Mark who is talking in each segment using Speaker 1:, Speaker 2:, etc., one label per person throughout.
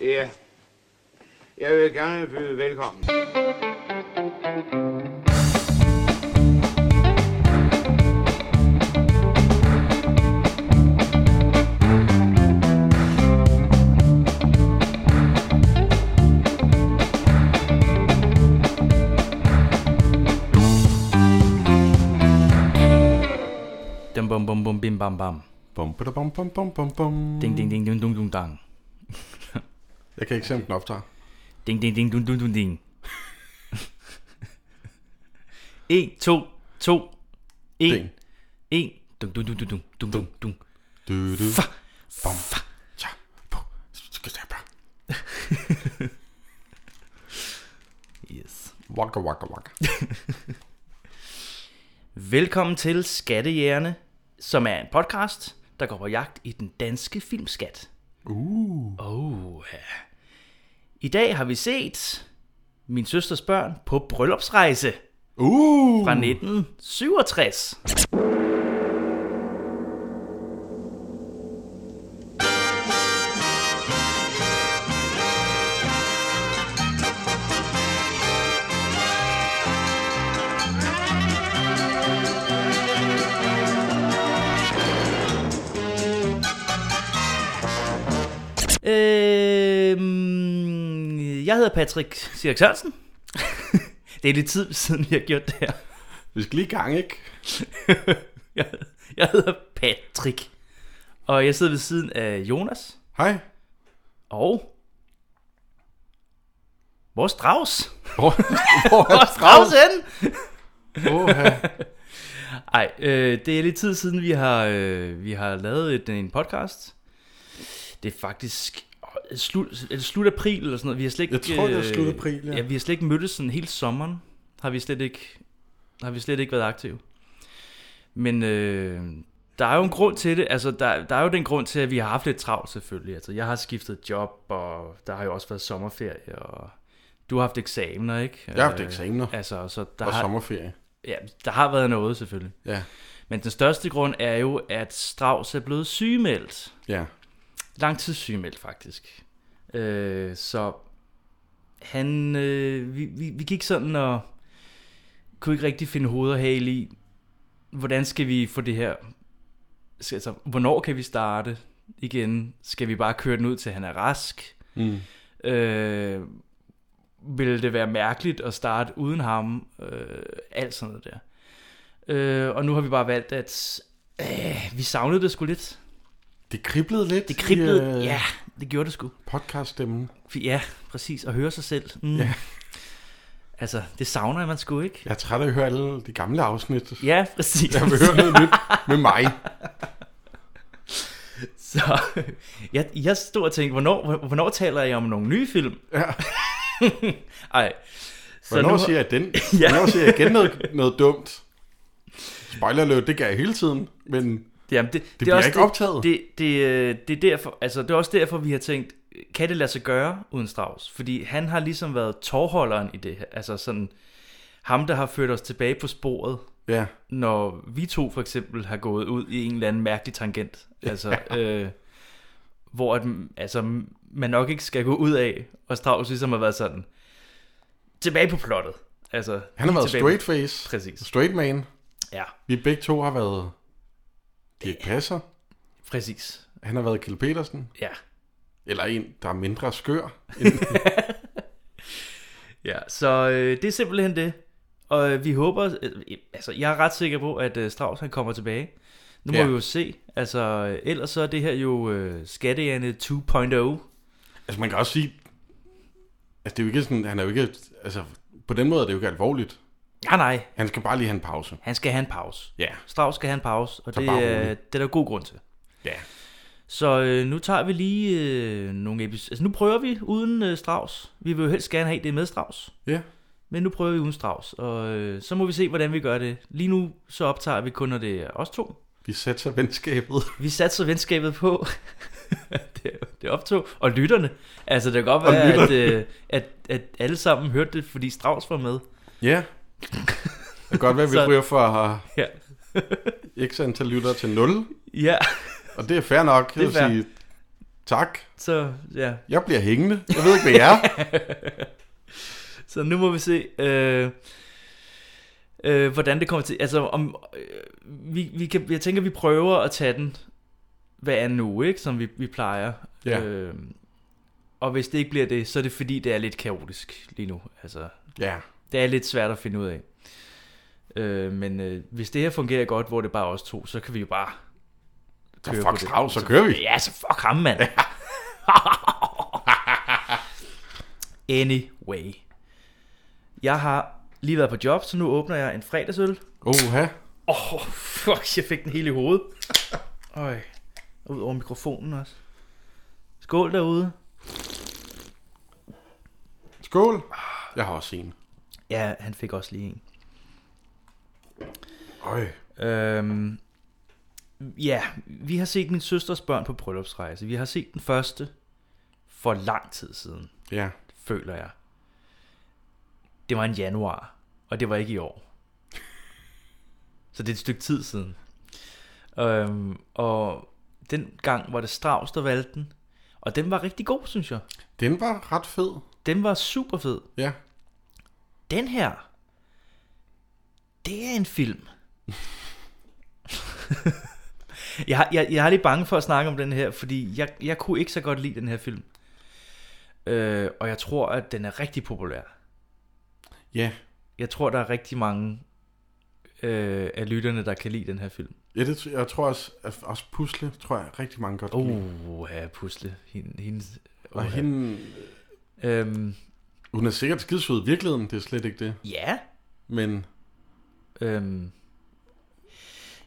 Speaker 1: Ja. Jeg vil gerne byde velkommen.
Speaker 2: Dum bum bum bum bim bam bam.
Speaker 3: Bum, bada, bum, bum, bum, bum, bum.
Speaker 2: Ding ding ding ding ding ding dang.
Speaker 3: Jeg kan ikke se, om den optager.
Speaker 2: Ding ding ding ding ding ding ding. 1 2 2 1
Speaker 3: Ding.
Speaker 2: 1 dum dum dum dum dum dum dum dum.
Speaker 3: Du, du.
Speaker 2: Fa.
Speaker 3: Bum, fa. Ja. Pu. Skal jeg bare.
Speaker 2: Yes.
Speaker 3: Waka, waka, waka.
Speaker 2: Velkommen til Skattejægerne, som er en podcast, der går på jagt i den danske filmskat.
Speaker 3: Uh.
Speaker 2: Oh, ja. I dag har vi set Min søsters børn på bryllupsrejse
Speaker 3: Uh.
Speaker 2: fra 1967. Øhm, jeg hedder Patrick Sirik Sørensen. det er lidt tid siden, vi har gjort det her.
Speaker 3: Vi skal lige i gang, ikke?
Speaker 2: jeg, jeg hedder Patrick. Og jeg sidder ved siden af Jonas
Speaker 3: Hej.
Speaker 2: og vores drags.
Speaker 3: Hvor, hvor er
Speaker 2: Vores drags hen!
Speaker 3: Åha.
Speaker 2: Ej, øh, det er lidt tid siden, vi har, øh, vi har lavet et, en podcast. Det er faktisk øh, slut, er det slut april eller sådan noget. Vi har slet ikke, øh,
Speaker 3: Jeg tror, det er slut april,
Speaker 2: ja.
Speaker 3: ja.
Speaker 2: ja. vi har slet ikke mødtes sådan hele sommeren. Har vi slet ikke, har vi slet ikke været aktive. Men øh, der er jo en grund til det. Altså, der, der er jo den grund til, at vi har haft lidt travlt selvfølgelig. Altså, jeg har skiftet job, og der har jo også været sommerferie, og du har haft eksamener, ikke?
Speaker 3: Jeg har haft eksamener.
Speaker 2: Altså, så der,
Speaker 3: Og
Speaker 2: har,
Speaker 3: sommerferie.
Speaker 2: ja, der har været noget selvfølgelig.
Speaker 3: Ja.
Speaker 2: Men den største grund er jo, at Strauss er blevet sygemeldt.
Speaker 3: Ja.
Speaker 2: Langtidssygemeldt, faktisk. Øh, så han, øh, vi, vi, vi gik sådan og kunne ikke rigtig finde hoved og hale i, hvordan skal vi få det her, så altså, hvornår kan vi starte igen? Skal vi bare køre den ud til, han er rask?
Speaker 3: Mm.
Speaker 2: Øh, ville det være mærkeligt at starte uden ham? Øh, alt sådan noget der. Øh, og nu har vi bare valgt, at øh, vi savnede det sgu lidt.
Speaker 3: Det kriblede lidt
Speaker 2: Det kriblede,
Speaker 3: i øh,
Speaker 2: ja, det gjorde det sgu.
Speaker 3: podcaststemmen.
Speaker 2: For- Ja, præcis, at høre sig selv. Mm. Ja. Altså, det savner man sgu, ikke?
Speaker 3: Jeg er træt af at høre alle de gamle afsnit.
Speaker 2: Ja, præcis.
Speaker 3: Jeg vil høre noget nyt med mig.
Speaker 2: Så jeg, jeg stod og tænkte, hvornår, hvornår taler jeg om nogle nye film?
Speaker 3: Ja.
Speaker 2: Ej. Så
Speaker 3: Hvornår
Speaker 2: nu-
Speaker 3: siger jeg den? Hvornår siger jeg igen noget, noget dumt? Spoiler alert, det gør jeg hele tiden. Men
Speaker 2: Jamen, det, det, det er
Speaker 3: bliver
Speaker 2: også
Speaker 3: ikke
Speaker 2: det,
Speaker 3: optaget.
Speaker 2: Det, det, øh, det, er derfor, altså, det er også derfor, vi har tænkt, kan det lade sig gøre uden Strauss? Fordi han har ligesom været tårholderen i det her. Altså sådan, ham der har ført os tilbage på sporet,
Speaker 3: ja.
Speaker 2: når vi to for eksempel har gået ud i en eller anden mærkelig tangent. Altså, øh, hvor at, altså, man nok ikke skal gå ud af, og Strauss ligesom har været sådan, tilbage på plottet. Altså,
Speaker 3: Han har været
Speaker 2: tilbage på-
Speaker 3: straight face.
Speaker 2: Præcis,
Speaker 3: Straight man.
Speaker 2: ja,
Speaker 3: Vi begge to har været Dirk Passer.
Speaker 2: præcis,
Speaker 3: Han har været Kjell Petersen.
Speaker 2: ja.
Speaker 3: Eller en, der er mindre skør. End...
Speaker 2: Ja, så øh, det er simpelthen det. Og øh, vi håber, øh, altså jeg er ret sikker på, at øh, Strauss han kommer tilbage. Nu må
Speaker 3: Ja.
Speaker 2: vi jo se. Altså, øh, ellers så er det her jo øh, Skattejerne 2.0.
Speaker 3: altså man kan også sige, altså det er jo ikke sådan, han er jo ikke, altså på den måde er det jo ikke alvorligt.
Speaker 2: Ja, Ah, nej,
Speaker 3: Han skal bare lige have en pause.
Speaker 2: han skal have en pause.
Speaker 3: Ja.
Speaker 2: Strauss skal have en pause, og
Speaker 3: Så
Speaker 2: det,
Speaker 3: bare
Speaker 2: øh, det er
Speaker 3: rolig.
Speaker 2: der god grund til.
Speaker 3: Ja.
Speaker 2: Så øh, nu tager vi lige øh, nogle episoder. Altså nu prøver vi uden øh, Strauss. Vi vil jo helst gerne have det med Strauss.
Speaker 3: Ja.
Speaker 2: Men nu prøver vi uden Strauss, og øh, så må vi se, hvordan vi gør det. Lige nu så optager vi kun, når det er os to.
Speaker 3: Vi satser venskabet.
Speaker 2: Vi satser venskabet på, det, det optog, og lytterne. Altså, det kan godt
Speaker 3: Og
Speaker 2: være, at, øh, at, at alle sammen hørte det, fordi Strauss var med.
Speaker 3: ja. Det kan godt være, at vi
Speaker 2: Så-
Speaker 3: ryger fra
Speaker 2: Ja,
Speaker 3: x antal lyttere til 0,
Speaker 2: ja
Speaker 3: og det er fair nok. Det,
Speaker 2: er
Speaker 3: vil
Speaker 2: fair.
Speaker 3: sige, Tak.
Speaker 2: Så ja,
Speaker 3: Jeg bliver hængende. Jeg ved ikke, hvad jeg er.
Speaker 2: Så nu må vi se, øh, øh, hvordan det kommer til. Altså, om, øh, vi, vi kan, jeg tænker, vi prøver at tage den hver anden uge, ikke? som vi, vi plejer.
Speaker 3: Ja.
Speaker 2: Øh, og hvis det ikke bliver det, så er det fordi, det er lidt kaotisk lige nu. Altså,
Speaker 3: ja.
Speaker 2: det er lidt svært at finde ud af. Øh, men øh, hvis det her fungerer godt, hvor det bare er os to, så kan vi jo bare
Speaker 3: Så
Speaker 2: køre på
Speaker 3: fuck
Speaker 2: det.
Speaker 3: strav, så kører vi.
Speaker 2: Ja, så fuck ham, mand. anyway. Jeg har lige været på job, så nu åbner jeg en fredagsøl.
Speaker 3: Oha.
Speaker 2: Åh, oh, fuck, jeg fik den hele i hovedet. Øj, og ud over mikrofonen også. Skål derude.
Speaker 3: Skål. Jeg har også en.
Speaker 2: Ja, han fik også lige en.
Speaker 3: Øj.
Speaker 2: Øhm, ja, vi har set min søsters børn på bryllupsrejse. Vi har set den første for lang tid siden.
Speaker 3: Ja.
Speaker 2: føler jeg. Det var en januar, og det var ikke i år. Så det er et stykke tid siden. Øhm, og den gang var det Strauss, der valgte den. Og den var rigtig god, synes jeg.
Speaker 3: Den var ret fed.
Speaker 2: Den var super fed.
Speaker 3: Ja.
Speaker 2: Den her, det er en film. jeg, har- jeg, jeg er lidt bange for at snakke om den her, fordi jeg, jeg kunne ikke så godt lide den her film. Øh, og jeg tror, at den er rigtig populær.
Speaker 3: Ja.
Speaker 2: Jeg tror, der er rigtig mange øh, af lytterne, der kan lide den her film.
Speaker 3: Ja, det, tr- jeg tror også, at også Pusle, tror jeg rigtig mange godt kan lide.
Speaker 2: Oh, ja, pusle. Hende, hende,
Speaker 3: Uh. Og
Speaker 2: Uha.
Speaker 3: hende,
Speaker 2: Øhm,
Speaker 3: hun er sikkert skidesød i virkeligheden, det er slet ikke det.
Speaker 2: ja.
Speaker 3: Men
Speaker 2: Øhm,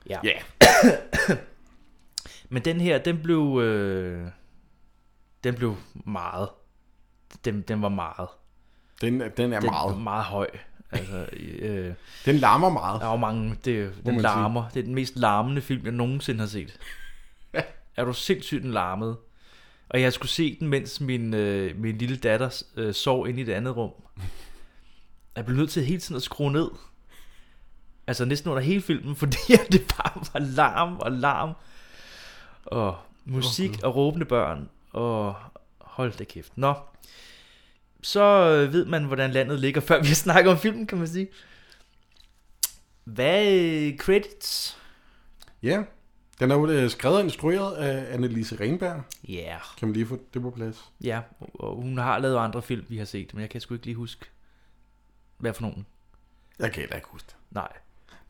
Speaker 2: ja.
Speaker 3: ja,
Speaker 2: Men den her, den blev... Øh, den blev meget. Den, den var meget.
Speaker 3: den, er- den er
Speaker 2: Den
Speaker 3: meget.
Speaker 2: var meget høj. Altså, øh,
Speaker 3: Den larmer meget.
Speaker 2: der er jo mange... Det,
Speaker 3: man
Speaker 2: den
Speaker 3: sige.
Speaker 2: larmer. Det er den mest larmende film, jeg nogensinde har set. er du sindssygt den larmede? Og jeg skulle se den, mens min, øh, min lille datter øh, sov inde i det andet rum. Jeg blev nødt til hele tiden at skrue ned. Altså næsten under hele filmen, fordi det bare var larm og larm. Og musik
Speaker 3: Åh, Gud.
Speaker 2: og råbende børn. Og hold da kæft. Nå. Så øh, ved man, hvordan landet ligger, før vi snakker om filmen, kan man sige. Hvad øh, credits?
Speaker 3: Ja, den er jo øh, skrevet og instrueret af Annelise Renberg.
Speaker 2: Ja. Yeah.
Speaker 3: Kan man lige få det på plads?
Speaker 2: Ja, og hun har lavet andre film, vi har set, men jeg kan sgu ikke lige huske, hvad for nogen.
Speaker 3: Jeg kan heller ikke huske det.
Speaker 2: Nej.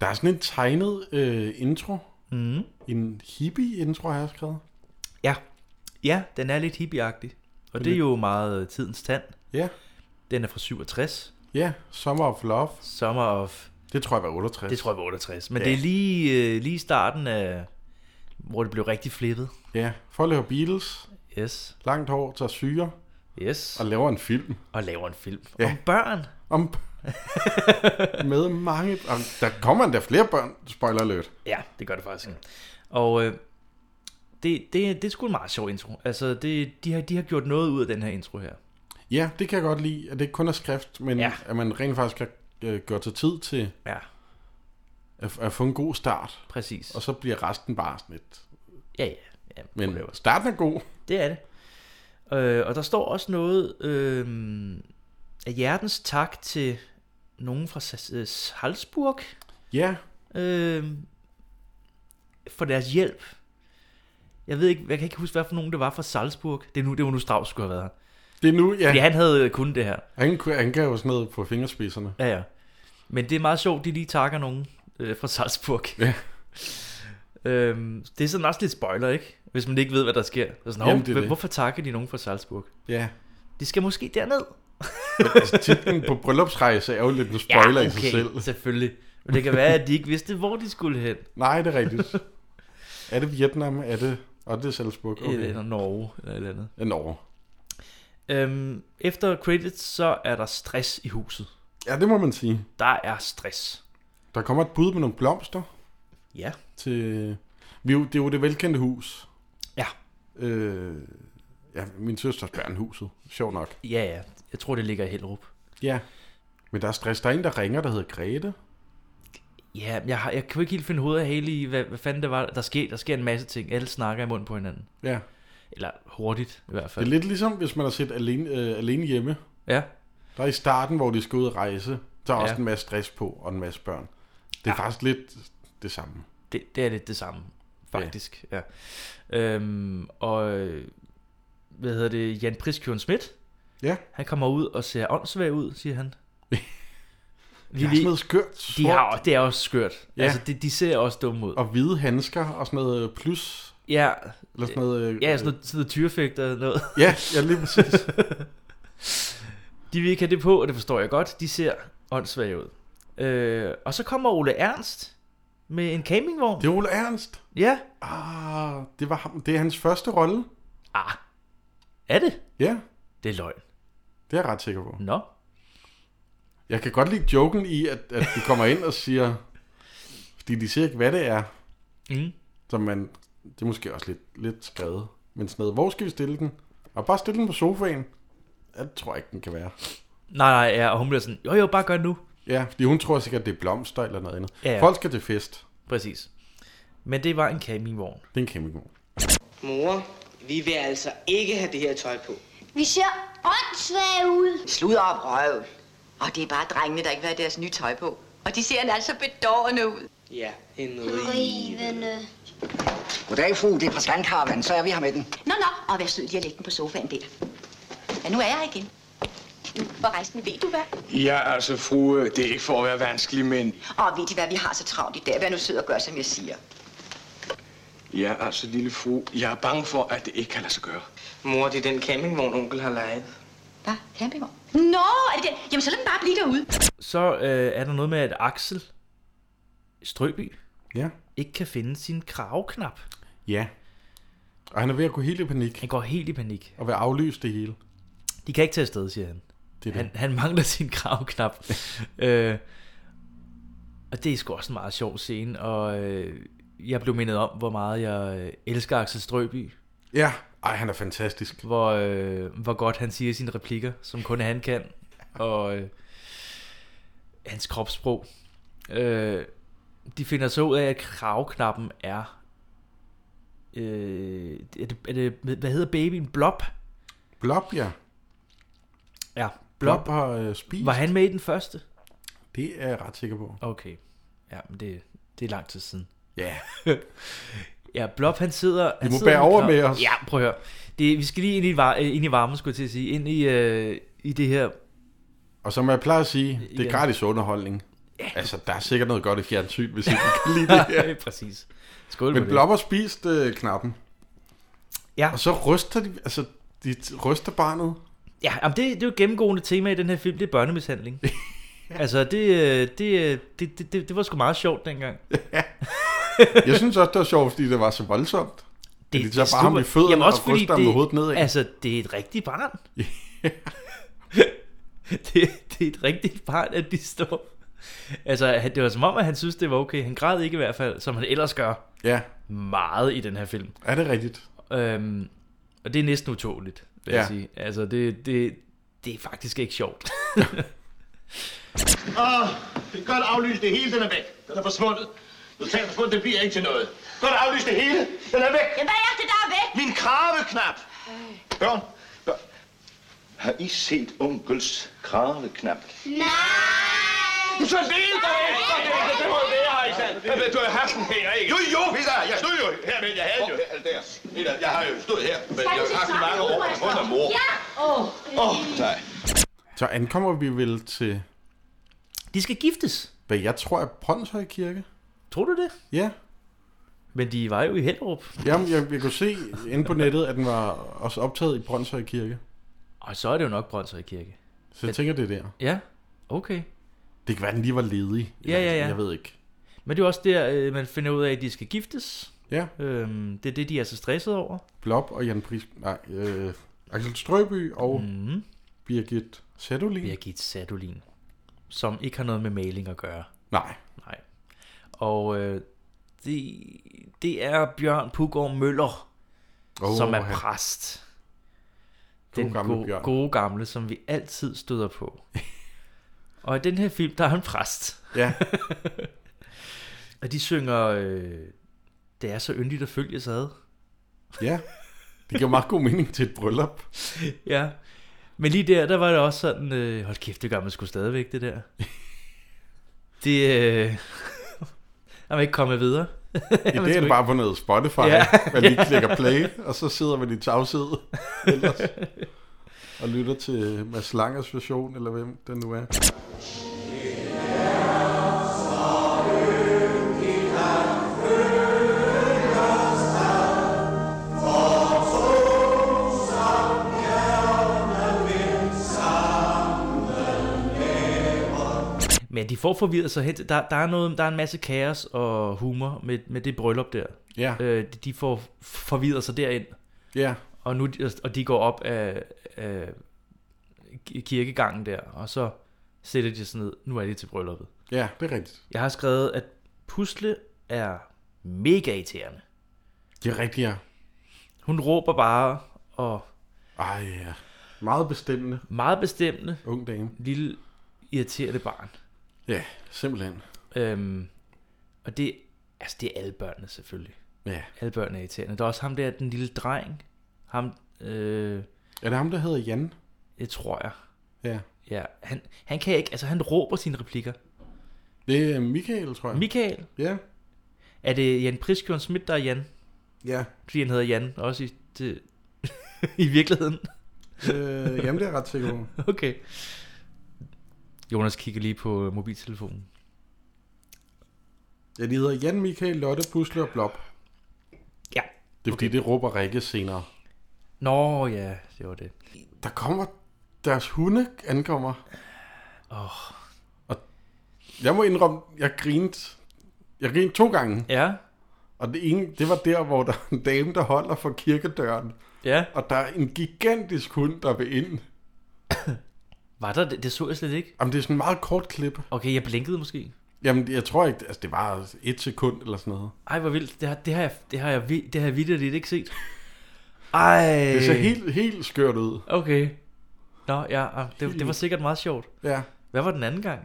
Speaker 3: Der er sådan en tegnet øh, intro.
Speaker 2: Mm.
Speaker 3: En hippie-intro har jeg skrevet.
Speaker 2: Ja. ja, den er lidt hippieagtig, og det er jo meget øh, tidens tand.
Speaker 3: Ja,
Speaker 2: Den er fra 67,
Speaker 3: ja. Summer of Love.
Speaker 2: Summer of,
Speaker 3: Det tror jeg var 68.
Speaker 2: det tror jeg var 68, men
Speaker 3: Ja.
Speaker 2: ja. det er lige, øh, lige i starten af, hvor det blev rigtig flippet.
Speaker 3: Ja, forløber Beatles,
Speaker 2: Yes,
Speaker 3: langt hår, tager syre
Speaker 2: yes,
Speaker 3: og
Speaker 2: og,
Speaker 3: laver en film.
Speaker 2: og laver en film
Speaker 3: Ja.
Speaker 2: ja. om børn.
Speaker 3: Om med mange... Og der kommer endda flere børn, spoiler alert.
Speaker 2: Ja, det gør det faktisk. Mm. Og øh, det, det, det er sgu en meget sjov intro. Altså, det, de, har, de har gjort noget ud af den her intro her.
Speaker 3: Ja, det kan jeg godt lide, at det ikke kun er skrift, men ja.
Speaker 2: Ja.
Speaker 3: at man rent faktisk kan øh, gøre sig tid til
Speaker 2: Ja,
Speaker 3: at, at få en god start,
Speaker 2: præcis.
Speaker 3: og så bliver resten bare sådan lidt...
Speaker 2: Ja, ja. ja
Speaker 3: Men
Speaker 2: whatever.
Speaker 3: starten er god.
Speaker 2: det er det. Øh, og der står også noget øh, af hjertens tak til nogen fra Sa- øh, Salzburg
Speaker 3: Ja,
Speaker 2: øh, for deres hjælp. Jeg ved ikke, jeg kan ikke huske, hvad for nogen det var fra Salzburg. Det, er nu, det var nu Strauss skulle have været her.
Speaker 3: det er nu, ja.
Speaker 2: Fordi
Speaker 3: ja.
Speaker 2: han havde kun det her.
Speaker 3: Han, kunne- han gav jo sådan noget på fingerspidserne.
Speaker 2: Ja, ja. Men det er meget sjovt, de lige takker nogen øh, fra Salzburg.
Speaker 3: Ja.
Speaker 2: øhm, det er sådan også lidt spoiler, ikke? Hvis man ikke ved, hvad der sker. Så Sådan,
Speaker 3: Jamen,
Speaker 2: Jamen,
Speaker 3: det er det.
Speaker 2: Hvorfor takker de nogen fra Salzburg?
Speaker 3: Ja.
Speaker 2: De skal måske derned.
Speaker 3: Altså, titlen på bryllupsrejse er jo lidt en spoiler ja, okay. i sig selv.
Speaker 2: selvfølgelig. Men det kan være, at de ikke vidste, hvor de skulle hen.
Speaker 3: Nej, det er rigtigt. er det Vietnam? Er det... Og det er Salzburg?
Speaker 2: Okay.
Speaker 3: Okay.
Speaker 2: Eller Norge, eller et eller andet.
Speaker 3: Ja, Norge.
Speaker 2: Øhm, efter credits, så er der stress i huset.
Speaker 3: Ja, det må man sige.
Speaker 2: Der er stress.
Speaker 3: Der kommer et bud med nogle blomster
Speaker 2: Ja.
Speaker 3: til... Vi, er jo- det er jo det velkendte hus.
Speaker 2: Ja.
Speaker 3: Øh, ja, min søsters børn huset. Sjov nok.
Speaker 2: Ja, ja. Jeg tror, det ligger i Hellerup.
Speaker 3: Ja. Men der er stress. Der er en, der ringer, der hedder Grete.
Speaker 2: Ja, men jeg, har, jeg kunne ikke helt finde hovedet af hele i, hvad, hvad fanden det var. Der sker, der sker en masse ting. Alle snakker i munden på hinanden.
Speaker 3: Ja.
Speaker 2: Eller hurtigt i hvert
Speaker 3: Det er
Speaker 2: fald.
Speaker 3: lidt ligesom, hvis man har set alene, øh, alene hjemme.
Speaker 2: Ja.
Speaker 3: Der er i starten, hvor de skal ud og rejse. Der er også
Speaker 2: Ja.
Speaker 3: en masse stress på, og en masse børn. Det er ja. faktisk lidt det samme.
Speaker 2: det, det er lidt det samme, faktisk. Ja. Ja. Øhm, og øh, hvad hedder det? Jan Priskjørn Schmidt.
Speaker 3: Ja.
Speaker 2: Han kommer ud og ser åndssvag ud, siger han.
Speaker 3: Det er sådan noget skørt, sort
Speaker 2: de har, det er også skørt. Ja.
Speaker 3: Ja.
Speaker 2: Altså, de, de ser også dumme ud.
Speaker 3: og hvide handsker og sådan noget øh, plus.
Speaker 2: Ja,
Speaker 3: Eller sådan noget, øh,
Speaker 2: ja sådan noget, sådan noget tyrefægter eller noget.
Speaker 3: øh, ja, ja, lige præcis.
Speaker 2: De vil ikke have det på, og det forstår jeg godt. De ser åndssvage ud. Øh, og så kommer Ole Ernst med en campingvogn.
Speaker 3: Det er Ole Ernst.
Speaker 2: Ja.
Speaker 3: Ah, det, var ham. det er hans første rolle.
Speaker 2: Ah, er det?
Speaker 3: Ja,
Speaker 2: Det er løgn.
Speaker 3: det er jeg ret sikker på.
Speaker 2: Nå.
Speaker 3: Jeg kan godt lide joken i, at, at de kommer ind og siger... Fordi de siger ikke, hvad det er.
Speaker 2: Mm.
Speaker 3: Så man, det er måske også lidt, lidt skrevet. Men sådan noget, hvor skal vi stille den? Og bare stille den på sofaen. Ja, det tror jeg ikke, den kan være.
Speaker 2: Nej, nej, ja, og hun bliver sådan, jo jo, bare gør det nu.
Speaker 3: Ja, fordi hun tror sikkert, det er blomster eller noget andet.
Speaker 2: Ja,
Speaker 3: Ja.
Speaker 2: ja.
Speaker 3: Folk skal til fest.
Speaker 2: Præcis. Men det var en campingvogn.
Speaker 3: Det er en kæmpe god.
Speaker 4: Mor, vi vil altså ikke have det her tøj på.
Speaker 5: Vi ser åndssvage ud.
Speaker 6: Slud op, røv. Og det er bare drengene, der ikke vil have deres nye tøj på. Og de ser altså bedårende ud.
Speaker 4: Ja, en rig.
Speaker 5: Rivende.
Speaker 7: Goddag, fru. Det er fra Skankarven. Så er vi her med den.
Speaker 6: Nå, nå, og vær sød lige at lægge den på sofaen der. Ja, nu er jeg her igen. Nu, forresten, ved du hvad?
Speaker 8: Ja, altså, fru, øh, det er ikke for at være vanskelig, men...
Speaker 6: Og ved de hvad, vi har så travlt i dag. Vær nu sød og gør, som jeg siger.
Speaker 8: Ja, altså, lille fru, jeg er bange for, at det ikke kan lade sig gøre.
Speaker 4: Mor, det er den campingvogn, onkel har lejet.
Speaker 6: Hvad? Campingvogn? Nå, er det det? Jamen, så lad dem bare blive derude.
Speaker 2: Så øh, er der noget med, at Axel Strøby
Speaker 3: Ja.
Speaker 2: ikke kan finde sin kravknap.
Speaker 3: Ja. Og han er ved at gå helt i panik
Speaker 2: Han går helt i panik.
Speaker 3: og vil aflyse det hele.
Speaker 2: De kan ikke tage afsted, siger han.
Speaker 3: Det er det.
Speaker 2: Han, han mangler sin kravknap. øh, og det er sgu også en meget sjov scene, og øh, jeg blev mindet om, hvor meget jeg øh, elsker Axel Strøby.
Speaker 3: Ja. Ej, han er fantastisk.
Speaker 2: Hvor, øh, hvor godt han siger sine replikker, som kun han kan. Og øh, hans kropssprog. Øh, de finder så ud af, at kravknappen er... Øh, er, det, er det, hvad hedder babyen? Blob?
Speaker 3: Blob, ja.
Speaker 2: Ja, Blob.
Speaker 3: Blob har øh, spist.
Speaker 2: Var han med i den første?
Speaker 3: Det er jeg ret sikker på.
Speaker 2: Okay. Ja, men det, det er lang tid siden.
Speaker 3: Ja.
Speaker 2: Ja, Blob han sidder... Han
Speaker 3: må
Speaker 2: sidder
Speaker 3: bære
Speaker 2: i en
Speaker 3: over
Speaker 2: krav-
Speaker 3: med os.
Speaker 2: Ja, prøv at høre. Det, vi skal lige ind i, var, øh, ind i varmen, skulle jeg til at sige. Ind i, øh, i det her...
Speaker 3: Og som jeg plejer at sige, det
Speaker 2: Ja.
Speaker 3: er gratis underholdning. Altså, der er sikkert noget godt i fjernsyn, hvis ikke kan lide det her.
Speaker 2: Ja. Præcis. Skål
Speaker 3: Men
Speaker 2: på
Speaker 3: Blob har spist øh, knappen.
Speaker 2: Ja.
Speaker 3: Og så ryster de, altså, de t- ryster barnet.
Speaker 2: det. Ja, jamen det, det er jo et gennemgående tema i den her film, det er børnemishandling. altså, det, øh, det, øh, det, det, det, det var sgu meget sjovt dengang.
Speaker 3: Jeg synes også, det var sjovt, fordi det var så voldsomt. de tager
Speaker 2: er
Speaker 3: ligesom bare ham
Speaker 2: super-
Speaker 3: i fødderne
Speaker 2: Jamen,
Speaker 3: og ryster ham med hovedet nedad.
Speaker 2: Altså, det er et rigtigt barn. det, det er et rigtigt barn, at de står. Altså, han- det var som om, at han synes, det var okay. Han græd ikke i hvert fald, som han ellers gør
Speaker 3: Ja,
Speaker 2: meget i den her film.
Speaker 3: er det rigtigt?
Speaker 2: Øhm, og det er næsten utåligt, vil ja. jeg
Speaker 3: Ja.
Speaker 2: sige. Altså, det, det, det er faktisk ikke sjovt.
Speaker 9: Åh, vi kan godt aflyse det hele, den er væk. Den er forsvundet. Totalt forsvundet, det bliver ikke til noget. Godt aflyse det hele, den er væk.
Speaker 6: Jamen, hvad er det, der er væk?
Speaker 9: Min kraveknap. Børn, børn. Har I set onkels kraveknap?
Speaker 5: Nej!
Speaker 9: Så del dig efter det, det, det må jo være, har I sandt. Hvad vil du have haft den her, ikke? Jo, jo, Peter, jeg stod jo her, men jeg havde jo. Der. Peter, jeg har jo stået her, men jeg har haft i mange år. Hun er mor.
Speaker 5: Ja!
Speaker 9: Åh, oh, nej.
Speaker 3: Så ankommer vi vel til,
Speaker 2: De skal giftes.
Speaker 3: hvad jeg tror er Brøndshøj Kirke.
Speaker 2: Tror du det?
Speaker 3: Ja,
Speaker 2: Men de var jo i Hellerup.
Speaker 3: Jamen, jeg, jeg kunne se inde på nettet, at den var også optaget i Brøndshøj Kirke.
Speaker 2: Og så er det jo nok Brøndshøj Kirke.
Speaker 3: Så jeg tænker, det er der.
Speaker 2: Ja, okay.
Speaker 3: Det kan være, at den lige var ledig.
Speaker 2: Ja, ja, ja.
Speaker 3: Jeg ved ikke.
Speaker 2: Men det er jo også der, øh, man finder ud af, at de skal giftes.
Speaker 3: Ja,
Speaker 2: Øhm, det er det, de er så stresset over.
Speaker 3: Blob og Jan Pris... Nej, øh, Axel Strøby og
Speaker 2: Mm.
Speaker 3: Birgit Sædolin.
Speaker 2: Birgit Sadolin, som ikke har noget med maling at gøre.
Speaker 3: Nej,
Speaker 2: Nej. Og øh, det, det er Bjørn Pugård Møller, oh,
Speaker 3: Åh,
Speaker 2: som er
Speaker 3: han-
Speaker 2: præst.
Speaker 3: God gamle
Speaker 2: go-
Speaker 3: Bjørn.
Speaker 2: gode gamle, som vi altid støder på. og i den her film, der er han præst.
Speaker 3: Ja.
Speaker 2: og de synger, øh, det er så yndigt at følge sig ad.
Speaker 3: ja. Det giver meget god mening til et bryllup.
Speaker 2: Ja. Men lige der, der var det også sådan, øh, hold kæft, det gør man sgu stadigvæk, det der. det øh, er man ikke kommet videre.
Speaker 3: I dag er det bare på noget Spotify,
Speaker 2: Ja.
Speaker 3: ja. man lige klikker play, og så sidder man i tavshed ellers, og lytter til Mads Langers version, eller hvem den nu er.
Speaker 2: Men de får forvirret sig hen. til- Der, der, er noget, der er en masse kaos og humor med, med det bryllup der.
Speaker 3: Ja,
Speaker 2: Øh, de- de får forvirret sig derind,
Speaker 3: ja.
Speaker 2: og, nu, og de går op af, af ki- kirkegangen der, og så sætter de sig ned. Nu er de til brylluppet.
Speaker 3: Ja, det er rigtigt.
Speaker 2: Jeg har skrevet, at pusle er mega irriterende.
Speaker 3: Det er rigtigt, ja.
Speaker 2: Hun råber bare, og
Speaker 3: Ej, ja. Meget bestemmende
Speaker 2: meget bestemmende,
Speaker 3: ung dame.
Speaker 2: lille irriterende barn.
Speaker 3: Ja, simpelthen.
Speaker 2: Øhm, og det, altså det er alle børnene selvfølgelig.
Speaker 3: Ja.
Speaker 2: Alle børn er irriterende. Der er også ham der, den lille dreng. Ham, øh,
Speaker 3: Er det ham, der hedder Jan?
Speaker 2: det tror jeg.
Speaker 3: Ja.
Speaker 2: Ja, han, han kan ikke, altså han råber sine replikker.
Speaker 3: Det er Michael, tror jeg.
Speaker 2: Michael,
Speaker 3: ja.
Speaker 2: er det Jan Priskjørn Schmidt, der er Jan?
Speaker 3: Ja.
Speaker 2: Fordi han hedder Jan, også i, det, i virkeligheden.
Speaker 3: Øh, jamen, det er jeg ret sikker på.
Speaker 2: Okay. Jonas kigger lige på øh, mobiltelefonen.
Speaker 3: Ja, de hedder Jan, Michael, Lotte, Pusle og Blob.
Speaker 2: Ja.
Speaker 3: Det er okay. fordi, det råber Rikke senere.
Speaker 2: Nå ja, det var det.
Speaker 3: Der kommer... Deres hunde ankommer.
Speaker 2: Åh.
Speaker 3: Og jeg må indrømme, jeg grinede... Jeg grinede to gange.
Speaker 2: Ja,
Speaker 3: Og det, ene, det var der, hvor der er en dame, der holder for kirkedøren.
Speaker 2: ja.
Speaker 3: Og der er en gigantisk hund, der vil ind.
Speaker 2: Var der det? Det så jeg slet ikke.
Speaker 3: Jamen, det er sådan en meget kort klip.
Speaker 2: Okay, jeg blinkede måske.
Speaker 3: Jamen, jeg tror ikke... Altså, det var et sekund eller sådan noget.
Speaker 2: Ej, hvor vildt. Det har, det har jeg, det har jeg, vi- det har jeg vitterligt ikke set. Ej.
Speaker 3: Det ser helt, helt skørt ud.
Speaker 2: Okay. Nå, ja, ah, det, det var sikkert meget sjovt.
Speaker 3: Ja.
Speaker 2: Hvad var den anden gang?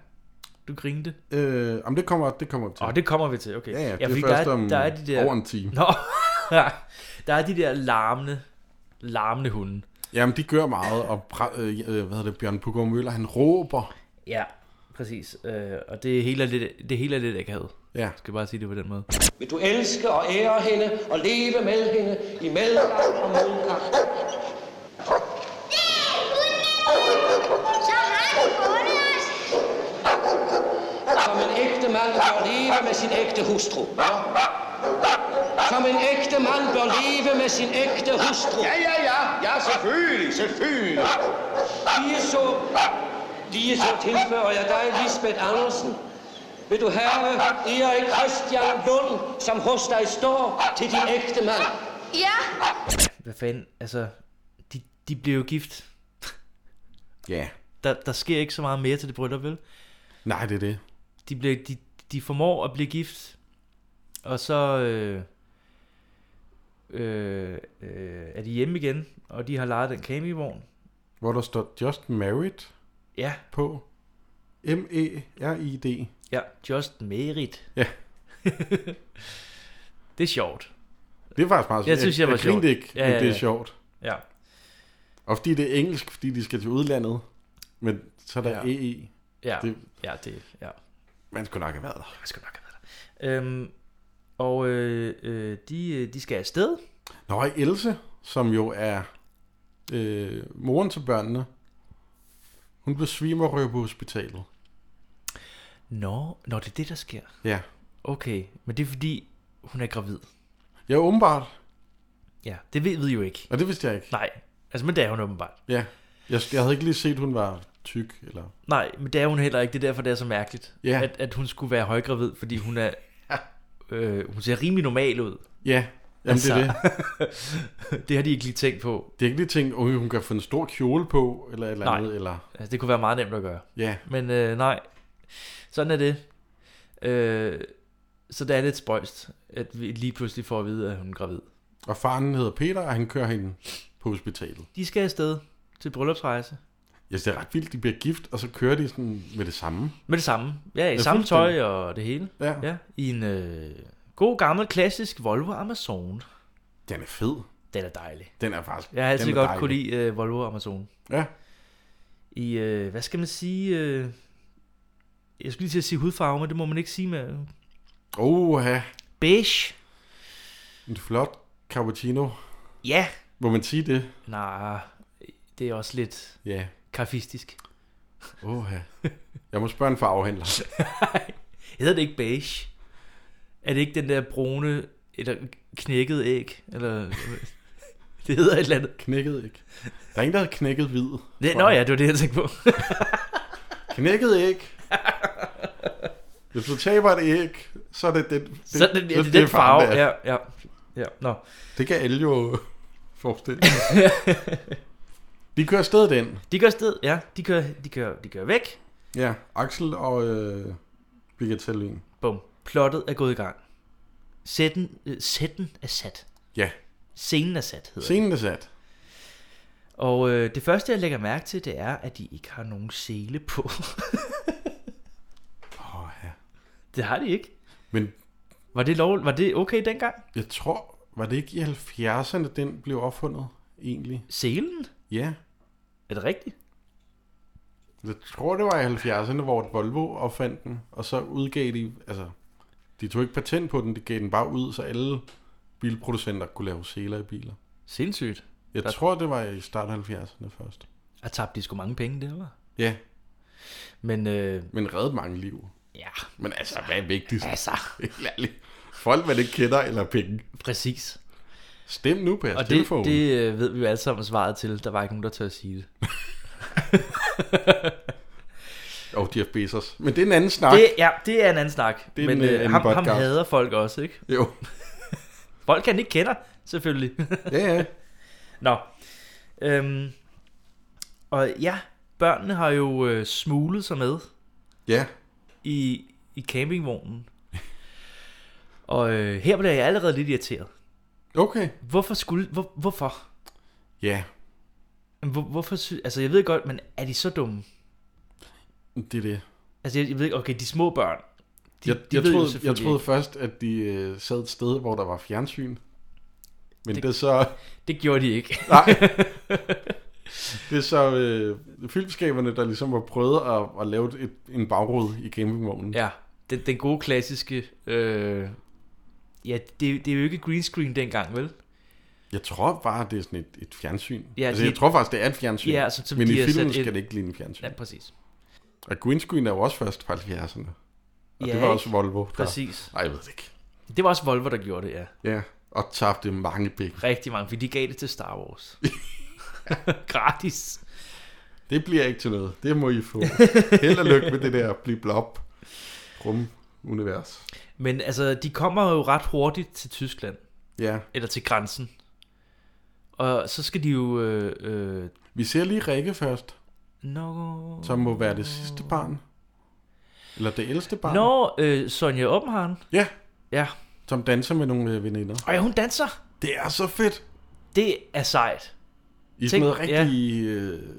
Speaker 2: Du grinede.
Speaker 3: Øh, jamen, det kommer, det kommer vi til.
Speaker 2: Åh, oh, det kommer vi til, okay.
Speaker 3: ja, ja, det
Speaker 2: fordi
Speaker 3: er
Speaker 2: der
Speaker 3: først om
Speaker 2: der er de der...
Speaker 3: over en time.
Speaker 2: Nå, der er de der larmende, larmende hunde.
Speaker 3: Jamen, de gør meget, og pra- øh, øh, hvad hedder det, Bjørn Pugum Møller, han råber.
Speaker 2: Ja, præcis. Øh, og det hele er lidt, det hele er lidt akavet.
Speaker 3: Ja,
Speaker 2: Jeg skal bare sige det på den måde.
Speaker 4: Vil du elske og ære hende og leve med hende i medgang og modgang?
Speaker 5: Så har du fundet os.
Speaker 4: Som en ægte mand bør leve med sin ægte hustru. Som en ægte mand bør leve med sin ægte hustru.
Speaker 9: Ja, ja, ja. Ja, selvfølgelig, selvfølgelig.
Speaker 4: Lige så, lige så tilføjer jeg dig, Lisbeth Andersen. Vil du have Erik Christian Lund, som hos dig står til din ægte mand?
Speaker 5: Ja.
Speaker 2: Hvad fanden, altså, de, de blev jo gift.
Speaker 3: ja.
Speaker 2: Der, der sker ikke så meget mere til det bryllup, vel?
Speaker 3: Nej, det er det.
Speaker 2: De, blev, de, de formår at blive gift, og så øh, øh, øh, er de hjemme igen, og de har lejet den campingvogn.
Speaker 3: Hvor der står Just Married
Speaker 2: Ja,
Speaker 3: på M-E-R-I-D.
Speaker 2: ja, just merit.
Speaker 3: Ja.
Speaker 2: det er sjovt.
Speaker 3: Det er faktisk meget
Speaker 2: Jeg synes, jeg var
Speaker 3: jeg grinede
Speaker 2: sjovt.
Speaker 3: ikke, ja, ja, ja. det er sjovt.
Speaker 2: Ja.
Speaker 3: Og fordi det er engelsk, fordi de skal til udlandet. Men så er der
Speaker 2: Ja.
Speaker 3: ja. EE.
Speaker 2: Ja, det,
Speaker 3: Det-
Speaker 2: ja, det, ja.
Speaker 3: Man skulle nok have været der.
Speaker 2: Jeg skal nok have været der. Øhm, og øh, øh, de, øh, de skal afsted.
Speaker 3: Nå, og Else, som jo er øh, moren til børnene, hun besvimer og ryger på hospitalet.
Speaker 2: Nå, nå, det er det, der sker.
Speaker 3: Ja.
Speaker 2: Okay, men det er fordi, hun er gravid.
Speaker 3: Ja, åbenbart.
Speaker 2: Ja, det ved vi jo ikke.
Speaker 3: Og det vidste jeg ikke.
Speaker 2: Nej, altså, men det er hun åbenbart.
Speaker 3: Ja. Jeg, jeg havde ikke lige set, hun var tyk. Eller...
Speaker 2: Nej, men det er hun heller ikke. Det er derfor, det er så mærkeligt,
Speaker 3: Ja.
Speaker 2: at, at hun skulle være højgravid, fordi hun er... Øh, hun ser rimelig normal ud.
Speaker 3: Ja, jamen altså... det er det.
Speaker 2: det har de ikke lige tænkt på.
Speaker 3: Det er ikke lige tænkt, at hun kan få en stor kjole på, eller et eller
Speaker 2: Nej.
Speaker 3: andet. Eller...
Speaker 2: Altså, det kunne være meget nemt at gøre.
Speaker 3: Ja,
Speaker 2: Men øh, nej, sådan er det. Øh, så det er lidt spøjst, at vi lige pludselig får at vide, at hun er gravid.
Speaker 3: og faren hedder Peter, og han kører hende på hospitalet.
Speaker 2: De skal afsted til bryllupsrejse.
Speaker 3: Jeg synes, det er ret vildt, de bliver gift, og så kører de sådan med det samme.
Speaker 2: Med det samme. Ja, i
Speaker 3: Ja,
Speaker 2: samme tøj
Speaker 3: fuldstændig.
Speaker 2: og det hele.
Speaker 3: Ja.
Speaker 2: Ja, i en øh, god gammel klassisk Volvo Amazon.
Speaker 3: Den er fed.
Speaker 2: Den er dejlig.
Speaker 3: Den er faktisk...
Speaker 2: Jeg har altid
Speaker 3: den er
Speaker 2: godt
Speaker 3: dejlig.
Speaker 2: kunne lide øh, Volvo Amazon.
Speaker 3: Ja,
Speaker 2: I, øh, hvad skal man sige... Øh, jeg skulle lige til at sige hudfarve, men det må man ikke sige med...
Speaker 3: Oha,
Speaker 2: Beige?
Speaker 3: en flot cappuccino.
Speaker 2: Ja.
Speaker 3: Må man sige det?
Speaker 2: Nej, det er også lidt
Speaker 3: Ja.
Speaker 2: kaffistisk.
Speaker 3: Oha. Jeg må spørge en farvehandler.
Speaker 2: Hedder det ikke beige? Er det ikke den der brune eller knækket æg? Eller, det hedder et eller andet.
Speaker 3: Knækket ikke. Der er ingen, der havde knækket hvid.
Speaker 2: Det, nå ja, det var det, jeg tænkte på.
Speaker 3: Knækket æg. Hvis du taber et æg, så er det den, det,
Speaker 2: Så er det, det, det, den farve. Ja, ja, ja. Nå.
Speaker 3: Det kan alle jo forestille sig. De kører afsted den.
Speaker 2: De kører sted, ja. De kører, de kører, de kører væk.
Speaker 3: Ja, Axel og øh, Birgit Selvin.
Speaker 2: Bum. Plottet er gået i gang. Sætten, øh, sætten er sat.
Speaker 3: Ja,
Speaker 2: Scenen er sat, hedder det.
Speaker 3: scenen er sat.
Speaker 2: Og øh, det første, jeg lægger mærke til, det er, at de ikke har nogen sele på.
Speaker 3: Åh, oh, ja.
Speaker 2: det har de ikke.
Speaker 3: Men
Speaker 2: Var det, lov, var det okay dengang?
Speaker 3: jeg tror, var det ikke i 70'erne, den blev opfundet egentlig?
Speaker 2: Selen?
Speaker 3: Ja,
Speaker 2: Er det rigtigt?
Speaker 3: jeg tror, det var i 70'erne, hvor Volvo opfandt den, og så udgav de, altså, de tog ikke patent på den, de gav den bare ud, så alle bilproducenter kunne lave seler i biler.
Speaker 2: Sindssygt.
Speaker 3: Jeg
Speaker 2: Der-
Speaker 3: tror, det var i start af 70'erne først.
Speaker 2: Og tabte de sgu mange penge, det var.
Speaker 3: Ja,
Speaker 2: Men øh,
Speaker 3: men redde mange liv.
Speaker 2: ja,
Speaker 3: Men altså, hvad er vigtigst?
Speaker 2: altså,
Speaker 3: Helt ærligt. Folk, man ikke kender, eller penge.
Speaker 2: præcis.
Speaker 3: Stem nu på jeres
Speaker 2: Og det,
Speaker 3: telefon.
Speaker 2: det øh, ved vi jo alle sammen svaret til. Der var ikke nogen, der tør at sige det.
Speaker 3: Og Jeff Bezos. Men det er en anden snak.
Speaker 2: det ja, det er en anden snak.
Speaker 3: Det er
Speaker 2: men
Speaker 3: en, øh, anden
Speaker 2: ham, ham
Speaker 3: podcast.
Speaker 2: hader folk også, ikke?
Speaker 3: Jo.
Speaker 2: Folk han ikke kender, selvfølgelig.
Speaker 3: Ja, ja.
Speaker 2: Nå. Øhm, og ja, børnene har jo øh, smuglet sig med
Speaker 3: Ja.
Speaker 2: i, i campingvognen. Og øh, her bliver jeg allerede lidt irriteret.
Speaker 3: Okay.
Speaker 2: Hvorfor skulle... Hvor, hvorfor?
Speaker 3: Ja.
Speaker 2: Jamen, Hvor, hvorfor sy- Altså, jeg ved godt, men er de så dumme?
Speaker 3: Det er det.
Speaker 2: Altså, jeg, jeg ved ikke, okay, de små børn. De,
Speaker 3: jeg,
Speaker 2: de
Speaker 3: jeg,
Speaker 2: ved jo
Speaker 3: troede, jeg
Speaker 2: selvfølgelig
Speaker 3: troede
Speaker 2: ikke.
Speaker 3: først, at de øh, sad et sted, hvor der var fjernsyn. Men
Speaker 2: Det-
Speaker 3: det, er så,
Speaker 2: Det gjorde de ikke.
Speaker 3: det er så øh, filmskaberne, der ligesom har prøvet at, at lave et, en bagrude i campingvognen.
Speaker 2: ja, den, den gode klassiske... Øh, ja, det, det er jo ikke green screen dengang, vel?
Speaker 3: Jeg tror bare, det er sådan et, et fjernsyn.
Speaker 2: Ja,
Speaker 3: Ja, altså,
Speaker 2: de-
Speaker 3: jeg tror faktisk, det er et fjernsyn.
Speaker 2: Ja, som- som
Speaker 3: men
Speaker 2: de
Speaker 3: i
Speaker 2: har
Speaker 3: filmen
Speaker 2: sat ind.
Speaker 3: skal det ikke ligne et fjernsyn.
Speaker 2: Ja, præcis.
Speaker 3: Og green screen er jo også først fra 70'erne.
Speaker 2: Ja,
Speaker 3: Og ja, det
Speaker 2: ikke?
Speaker 3: var også Volvo. Der...
Speaker 2: Præcis.
Speaker 3: Nej, jeg ved det ikke.
Speaker 2: Det var også Volvo, der gjorde det, ja.
Speaker 3: Ja, og tabte mange penge.
Speaker 2: Rigtig mange, fordi de gav det til Star Wars. Gratis.
Speaker 3: Det bliver ikke til noget. Det må I få. Held og lykke med det der blip-blop rum-univers.
Speaker 2: Men altså, de kommer jo ret hurtigt til Tyskland.
Speaker 3: Ja,
Speaker 2: Eller til grænsen. Og så skal de jo... Øh, øh,
Speaker 3: vi ser lige Rikke først,
Speaker 2: no...
Speaker 3: som må være det sidste barn. Eller det ældste barn.
Speaker 2: Nå, øh, Sonja Oppenhavn.
Speaker 3: Ja,
Speaker 2: Ja.
Speaker 3: som danser med nogle øh, veninder.
Speaker 2: Og ja, hun danser.
Speaker 3: Det er så fedt.
Speaker 2: Det er sejt.
Speaker 3: I
Speaker 2: Tænk-
Speaker 3: sådan noget rigtig øh,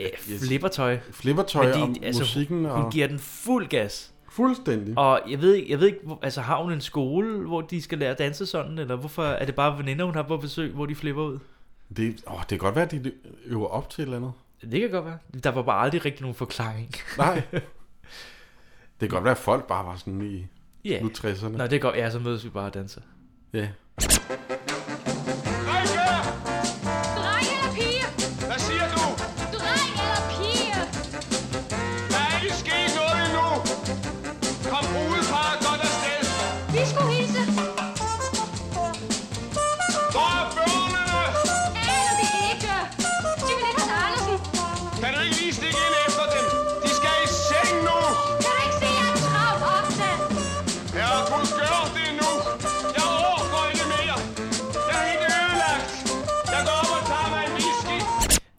Speaker 2: Øh, Flippertøj.
Speaker 3: flippertøj
Speaker 2: Men de-
Speaker 3: om
Speaker 2: altså,
Speaker 3: musikken.
Speaker 2: Hun
Speaker 3: Og...
Speaker 2: giver den fuld gas.
Speaker 3: Fuldstændig.
Speaker 2: Og jeg ved ikke, jeg ved ikke hvor, altså har hun en skole, hvor de skal lære at danse sådan, eller hvorfor er det bare veninder, hun har på besøg, hvor de flipper ud?
Speaker 3: Det, åh, det kan godt være, at de øver op til et eller andet.
Speaker 2: Det kan godt være. Der var bare aldrig rigtig nogen forklaring.
Speaker 3: Nej. det kan godt være, at folk bare var sådan i
Speaker 2: Ja.
Speaker 3: nu 60'erne.
Speaker 2: Nå, det går. Ja, så mødes vi bare og danser.
Speaker 3: Ja.
Speaker 5: Dreng eller pige?
Speaker 9: Hvad siger du?
Speaker 5: Dreng eller pige?
Speaker 9: Der er ikke sket noget endnu. Kom udefra og godt afsted.
Speaker 5: Vi skulle hilse.
Speaker 9: Hvor er bøvlerne?
Speaker 5: Aner det ikke. Sig mig Niklas Andersen.
Speaker 9: Kan du ikke lige stikke ind efter dem? De skal i seng nu.
Speaker 5: Kan du ikke se, jeg er travlt opsat?
Speaker 9: Ja, du skal gøre det nu. Jeg overgår ikke mere. Jeg er helt ødelagt. Jeg går op og tager mig en whisky.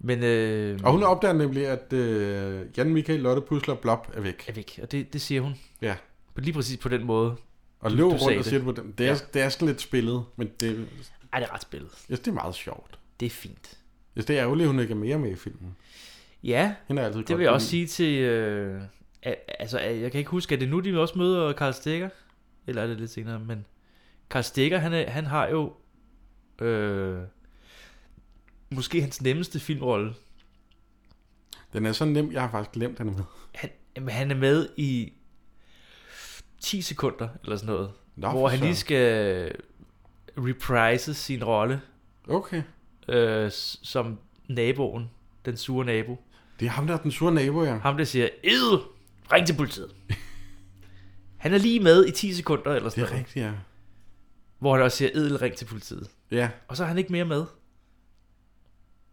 Speaker 2: Men øh,
Speaker 3: Og hun opdager nemlig, at øh, Jan Michael Lotte Pusler Blob er væk.
Speaker 2: er væk. Og det, det siger hun.
Speaker 3: Ja.
Speaker 2: På- Lige præcis på den måde.
Speaker 3: Og løb
Speaker 2: du sagde
Speaker 3: rundt og
Speaker 2: det.
Speaker 3: siger det på dem. Det er, ja. det er sådan lidt spillet, men det,
Speaker 2: Ej, det er ret spillet.
Speaker 3: jeg synes, det er meget sjovt.
Speaker 2: Det er fint.
Speaker 3: Jeg synes, det er ærgerligt, at hun ikke er mere med i filmen.
Speaker 2: Ja,
Speaker 3: Hende er altid
Speaker 2: det vil jeg også sige til... Øh, a- altså, a- jeg kan ikke huske, er det nu, de også møder Karl Stikker? Eller er det lidt senere, men... Karl Stikker, han, er, han har jo Øh, måske hans nemmeste filmrolle.
Speaker 3: Den er så nem, jeg har faktisk glemt den med.
Speaker 2: Han, jamen, han er med i 10 sekunder eller sådan noget.
Speaker 3: Nå,
Speaker 2: hvor
Speaker 3: for
Speaker 2: han lige
Speaker 3: søren.
Speaker 2: skal reprise sin rolle
Speaker 3: Okay.
Speaker 2: øh, s- som naboen, den sure nabo.
Speaker 3: Det er ham, der er den sure nabo, ja.
Speaker 2: Ham der siger, ed, ring til politiet. han er lige med i 10 sekunder eller
Speaker 3: Det
Speaker 2: sådan
Speaker 3: er
Speaker 2: noget.
Speaker 3: rigtigt, ja.
Speaker 2: Hvor han også siger, edel, ring til politiet.
Speaker 3: Ja,
Speaker 2: Og så er han ikke mere med.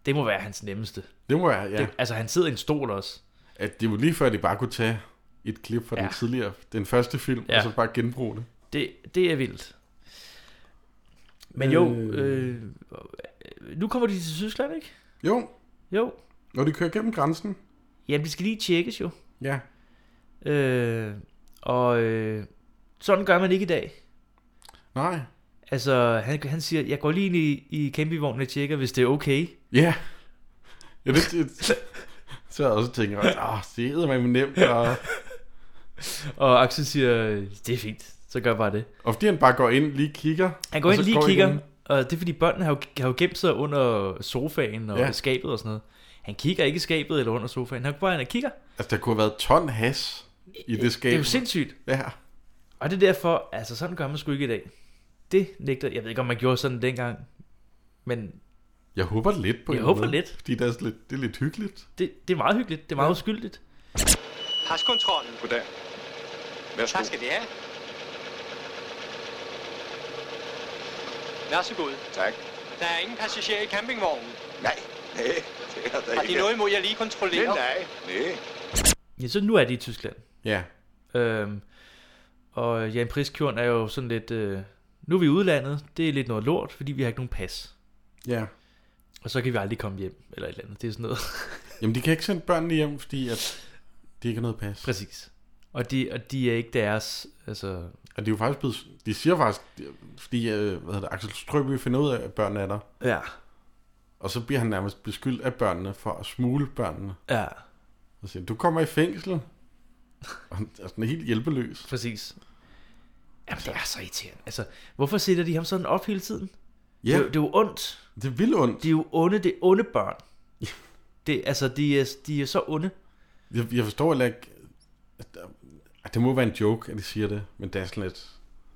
Speaker 2: Det må være hans nemmeste.
Speaker 3: det må jeg, ja.
Speaker 2: Det, altså, han sidder i en stol også.
Speaker 3: At det var lige før, de bare kunne tage et klip fra ja.
Speaker 2: Ja.
Speaker 3: den tidligere, den første film, ja.
Speaker 2: Ja.
Speaker 3: og så bare genbruge det.
Speaker 2: Det, det er vildt. Men jo,
Speaker 3: Øh.
Speaker 2: øh, nu kommer de til Tyskland, ikke?
Speaker 3: Jo,
Speaker 2: Jo.
Speaker 3: når de kører gennem grænsen.
Speaker 2: Jamen, de skal lige tjekkes jo.
Speaker 3: Ja,
Speaker 2: Øh, og øh, sådan gør man ikke i dag.
Speaker 3: nej.
Speaker 2: Altså, han, han siger, jeg går lige ind i, i campingvognen og tjekker, hvis det er okay.
Speaker 3: Ja. ja det, det, så har jeg også tænkt, åh, det er man nemt. Og,
Speaker 2: Og Axel siger, det er fint, så gør bare det.
Speaker 3: og fordi han bare går ind, lige kigger.
Speaker 2: Han går
Speaker 3: og
Speaker 2: ind
Speaker 3: så
Speaker 2: lige kigger,
Speaker 3: igen.
Speaker 2: og det er fordi børnene har jo, har jo gemt sig under sofaen og
Speaker 3: Ja.
Speaker 2: ja. skabet og sådan noget. Han kigger ikke i skabet eller under sofaen, han går bare ind og kigger.
Speaker 3: Altså, der kunne have været ton has i det skab.
Speaker 2: Det er jo sindssygt.
Speaker 3: Ja.
Speaker 2: Og det er derfor, altså sådan gør man sgu ikke i dag. Det nægter, jeg ved ikke om man gjorde sådan dengang, men
Speaker 3: Jeg håber lidt på
Speaker 2: Jeg
Speaker 3: en
Speaker 2: håber
Speaker 3: måde,
Speaker 2: lidt.
Speaker 3: Fordi det er, sådan lidt, det er lidt hyggeligt.
Speaker 2: det, det er meget hyggeligt, det er meget ja. uskyldigt.
Speaker 10: Paskontrollen.
Speaker 8: Goddag. Værsgo.
Speaker 10: Tak skal de have. Vær så god.
Speaker 8: Tak.
Speaker 10: Der er ingen passagerer i campingvognen.
Speaker 8: Nej, nej, det er der
Speaker 10: Har de
Speaker 8: ikke.
Speaker 10: noget, må jeg lige
Speaker 8: Nej,
Speaker 10: kontrollere?
Speaker 8: nej, nej.
Speaker 2: Ja, så nu er de i Tyskland.
Speaker 3: Ja.
Speaker 2: Øhm, og Jan Priskjorn er jo sådan lidt, øh, nu er vi i udlandet, det er lidt noget lort, fordi vi har ikke nogen pas.
Speaker 3: Ja.
Speaker 2: Og så kan vi aldrig komme hjem, eller et eller andet, det er sådan noget.
Speaker 3: Jamen, de kan ikke sende børnene hjem, fordi at de ikke har noget pas.
Speaker 2: Præcis. Og de, og de er ikke deres, altså...
Speaker 3: Og de er jo faktisk blevet, de siger faktisk, fordi øh, hvad hedder det, Axel Strøby finder ud af, at børnene er der.
Speaker 2: Ja.
Speaker 3: Og så bliver han nærmest beskyldt af børnene for at smule børnene.
Speaker 2: Ja,
Speaker 3: Og siger, du kommer i fængsel. Og han er sådan helt hjælpeløs.
Speaker 2: præcis. Jamen, det er så irriterende. Altså, hvorfor sætter de ham sådan op hele tiden?
Speaker 3: Ja,
Speaker 2: Det, er jo- det er jo ondt.
Speaker 3: det er vildt ondt.
Speaker 2: Det er jo onde, det er onde børn. Det, altså, de er, de er så onde.
Speaker 3: Jeg, jeg forstår heller ikke, at, der- at det må være en joke, at de siger det. Men det er sådan lidt,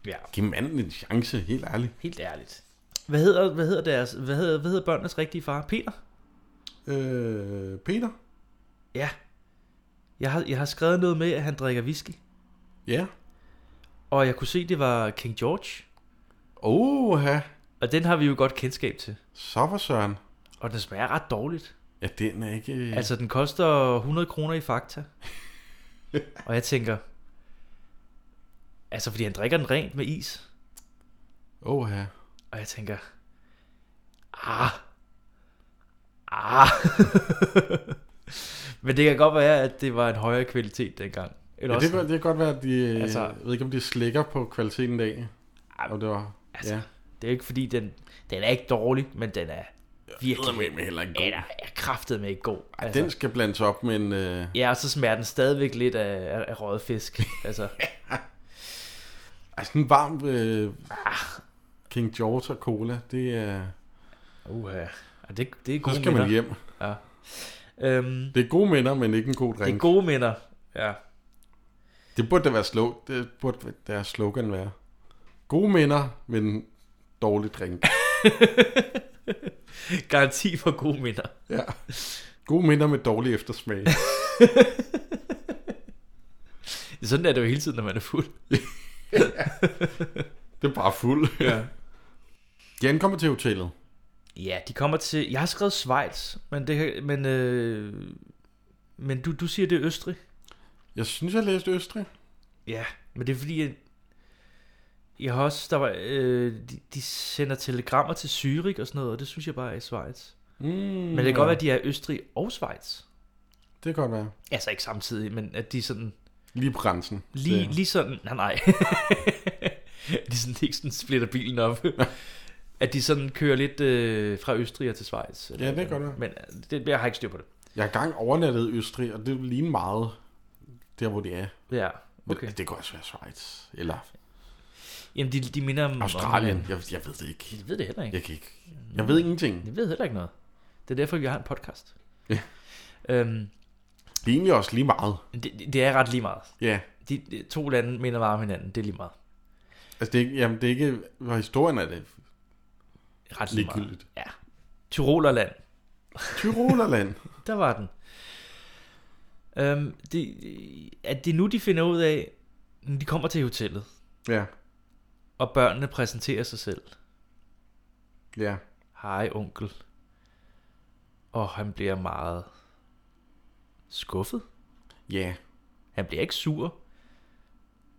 Speaker 2: Ja.
Speaker 3: giv manden en chance, helt ærligt.
Speaker 2: Helt ærligt. Hvad hedder, hvad hedder, deres, hvad hedder, hvad hedder børnenes rigtige far? Peter?
Speaker 3: Øh, Peter?
Speaker 2: Ja. Jeg har, jeg har skrevet noget med, at han drikker whisky.
Speaker 3: Ja.
Speaker 2: Og jeg kunne se, det var King George.
Speaker 3: Oha,
Speaker 2: Og den har vi jo godt kendskab til.
Speaker 3: så for søren.
Speaker 2: Og den smager ret dårligt.
Speaker 3: Ja, den er ikke... Altså,
Speaker 2: Altså, den koster 100 kroner i Fakta. og jeg tænker... Altså, fordi han drikker den rent med is.
Speaker 3: oha.
Speaker 2: Og jeg tænker... Ah... Ah... Men det kan godt være, at det var en højere kvalitet dengang. Eller
Speaker 3: Ja,
Speaker 2: også,
Speaker 3: det, kan, det kan godt være, at de... Altså,
Speaker 2: Altså-
Speaker 3: jeg ved ikke, om de slækker på kvaliteten i dag. Og det var...
Speaker 2: Altså,
Speaker 3: ja.
Speaker 2: det er jo ikke fordi, den, den er ikke dårlig, men den er virkelig...
Speaker 3: eddermame heller ikke god.
Speaker 2: Ja, Altså- den er kraftet med ikke god.
Speaker 3: Ej, den skal blandes op med en... Øh,
Speaker 2: Ja, og så smager den stadigvæk lidt af, af, af røget fisk. Altså,
Speaker 3: altså, en varm... Øh,
Speaker 2: Ah.
Speaker 3: King George og cola, det er...
Speaker 2: uha. Og det, det er
Speaker 3: Så
Speaker 2: gode
Speaker 3: skal man
Speaker 2: minder.
Speaker 3: hjem.
Speaker 2: Øhm,
Speaker 3: Det er gode minder, men ikke en god
Speaker 2: det er
Speaker 3: drink. Det,
Speaker 2: gode minder. Ja.
Speaker 3: det burde da være slow, det burde deres slogan være. Gode minder, men dårlig drink.
Speaker 2: Garanti for gode minder.
Speaker 3: Ja. Gode minder med dårlig eftersmag.
Speaker 2: Sådan er det jo hele tiden, når man er fuld.
Speaker 3: Det er bare fuld. Ja. De ankommer til hotellet.
Speaker 2: Ja, de kommer til... Jeg har skrevet Schweiz, men det kan- men, øh, men du, du siger, det er Østrig.
Speaker 3: Jeg synes, jeg læste Østrig.
Speaker 2: Ja, men det er fordi, jeg, jeg har også... Der var, øh, de, de sender telegrammer til Zürich og sådan noget, og det synes jeg bare er i Schweiz.
Speaker 3: Mm,
Speaker 2: Men det kan godt være, at de er i Østrig og Schweiz.
Speaker 3: Det kan godt være.
Speaker 2: Altså ikke samtidig, men at de sådan...
Speaker 3: Lige på grænsen.
Speaker 2: Lige,
Speaker 3: Så-
Speaker 2: lige sådan, nej nej, Ligesom de sådan ikke sådan splitter bilen op, at de sådan kører lidt øh, fra Østrig og til Schweiz.
Speaker 3: Ja, det gør det.
Speaker 2: Men øh, det, jeg har ikke styr på det.
Speaker 3: Jeg har gang overnattet i Østrig, og det ligner meget der, hvor det er.
Speaker 2: Ja,
Speaker 3: Men
Speaker 2: okay.
Speaker 3: Det kan også være Schweiz. Eller
Speaker 2: Jamen, de, de minder om...
Speaker 3: Australien. Jeg, jeg ved det ikke.
Speaker 2: Jeg ved det heller ikke.
Speaker 3: Jeg kan ikke. Jeg ved ingenting.
Speaker 2: Jeg ved heller ikke noget. Det er derfor, vi har en podcast. Ja. Øhm,
Speaker 3: Det er egentlig også lige meget.
Speaker 2: det, det- det er ret lige meget.
Speaker 3: Ja.
Speaker 2: De, de to lande minder meget om hinanden. Det er lige meget.
Speaker 3: Altså, det er ikke, jamen, det er ikke, hvor historien er det
Speaker 2: Ret lige meget.
Speaker 3: ligegyldigt.
Speaker 2: Ja. Tyrolerland.
Speaker 3: Tyrolerland.
Speaker 2: Der var den. Øhm, det, at det er nu, de finder ud af, når de kommer til hotellet,
Speaker 3: ja,
Speaker 2: og børnene præsenterer sig selv.
Speaker 3: ja.
Speaker 2: Hej, onkel. Og han bliver meget skuffet.
Speaker 3: Ja.
Speaker 2: Han bliver ikke sur.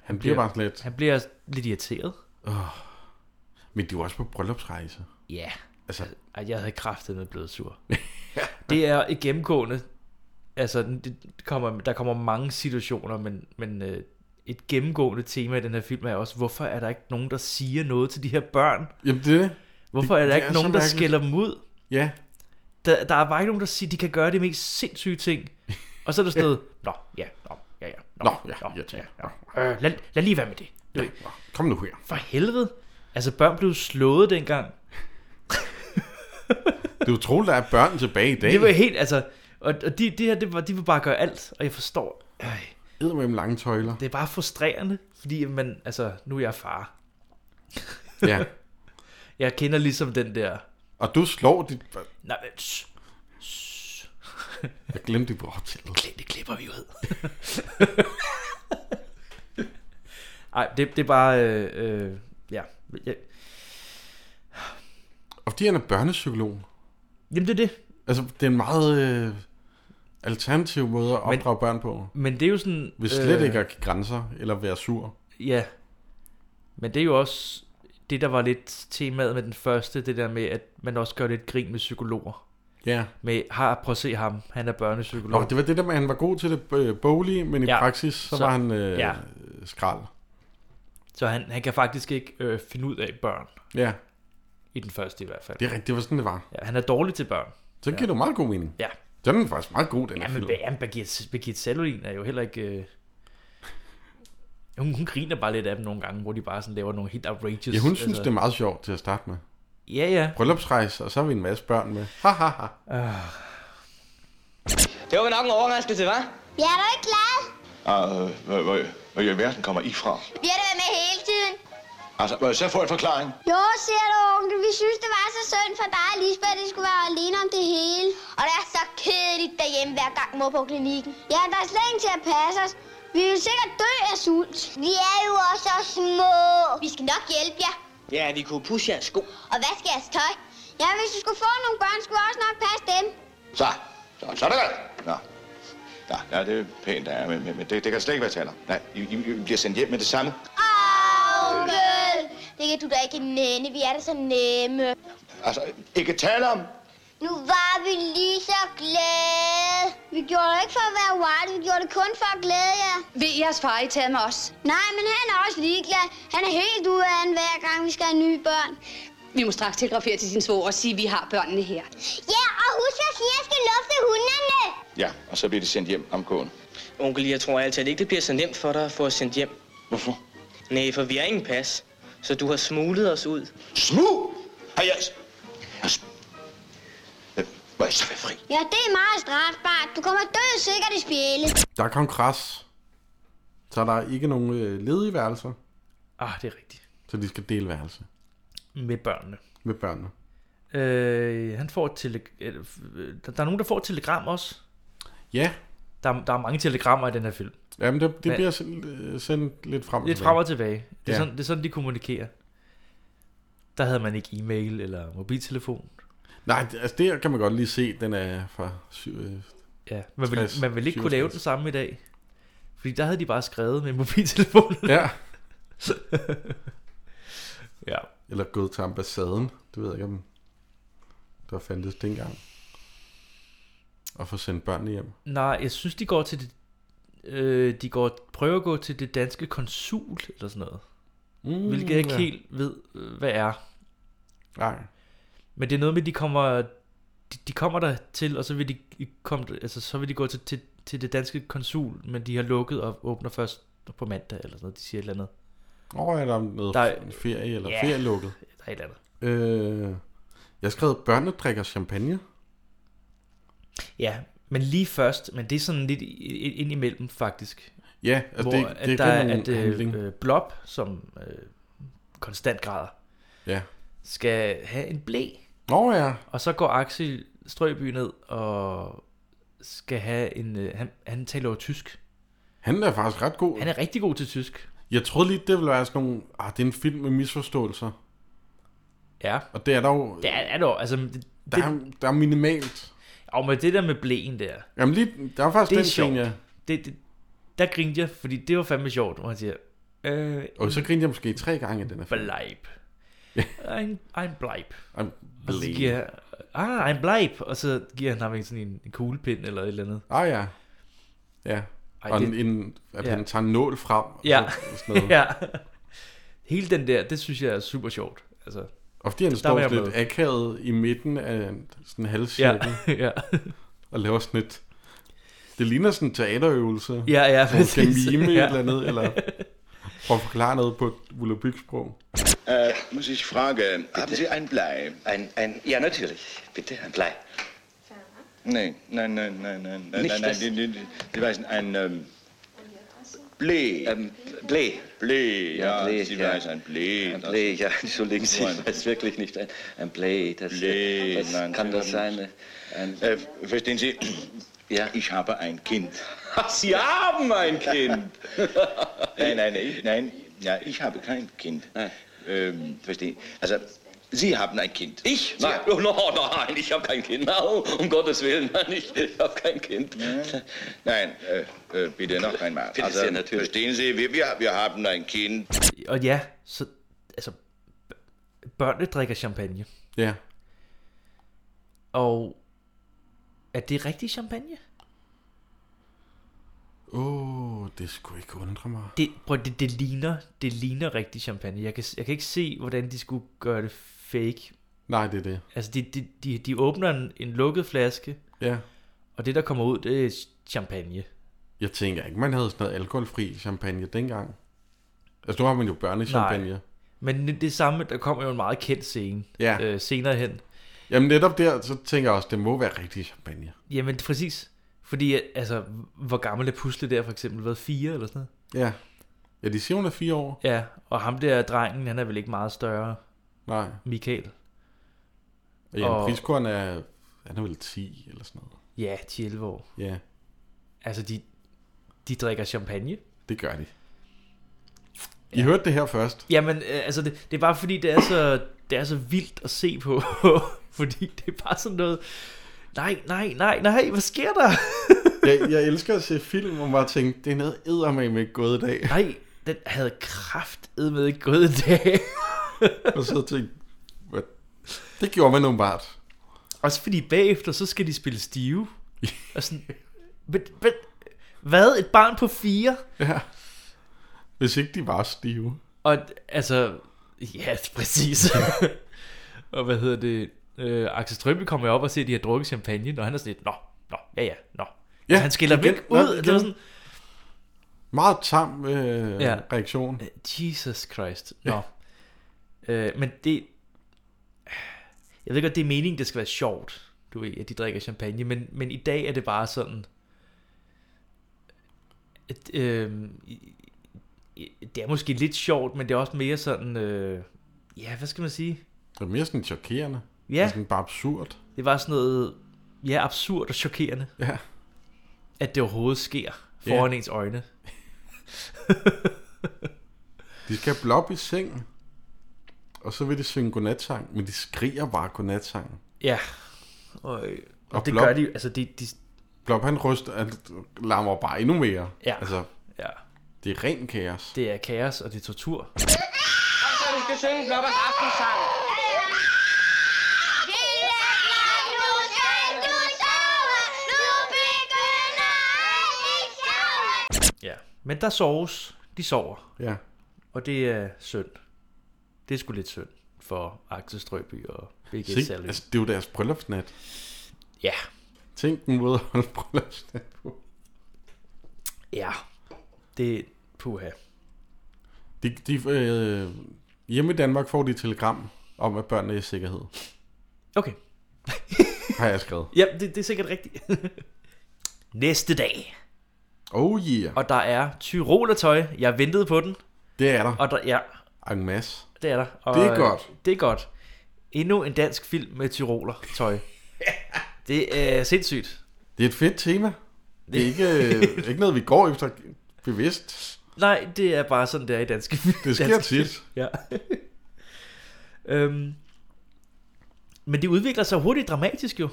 Speaker 3: Han bliver
Speaker 2: bliver-
Speaker 3: bare sådan lidt...
Speaker 2: Han bliver lidt irriteret.
Speaker 3: Men de er jo også på bryllupsrejse.
Speaker 2: Ja,
Speaker 3: Altså,
Speaker 2: Ej, jeg havde kraftet med blevet sur. det er et gennemgående. Altså, det kommer, der kommer mange situationer, men, men øh, et gennemgående tema i den her film er også, hvorfor er der ikke nogen, der siger noget til de her børn?
Speaker 3: jamen det er det.
Speaker 2: Hvorfor
Speaker 3: Det-
Speaker 2: er der
Speaker 3: det
Speaker 2: ikke
Speaker 3: er så
Speaker 2: nogen, der
Speaker 3: mærkeligt.
Speaker 2: skælder dem ud?
Speaker 3: Ja.
Speaker 2: Der, der er bare ikke nogen, der siger, de kan gøre det mest sindssyge ting. Og så er der sådan noget, nå, ja, nå, ja, ja, nå,
Speaker 3: Nå, ja, ja, ja.
Speaker 2: ja. Øh, lad, lad lige være med det.
Speaker 3: ja. Kom nu her.
Speaker 2: For helvede. Altså, børn blev slået dengang.
Speaker 3: Det er utroligt, der er børn tilbage i dag.
Speaker 2: Det var helt, altså... Og, og de, det her, det var, de vil bare gøre alt, og jeg forstår... Øh,
Speaker 3: Eddermame lange tøjler.
Speaker 2: det er bare frustrerende, fordi man, altså, nu er jeg far.
Speaker 3: Ja.
Speaker 2: Jeg kender ligesom den der...
Speaker 3: Og du slår dit...
Speaker 2: Nej, men, shh,
Speaker 3: Jeg glemte det på optaget.
Speaker 2: det, det klipper vi ud. Nej, det, det er bare... Øh, øh, ja. Jeg,
Speaker 3: Og fordi han er børnepsykolog.
Speaker 2: jamen, det er det.
Speaker 3: Altså, det er en meget øh, alternativ måde at
Speaker 2: Men- Øh.
Speaker 3: opdrage børn på.
Speaker 2: Men det er jo sådan...
Speaker 3: Hvis slet ikke at give grænser, eller være sur.
Speaker 2: Ja. Men det er jo også det, der var lidt temaet med den første, det der med, at man også gør lidt grin med psykologer.
Speaker 3: Ja.
Speaker 2: Med, har, prøv at se ham, han er børnepsykolog.
Speaker 3: Nå, det var det der med, at han var god til det øh, boglige, men i
Speaker 2: Ja.
Speaker 3: ja. praksis, så,
Speaker 2: Så-
Speaker 3: så var han øh,
Speaker 2: ja.
Speaker 3: ja. skrald.
Speaker 2: Så han, han kan faktisk ikke øh, finde ud af børn,
Speaker 3: Ja,
Speaker 2: i den første i hvert fald.
Speaker 3: det er rigtigt. Det var sådan, det var.
Speaker 2: Ja, han er dårlig til børn.
Speaker 3: Så giver det jo meget god mening.
Speaker 2: Ja.
Speaker 3: Den er faktisk meget god, den
Speaker 2: Ja,
Speaker 3: her
Speaker 2: men
Speaker 3: film.
Speaker 2: Be- ja, men Birgit, Birgit Salolin er jo heller ikke... Øh... Hun, hun griner bare lidt af dem nogle gange, hvor de bare sådan laver nogle helt outrageous... altså.
Speaker 3: Ja, hun synes, det er meget sjovt til at starte med.
Speaker 2: Ja, ja.
Speaker 3: Bryllupsrejse, og så har vi en masse børn med. Ha, ha, ha.
Speaker 10: Det var nok en overraskelse, hva'?
Speaker 5: Jeg er da ikke glad.
Speaker 9: Ah, øh, hvor, hvor, hvor i alverden kommer I fra?
Speaker 5: Vi har da været med hele tiden.
Speaker 9: Altså, må jeg så få en forklaring?
Speaker 5: Jo, siger du, onkel. Vi synes, det var så synd for dig og Lisbeth, at det skulle være alene om det hele. Og det er så kedeligt derhjemme, hver gang mor på klinikken. Ja, der er slet ingen til at passe os. Vi vil sikkert dø af sult. Vi er jo også så små. Vi skal nok hjælpe jer.
Speaker 7: Ja, vi kunne pushe jeres sko.
Speaker 5: Og hvad skal jeres tøj? Ja, hvis vi skulle få nogle børn, skulle vi også nok passe dem.
Speaker 9: Så, så, så er det godt. Nå. Ja, ja, det er pænt, der er, men, men men det, det kan slet ikke være taler. Nej, I, I, I bliver sendt hjem med det samme.
Speaker 5: Onkel! Det kan du da ikke nænde. Vi er da så nemme.
Speaker 9: Altså, ikke tale om.
Speaker 5: Nu var vi lige så glade. Vi gjorde det ikke for at være wild. Vi gjorde det kun for at glæde jer.
Speaker 6: Ved jeres far, I taget med os?
Speaker 5: Nej, men han er også ligeglad. Han er helt ude af den, hver gang vi skal have nye børn.
Speaker 6: Vi må straks telegrafere til sin svoger og sige, at vi har børnene her.
Speaker 5: Ja, og husk at sige, at jeg skal lufte hunderne.
Speaker 9: Ja, og så bliver de sendt hjem omgående.
Speaker 10: Onkel, jeg tror altid ikke, det bliver så nemt for dig at få os sendt hjem.
Speaker 9: Hvorfor?
Speaker 10: Nej, for vi har ingen pas. Så du har smuglet os ud.
Speaker 9: Smug! Har jeg... jeg sm- Øh, Må jeg så være fri?
Speaker 5: Ja, det er meget strafbart. Du kommer død sikkert i spjælet.
Speaker 3: Der er kongres. Så er der ikke nogen øh, ledige værelser,
Speaker 2: Ah, det er rigtigt.
Speaker 3: så de skal dele værelse
Speaker 2: Med børnene.
Speaker 3: med børnene.
Speaker 2: Øh, han får et tele- eller, øh, der der er nogen, der får et telegram også.
Speaker 3: Ja,
Speaker 2: Der, der er mange telegrammer i den her film.
Speaker 3: jamen det, det
Speaker 2: Men-
Speaker 3: bliver sendt, øh, sendt lidt frem og
Speaker 2: Lidt
Speaker 3: tilbage.
Speaker 2: frem og tilbage. Det er,
Speaker 3: Ja.
Speaker 2: sådan, det er sådan, de kommunikerer. Der havde man ikke e-mail eller mobiltelefon.
Speaker 3: Nej, det- altså der kan man godt lige se, den er fra... syv- øh,
Speaker 2: Ja, man ville,
Speaker 3: 60,
Speaker 2: man ville ikke kunne lave
Speaker 3: 67.
Speaker 2: den samme i dag. Fordi der havde de bare skrevet med mobiltelefonen.
Speaker 3: Ja,
Speaker 2: ja.
Speaker 3: eller gået til ambassaden. Det ved jeg ikke, om der fandtes dengang. Og få sendt børnene hjem.
Speaker 2: Nej, jeg synes, de går til det, øh, de går, prøver at gå til det danske konsul eller sådan noget.
Speaker 3: Mm,
Speaker 2: Hvilket jeg ikke
Speaker 3: ja.
Speaker 2: helt ved, øh, hvad er.
Speaker 3: Nej.
Speaker 2: Men det er noget med, de kommer, de, de kommer der til, og så vil de, komme, altså, så vil de gå til, til, til det danske konsul, men de har lukket og åbner først på mandag, eller sådan noget, de siger et eller andet.
Speaker 3: Åh, er der noget
Speaker 2: Der
Speaker 3: der,
Speaker 2: er-
Speaker 3: ferie eller
Speaker 2: Ja.
Speaker 3: yeah. ferielukket?
Speaker 2: Der er et eller andet.
Speaker 3: Øh, jeg har skrevet, børnene drikker champagne.
Speaker 2: Ja, men lige først, men det er sådan lidt i- i- ind imellem faktisk.
Speaker 3: Ja, altså
Speaker 2: hvor,
Speaker 3: det-
Speaker 2: at
Speaker 3: det
Speaker 2: der
Speaker 3: er
Speaker 2: er,
Speaker 3: kun en
Speaker 2: at øh,
Speaker 3: handling.
Speaker 2: øh, Blob, som øh, konstant græder,
Speaker 3: Ja.
Speaker 2: skal have en blæ.
Speaker 3: Nå ja.
Speaker 2: Og så går Axel Strøby ned og skal have en... Øh, han, han taler jo tysk.
Speaker 3: Han er faktisk ret god.
Speaker 2: Han er rigtig god til tysk.
Speaker 3: Jeg troede lige, det ville være sådan nogle... Ah, det er en film med misforståelser.
Speaker 2: Ja.
Speaker 3: Og det er der jo...
Speaker 2: Det er, er dog, altså... Det,
Speaker 3: Der er, der er minimalt.
Speaker 2: Og med det der med blæen der.
Speaker 3: Jamen lige, der er faktisk
Speaker 2: det er
Speaker 3: den
Speaker 2: sjovt.
Speaker 3: ting, ja.
Speaker 2: Det, det, der grinte jeg, fordi det var fandme sjovt, hvor han siger... Øh,
Speaker 3: Og så grinte jeg måske tre gange i den her film.
Speaker 2: Bleib. Ein, ein Bleib.
Speaker 3: Ein
Speaker 2: Og så
Speaker 3: Bleib.
Speaker 2: giver, ah, ein Bleib. Og så giver han ham en sådan en, en kuglepind eller et eller andet.
Speaker 3: Ah ja. Ja.
Speaker 2: Ej,
Speaker 3: Ej, og
Speaker 2: det-
Speaker 3: det... en, at
Speaker 2: ja.
Speaker 3: ja. han tager en nål frem. og
Speaker 2: Ja.
Speaker 3: så- Sådan noget.
Speaker 2: ja. Hele den der, det synes jeg er super sjovt. Altså,
Speaker 3: Og fordi han
Speaker 2: der var
Speaker 3: står
Speaker 2: jeg
Speaker 3: sådan lidt
Speaker 2: med.
Speaker 3: akavet i midten af en- sådan en
Speaker 2: Ja,
Speaker 3: halscirkel.
Speaker 2: ja.
Speaker 3: Og laver sådan et... Det ligner sådan en teaterøvelse.
Speaker 2: Ja, ja,
Speaker 3: Hvor man skal
Speaker 2: præcis.
Speaker 3: mime
Speaker 2: Ja.
Speaker 3: et eller andet, eller prøve at forklare noget på et Wullabyg-sprog.
Speaker 11: Äh, muss ich fragen, haben Sie ein Blei? Ein, ein, ja, natürlich. Bitte, ein Blei. Nein, nein, nein, nein, nein, nein,
Speaker 12: Nicht
Speaker 11: nein, nein,
Speaker 12: das-
Speaker 11: die- die- die- Sie weißen, ein, ähm, Blei. Ähm,
Speaker 12: Blee.
Speaker 11: Blei, ja, Sie
Speaker 12: ja.
Speaker 11: weiß, ein Blei.
Speaker 12: Ein
Speaker 11: das-
Speaker 12: Blee, ja, entschuldigen Sie,
Speaker 11: So
Speaker 12: ich
Speaker 11: ein-
Speaker 12: weiß wirklich nicht. Ein, ein Blee, das,
Speaker 11: Blee,
Speaker 12: was
Speaker 11: nein,
Speaker 12: kann
Speaker 11: Sie
Speaker 12: das
Speaker 11: haben-
Speaker 12: sein? Ein,
Speaker 11: Äh, verstehen Sie? Ja. Ich habe ein Kind. Sie haben ein Kind. Äh, nein, nein, ich, nein, ja, ich habe kein Kind. Ähm, verstehen. Also, Sie haben ein Kind.
Speaker 12: ich? Nein, oh, no, nein, ich habe kein Kind. Na, um Gottes Willen, nein, ich, ich habe kein Kind.
Speaker 11: Nein,
Speaker 9: øh,
Speaker 11: äh, äh, bitte noch einmal.
Speaker 12: Bitte
Speaker 11: also,
Speaker 9: Altså,
Speaker 12: sehr, natürlich.
Speaker 11: Verstehen Sie, wir, wir, wir haben ein Kind.
Speaker 2: Og ja, så, altså, b- børnene drikker champagne.
Speaker 3: Ja.
Speaker 2: Og er det rigtig champagne?
Speaker 3: Åh, oh, det skulle ikke undre mig.
Speaker 2: Det, prøv, det, det, ligner, det ligner rigtig champagne. Jeg kan, jeg kan ikke se, hvordan de skulle gøre det fake.
Speaker 3: Nej, det er det.
Speaker 2: Altså, de, de, de, de åbner en, en lukket flaske.
Speaker 3: Ja.
Speaker 2: Og det, der kommer ud, det er champagne.
Speaker 3: Jeg tænker ikke, man havde sådan noget alkoholfri champagne dengang. Altså, nu har man jo børnechampagne.
Speaker 2: Nej. Men det, det samme, der kommer jo en meget kendt scene
Speaker 3: Ja.
Speaker 2: øh, senere hen.
Speaker 3: Jamen netop der, så tænker jeg også, det må være rigtig champagne.
Speaker 2: Jamen, præcis. Fordi, altså, hvor gammel er Pusle der for eksempel? Været fire eller sådan noget?
Speaker 3: Ja. Ja, de siger, hun er fire år.
Speaker 2: Ja, og ham der drengen, han er vel ikke meget større?
Speaker 3: Nej.
Speaker 2: Michael.
Speaker 3: Og Jan
Speaker 2: Og-
Speaker 3: og... Priskorn er, han er vel 10 eller sådan noget.
Speaker 2: Ja, 10-11 år.
Speaker 3: Ja.
Speaker 2: Altså, de, de drikker champagne.
Speaker 3: Det gør de. I hørte det her først.
Speaker 2: Jamen, øh, altså, det, det er bare fordi, det er, så, det er så vildt at se på. fordi det er bare sådan noget... Nej, nej, nej, nej, hvad sker der?
Speaker 3: jeg, jeg elsker at se film, hvor man bare tænker, det er noget eddermame ikke gået i dag.
Speaker 2: Nej, den havde kraft med ikke gået i dag.
Speaker 3: og så tænkte hvad? det gjorde man åbenbart.
Speaker 2: Også fordi bagefter, så skal de spille stive. Og sådan, men, men, hvad? Et barn på fire?
Speaker 3: Ja. Hvis ikke de var stive.
Speaker 2: Og altså, ja, præcis. og hvad hedder det? Øh, Axel Strømpe kommer jo op og ser, at de har drukket champagne, og han er sådan lidt, nå, nå, ja, ja, nå.
Speaker 3: Ja,
Speaker 2: Ja, han skiller
Speaker 3: igen.
Speaker 2: væk
Speaker 3: Nå,
Speaker 2: ud. Det var
Speaker 3: igen.
Speaker 2: sådan,
Speaker 3: Meget tam øh,
Speaker 2: Ja.
Speaker 3: ja. reaktion.
Speaker 2: Jesus Christ. Nå. øh, men det... Jeg ved godt, det er meningen, det skal være sjovt, du ved, at de drikker champagne, men, men i dag er det bare sådan... At, øh, i- i- det er måske lidt sjovt, men det er også mere sådan... Øh, ja, hvad skal man sige?
Speaker 3: Det var mere sådan chokerende.
Speaker 2: Ja.
Speaker 3: Og Sådan bare absurd.
Speaker 2: Det var sådan noget... Ja, absurd og chokerende.
Speaker 3: Ja.
Speaker 2: At det overhovedet sker
Speaker 3: Ja.
Speaker 2: foran ens øjne.
Speaker 3: De skal bloppe i seng. Og så vil de synge godnatsang, men de skriger bare godnatsang.
Speaker 2: Ja. Og, øh, og,
Speaker 3: Og
Speaker 2: det
Speaker 3: Blom-
Speaker 2: gør de jo, altså de, de,
Speaker 3: Blop han ryster, han larmer bare endnu mere.
Speaker 2: Ja.
Speaker 3: Altså,
Speaker 2: ja.
Speaker 3: det er ren kaos.
Speaker 2: det er kaos, og det er tortur.
Speaker 4: Og så du skal synge Bloppers aftensang.
Speaker 2: Ja. Men der soves. De sover.
Speaker 3: Ja.
Speaker 2: Og det er synd. Det er sgu lidt synd for Axel Strøby og BG
Speaker 3: Se,
Speaker 2: Salø.
Speaker 3: altså, det er jo deres bryllupsnat.
Speaker 2: Ja.
Speaker 3: Tænk den måde at holde bryllupsnat på.
Speaker 2: Ja. Det er puha.
Speaker 3: De, de, øh, hjemme i Danmark får de et telegram om, at børnene er i sikkerhed.
Speaker 2: Okay.
Speaker 3: Har jeg skrevet.
Speaker 2: Ja, det, det er sikkert rigtigt. Næste dag.
Speaker 3: Oh yeah.
Speaker 2: Og der er tyrolertøj. Jeg ventede på den.
Speaker 3: Det er der.
Speaker 2: Og der, ja,
Speaker 3: En masse.
Speaker 2: det er der. Og,
Speaker 3: Det er
Speaker 2: øh,
Speaker 3: godt.
Speaker 2: Det er godt. Endnu en dansk film med tyrolertøj. det er sindssygt.
Speaker 3: Det er et fedt tema. Det er ikke, øh, ikke noget, vi går efter bevidst.
Speaker 2: Nej, det er bare sådan, det er i danske
Speaker 3: Det sker
Speaker 2: danske
Speaker 3: tit.
Speaker 2: film. Ja. øhm, men det udvikler sig hurtigt dramatisk jo.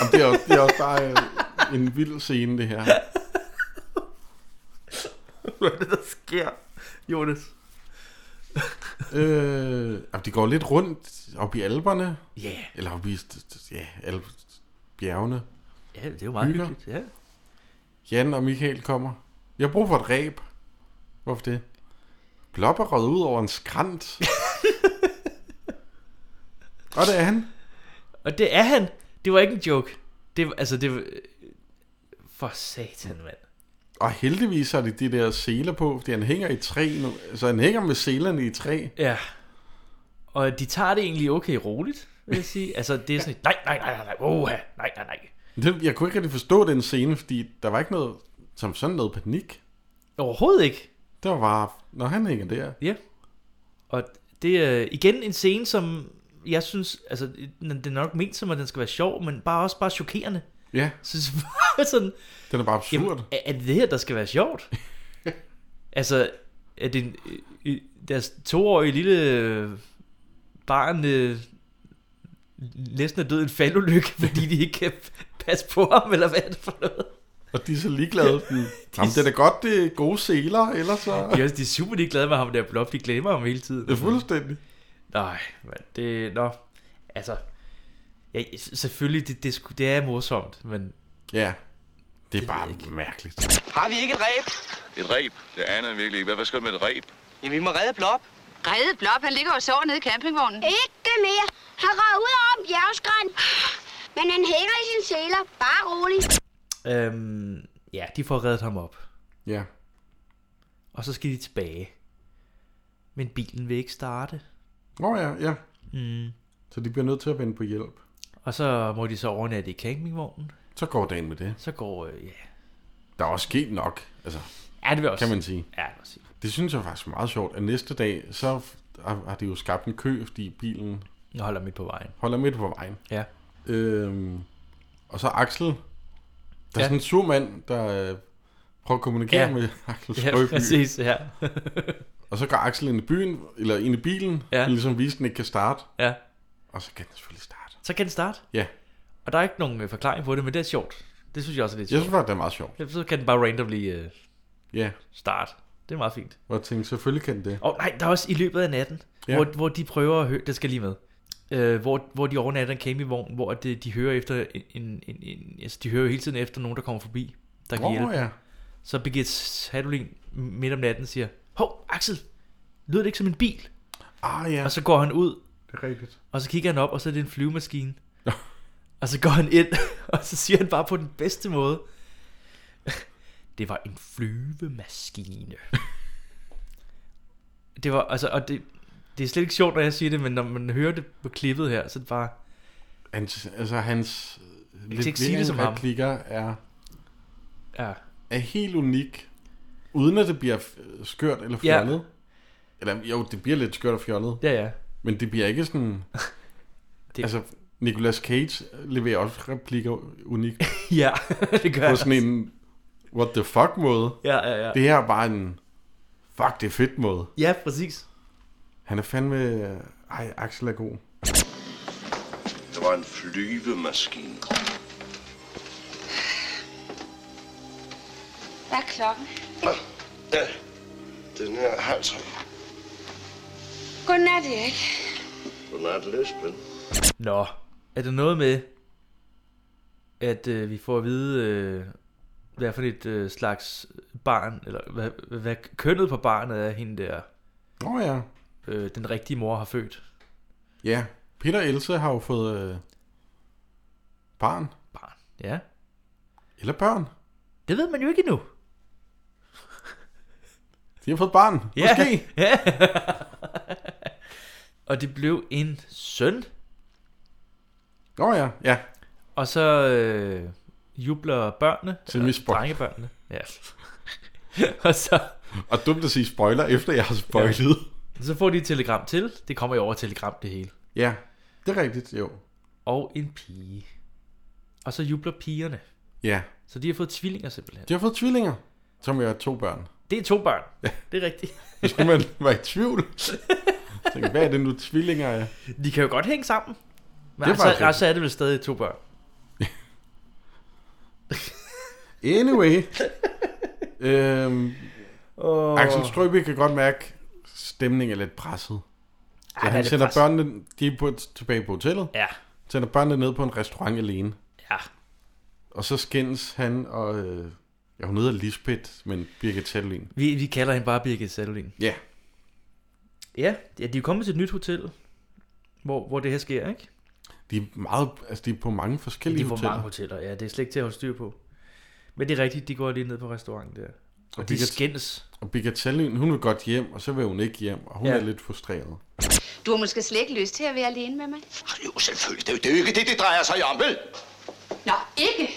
Speaker 3: Jamen, det, er også, det er også bare øh, en vild scene, det her.
Speaker 2: Hvad er det, der sker, Jonas?
Speaker 3: Øh, jamen, de går lidt rundt op i alberne.
Speaker 2: Ja.
Speaker 3: Eller op i st- st- ja, alp, bjergene.
Speaker 2: Ja, det er jo meget
Speaker 3: Hygger.
Speaker 2: hyggeligt. Ja.
Speaker 3: Jan og Michael kommer. Jeg har brug for et ræb. Hvorfor det? Blob er røget ud over en skrant. og det er han.
Speaker 2: Og det er han. Det var ikke en joke. Det, var- altså, det var... For satan, mand.
Speaker 3: Og heldigvis har de de der seler på, fordi han hænger i træ nu. Altså, han hænger med selerne i træ.
Speaker 2: Ja. Og de tager det egentlig okay roligt, vil jeg sige. Altså, det er sådan et, nej, nej, nej, nej, nej, oha, nej, nej, nej.
Speaker 3: Det- Jeg kunne ikke rigtig forstå den scene, fordi der var ikke noget, som sådan noget panik.
Speaker 2: Overhovedet ikke.
Speaker 3: Det var bare, når han hænger der.
Speaker 2: Ja. Og det er igen en scene, som jeg synes, altså, den er nok ment som, at den skal være sjov, men bare også bare chokerende.
Speaker 3: Ja.
Speaker 2: Synes, bare sådan,
Speaker 3: Den er bare absurd.
Speaker 2: Jamen, er, er det det her, der skal være sjovt? altså, er det en, øh, øh, deres toårige lille øh, barn øh, næsten er død i en faldulykke, fordi de ikke kan passe på ham, eller hvad er det for noget?
Speaker 3: Og de er så ligeglade. Mm. Jamen, det er da godt, det er gode seler, ellers så...
Speaker 2: De er, også, de er super ligeglade med ham der blop, de glemmer ham hele tiden.
Speaker 3: Ja, fuldstændig.
Speaker 2: Nej, men det... Nå, altså... Ja, s- selvfølgelig, det, det, sku- det er morsomt, men...
Speaker 3: Ja, det er bare mærkeligt.
Speaker 13: Har vi ikke et ræb?
Speaker 11: Et reb. Det aner jeg virkelig ikke. Hvad, hvad skal du med et reb?
Speaker 13: Jamen, vi må redde Blop.
Speaker 14: Redde Blop, han ligger og sover nede i campingvognen.
Speaker 5: Ikke mere. Han rører ud over bjergskræn. Men han hænger i sin sæler. Bare rolig.
Speaker 2: Øhm, ja, de får reddet ham op.
Speaker 3: Ja.
Speaker 2: Og så skal de tilbage. Men bilen vil ikke starte.
Speaker 3: Nå ja, ja.
Speaker 2: Mm.
Speaker 3: Så de bliver nødt til at vende på hjælp.
Speaker 2: Og så må de så overnatte i campingvognen.
Speaker 3: Så går dagen med det.
Speaker 2: Så går, øh, ja.
Speaker 3: Der er også sket nok, altså.
Speaker 2: Ja, det vil jeg også
Speaker 3: Kan man
Speaker 2: sige. Ja,
Speaker 3: sige.
Speaker 2: det vil jeg sige.
Speaker 3: Det synes jeg faktisk er meget sjovt, at næste dag, så f- har har de jo skabt en kø, fordi bilen
Speaker 2: Jeg holder midt på vejen.
Speaker 3: holder midt på vejen.
Speaker 2: Ja.
Speaker 3: Øhm, og så Axel. Der er
Speaker 2: Ja.
Speaker 3: sådan en sur mand, der øh, prøver at kommunikere
Speaker 2: Ja.
Speaker 3: med Axel
Speaker 2: Ja,
Speaker 3: Strøby.
Speaker 2: præcis, ja.
Speaker 3: og så går Axel ind i byen, eller ind i bilen,
Speaker 2: Ja.
Speaker 3: ja. og ligesom vise, at den ikke kan starte.
Speaker 2: Ja.
Speaker 3: Og så kan den selvfølgelig starte.
Speaker 2: Så kan den starte.
Speaker 3: Ja.
Speaker 2: Og der er ikke nogen øh, forklaring på det, men det er sjovt. Det synes jeg også er lidt sjovt.
Speaker 3: Jeg synes faktisk, det er meget sjovt.
Speaker 2: Så kan den bare randomly øh,
Speaker 3: Ja.
Speaker 2: starte. Det er meget fint.
Speaker 3: Og jeg tænkte, selvfølgelig kan den det.
Speaker 2: Og nej, der er også i løbet af natten, ja.
Speaker 3: Ja.
Speaker 2: hvor, hvor de prøver at høre, det skal lige med, øh, hvor, hvor de overnatter en campingvogn, hvor de, de hører efter en, en, en, en, altså de hører jo hele tiden efter nogen, der kommer forbi, der kan
Speaker 3: Åh,
Speaker 2: hjælpe.
Speaker 3: ja.
Speaker 2: Så Birgit Hadolin midt om natten siger, hov, Axel, lyder det ikke som en bil?
Speaker 3: Ah, ja.
Speaker 2: Og så går han ud,
Speaker 3: Det er rigtigt.
Speaker 2: og så kigger han op, og så er det en flyvemaskine. og så går han ind, og så siger han bare på den bedste måde, det var en flyvemaskine. det var, altså, og det, det er slet ikke sjovt, når jeg siger det, men når man hører det på klippet her, så er det bare,
Speaker 3: Hans, altså hans
Speaker 2: kan ikke sige det som ham.
Speaker 3: replikker er,
Speaker 2: ja,
Speaker 3: er helt unik, uden at det bliver f- skørt eller
Speaker 2: Ja.
Speaker 3: fjollet. Eller jo, det bliver lidt skørt og fjollet.
Speaker 2: Ja, ja.
Speaker 3: Men det bliver ikke sådan... det... Altså, Nicolas Cage leverer også replikker unikt.
Speaker 2: Ja, det gør
Speaker 3: På
Speaker 2: han
Speaker 3: sådan en what the fuck måde.
Speaker 2: Ja, ja, ja.
Speaker 3: Det her er bare en fuck, det er fedt måde.
Speaker 2: ja, præcis.
Speaker 3: Han er fandme... Ej, Axel er god.
Speaker 15: Det var en flyvemaskine.
Speaker 14: Hvad er klokken?
Speaker 15: Ja, den her halv tre.
Speaker 14: Godnat, Erik.
Speaker 15: Godnat, Lisbeth.
Speaker 2: Nå, er der noget med, at øh, vi får at vide, øh, hvad for et øh, slags barn, eller hvad, hvad, hvad kønnet på barnet er hende der,
Speaker 3: Nå ja.
Speaker 2: øh, den rigtige mor har født?
Speaker 3: Ja, Peter og Else har jo fået øh, barn.
Speaker 2: Barn, ja.
Speaker 3: Eller børn.
Speaker 2: Det ved man jo ikke endnu.
Speaker 3: De har fået barn.
Speaker 2: Ja.
Speaker 3: Måske.
Speaker 2: Ja. og det blev en søn.
Speaker 3: Nå oh, ja, ja.
Speaker 2: Og så øh, jubler børnene.
Speaker 3: Til
Speaker 2: eller
Speaker 3: misbrug.
Speaker 2: Drengebørnene. Ja. og så...
Speaker 3: Og dumt at sige spoiler, efter jeg har spoilet.
Speaker 2: Ja. Så får de et telegram til. Det kommer jo over telegram, det hele.
Speaker 3: Ja. ja, det er rigtigt, jo.
Speaker 2: Og en pige. Og så jubler pigerne.
Speaker 3: Ja.
Speaker 2: Så de har fået tvillinger simpelthen.
Speaker 3: De har fået tvillinger, som jo er to børn.
Speaker 2: Det er to børn. Det er rigtigt.
Speaker 3: Så skulle man være i tvivl. Tænk, hvad er det nu tvillinger er?
Speaker 2: De kan jo godt hænge sammen. Men
Speaker 3: Det er
Speaker 2: det altså,
Speaker 3: faktisk
Speaker 2: altså er det vel stadig to børn.
Speaker 3: Anyway. øhm,
Speaker 2: oh.
Speaker 3: Axel Strøby kan godt mærke, at stemningen er lidt presset. Så
Speaker 2: Ej, der
Speaker 3: Ej,
Speaker 2: er
Speaker 3: han
Speaker 2: lidt
Speaker 3: sender
Speaker 2: pres.
Speaker 3: børnene, de er på, tilbage på hotellet.
Speaker 2: Ja.
Speaker 3: Sender børnene ned på en restaurant alene.
Speaker 2: Ja.
Speaker 3: Og så skændes han og... Øh, ja, hun hedder Lisbeth, men Birgit Sattelin.
Speaker 2: Vi, vi kalder hende bare Birgit Sattelin.
Speaker 3: Ja.
Speaker 2: Ja, ja, de er kommet til et nyt hotel, hvor, hvor det her sker, ikke?
Speaker 3: De er, meget, altså, de er på mange forskellige
Speaker 2: de får
Speaker 3: hoteller.
Speaker 2: mange hoteller, ja. Det er slet ikke til at holde styr på. Men det er rigtigt, de går lige ned på restauranten der. Og, og de
Speaker 3: Birgit-
Speaker 2: skændes.
Speaker 3: Og Birgit Sattelin, hun vil godt hjem, og så vil hun ikke hjem, og hun
Speaker 2: Ja.
Speaker 3: ja. er lidt frustreret.
Speaker 14: Du har måske slet ikke lyst til at være alene med mig.
Speaker 9: Jo, selvfølgelig. Det er jo- det er jo ikke det, det drejer sig om, vel?
Speaker 14: Nå, ikke.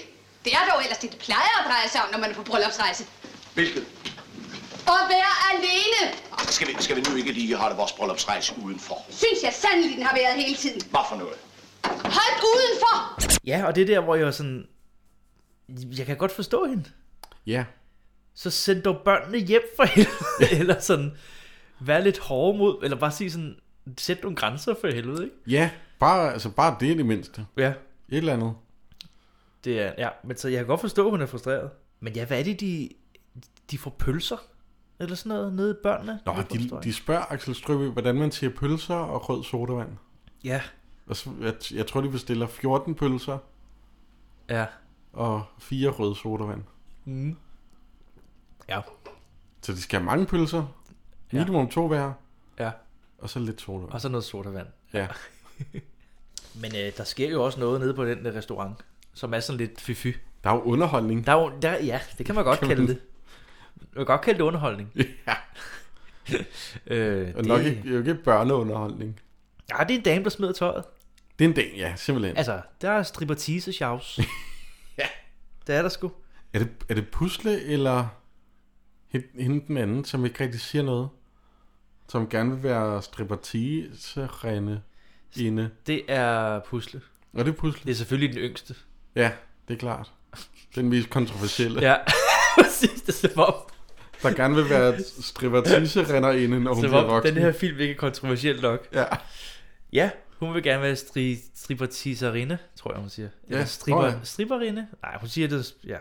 Speaker 14: Det er dog ellers det, det plejer at dreje sig om, når man er på bryllupsrejse.
Speaker 9: Hvilket?
Speaker 14: At være alene,
Speaker 9: Skal vi, skal vi nu ikke lige holde vores bryllupsrejse udenfor?
Speaker 14: synes jeg sandelig, den har været hele tiden.
Speaker 9: Hvad for noget?
Speaker 14: Hold udenfor!
Speaker 2: Ja, og det er der, hvor jeg var sådan... Jeg kan godt forstå hende.
Speaker 3: Ja.
Speaker 2: Så send dog børnene hjem for helvede. eller sådan... Vær lidt hård mod... Eller bare sige sådan... Sæt nogle grænser for helvede, ikke?
Speaker 3: Ja, bare, altså bare det i det mindste.
Speaker 2: Ja.
Speaker 3: Et eller andet.
Speaker 2: Det er, ja, men så jeg kan godt forstå, at hun er frustreret. Men ja, hvad er det, de, de får pølser? Eller sådan noget nede i børnene?
Speaker 3: Nå,
Speaker 2: Det forstår
Speaker 3: de,
Speaker 2: jeg
Speaker 3: de
Speaker 2: ikke.
Speaker 3: spørger Axel Strøby, hvordan man siger pølser og rød sodavand.
Speaker 2: Ja.
Speaker 3: Og så, jeg, jeg tror, de bestiller 14 pølser
Speaker 2: Ja.
Speaker 3: og fire røde sodavand.
Speaker 2: Mm. Ja.
Speaker 3: Så de skal have mange pølser.
Speaker 2: Ja.
Speaker 3: Minimum to hver.
Speaker 2: Ja.
Speaker 3: Og så lidt sodavand.
Speaker 2: Og så noget sodavand.
Speaker 3: Ja.
Speaker 2: Men øh, der sker jo også noget nede på den øh, restaurant, som er sådan lidt fy
Speaker 3: Der er jo underholdning.
Speaker 2: Der er jo, der, ja, det kan man godt
Speaker 3: Kan man-
Speaker 2: kalde det. Man kan godt kalde det underholdning.
Speaker 3: Ja.
Speaker 2: øh,
Speaker 3: Og
Speaker 2: det,
Speaker 3: nok ikke, det er jo ikke børneunderholdning.
Speaker 2: Ja, det er en dame, der smider tøjet.
Speaker 3: Det er en del, ja, simpelthen.
Speaker 2: Altså, der er strippertise sjavs.
Speaker 3: ja.
Speaker 2: Det er der sgu.
Speaker 3: Er det, er det pusle, eller hen- hende den anden, som ikke rigtig siger noget? Som gerne vil være strippertiserende inde.
Speaker 2: Det er pusle.
Speaker 3: Og det er pusle.
Speaker 2: Det er selvfølgelig den yngste.
Speaker 3: Ja, det er klart. Den mest kontroversielle.
Speaker 2: Ja, præcis, det ser op.
Speaker 3: Der gerne vil være strippertiserende inde, når hun
Speaker 2: Som
Speaker 3: bliver
Speaker 2: om
Speaker 3: voksen.
Speaker 2: Den her film ikke er kontroversiel nok.
Speaker 3: Ja.
Speaker 2: Ja, hun vil gerne være stri, strippertiserinde, tror jeg, hun siger.
Speaker 3: Ja,
Speaker 2: Eller
Speaker 3: tror
Speaker 2: stripper,
Speaker 3: jeg.
Speaker 2: stripperinde? Nej, hun siger det, ja.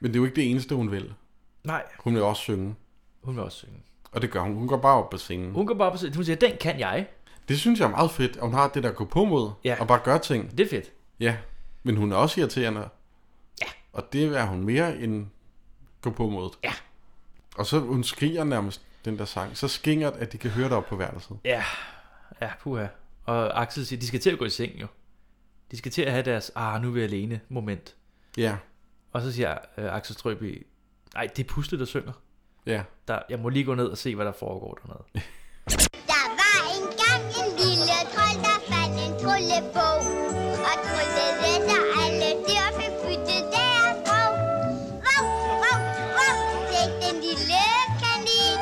Speaker 3: Men det er jo ikke det eneste, hun vil.
Speaker 2: Nej.
Speaker 3: Hun vil også synge.
Speaker 2: Hun vil også synge.
Speaker 3: Og det gør hun. Hun går bare op på scenen.
Speaker 2: Hun går bare på scenen. Hun siger, den kan jeg.
Speaker 3: Det synes jeg er meget fedt, at hun har det der at gå på mod.
Speaker 2: Ja.
Speaker 3: Og bare gøre ting.
Speaker 2: Det er fedt.
Speaker 3: Ja. Men hun er også irriterende. Ja. Og det er hun mere end gå på mod.
Speaker 2: Ja.
Speaker 3: Og så hun skriger nærmest den der sang. Så skinger, at de kan høre det op på værelset.
Speaker 2: Ja, ja, puha. Og Axel siger, de skal til at gå i seng jo. De skal til at have deres, ah, nu er vi alene moment.
Speaker 3: Ja.
Speaker 2: Og så siger øh, Axel Strøby, nej, det er Pusle, der synger.
Speaker 3: Ja.
Speaker 2: Der, jeg må lige gå ned og se, hvad der foregår dernede.
Speaker 5: Der var engang en lille trold, der fandt en tryllebog. Og tryllede sig alle dyr fik byttet deres sprog. Vov, vov, vov, sagde den lille kanin.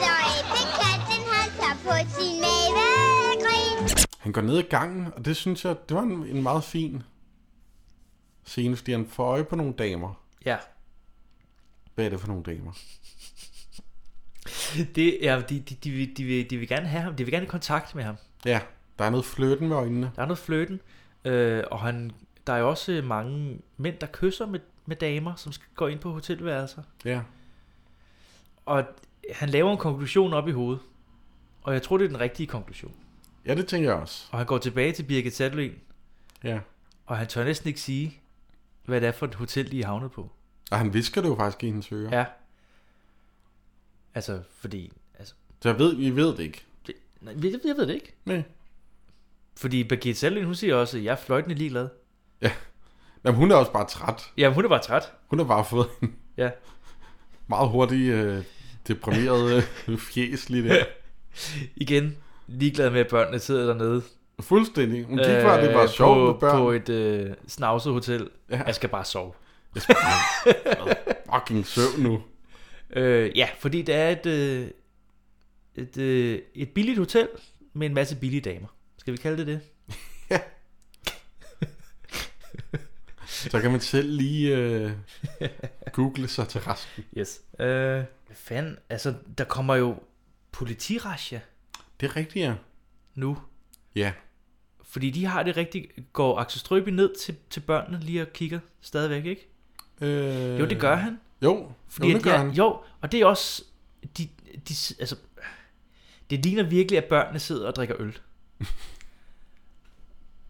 Speaker 5: Så æbbe katten, han tager på sin mave grin.
Speaker 3: Han går ned ad gangen, og det synes jeg, det var en, en meget fin scene, fordi han får øje på nogle damer.
Speaker 2: Ja.
Speaker 3: Hvad er det for nogle damer?
Speaker 2: Det, ja, de, de, de, vil- de, vil, de vil gerne have ham, de vil gerne i kontakt med ham.
Speaker 3: Ja, der er noget fløten ved øjnene.
Speaker 2: Der er noget fløten, øh, og han, der er jo også øh, mange mænd, der kysser med, med damer, som skal gå ind på hotelværelser.
Speaker 3: Ja.
Speaker 2: Og han laver en konklusion op i hovedet, og jeg tror, det er den rigtige konklusion.
Speaker 3: Ja, det tænker jeg også.
Speaker 2: Og han går tilbage til Birgit Sattelin,
Speaker 3: Ja.
Speaker 2: og han tør næsten ikke sige, hvad det er for et hotel, de er havnet på.
Speaker 3: Og han visker det jo faktisk i hendes øre.
Speaker 2: Ja. Altså, fordi... Altså,
Speaker 3: Så jeg ved, vi ved det ikke.
Speaker 2: det, nej, jeg, ved- jeg ved det ikke.
Speaker 3: Nej.
Speaker 2: Fordi Birgit Sattelin, hun siger også, at jeg er fløjtende ligeglad.
Speaker 3: Jamen, hun er også bare træt.
Speaker 2: Jamen, hun er bare træt.
Speaker 3: Hun har bare fået en
Speaker 2: Ja.
Speaker 3: meget hurtig øh, deprimerede fjes lige der.
Speaker 2: Igen, ligeglad med, at børnene sidder dernede.
Speaker 3: Fuldstændig. Hun gik bare, det var sjovt
Speaker 2: Øh, på,
Speaker 3: med børn.
Speaker 2: På et øh, snavset hotel. Ja. Jeg skal bare sove. Jeg
Speaker 3: skal bare fucking søvn nu.
Speaker 2: Øh, ja, fordi det er et, øh, et, øh, et billigt hotel med en masse billige damer. Skal vi kalde det det?
Speaker 3: Så kan man selv lige øh, google sig til resten.
Speaker 2: Yes. Øh, fanden, altså, der kommer jo politirasje.
Speaker 3: Det er rigtigt, ja.
Speaker 2: Nu.
Speaker 3: Ja.
Speaker 2: Fordi de har det rigtigt. Går Axel Strøby ned til, til børnene lige og kigger stadigvæk, ikke?
Speaker 3: Øh,
Speaker 2: Jo, det gør han.
Speaker 3: Jo,
Speaker 2: Fordi at
Speaker 3: jo, det gør
Speaker 2: jeg,
Speaker 3: han.
Speaker 2: Jo, og det er også... De, de, altså, det ligner virkelig, at børnene sidder og drikker øl.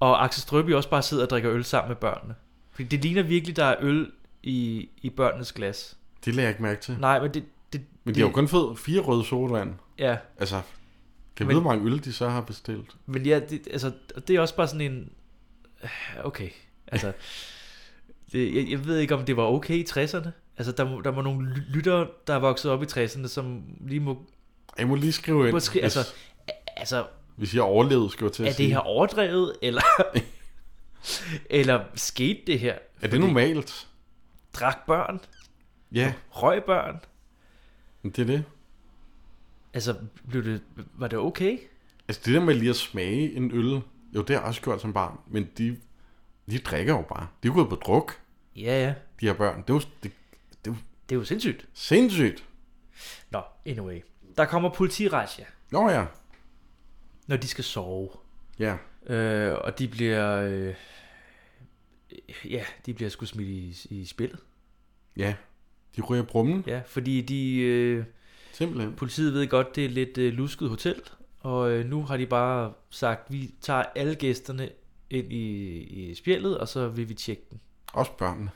Speaker 2: og Axel Strøby også bare sidder og drikker øl sammen med børnene. Fordi det ligner virkelig, der er øl i, i børnenes glas.
Speaker 3: Det lagde jeg ikke mærke til.
Speaker 2: Nej, men det... det
Speaker 3: Men de har jo kun fået fire røde sodavand.
Speaker 2: Ja.
Speaker 3: Altså, kan
Speaker 2: Men-
Speaker 3: vi vide, hvor mange øl de så har bestilt?
Speaker 2: Men ja, det, altså, det er også bare sådan en... Okay, altså... Det, jeg, jeg ved ikke, om det var okay i 60'erne. Altså, der, må- der var nogle lyttere, der er vokset op i 60'erne, som lige må...
Speaker 3: Jeg må lige skrive ind,
Speaker 2: Måske,
Speaker 3: hvis-
Speaker 2: altså, a- altså,
Speaker 3: Hvis jeg overlevede, skulle jeg til at
Speaker 2: er
Speaker 3: sige.
Speaker 2: det her overdrevet, eller... eller skete det her?
Speaker 3: Er det normalt?
Speaker 2: Drak børn?
Speaker 3: Ja.
Speaker 2: Røg børn?
Speaker 3: Men Det er det.
Speaker 2: Altså, blev det, var det okay?
Speaker 3: Altså, det der med lige at smage en øl, jo, det har jeg også gjort som barn. Men de, de drikker jo bare. De er gået på druk,
Speaker 2: Ja, ja.
Speaker 3: de her børn. Det er jo, det, det,
Speaker 2: det er jo sindssygt.
Speaker 3: Sindssygt.
Speaker 2: Nå, anyway. Der kommer politirasje.
Speaker 3: Nå ja.
Speaker 2: Når de skal sove.
Speaker 3: Ja.
Speaker 2: Øh, og de bliver... Øh, ja, de bliver sgu smidt i, i spillet.
Speaker 3: Ja. De ryger brummen.
Speaker 2: Ja, fordi de... Øh,
Speaker 3: Simpelthen.
Speaker 2: Politiet ved godt, det er et lidt øh, lusket hotel. Og øh, nu har de bare sagt, vi tager alle gæsterne ind i, i spjældet, og så vil vi tjekke den.
Speaker 3: Også børnene.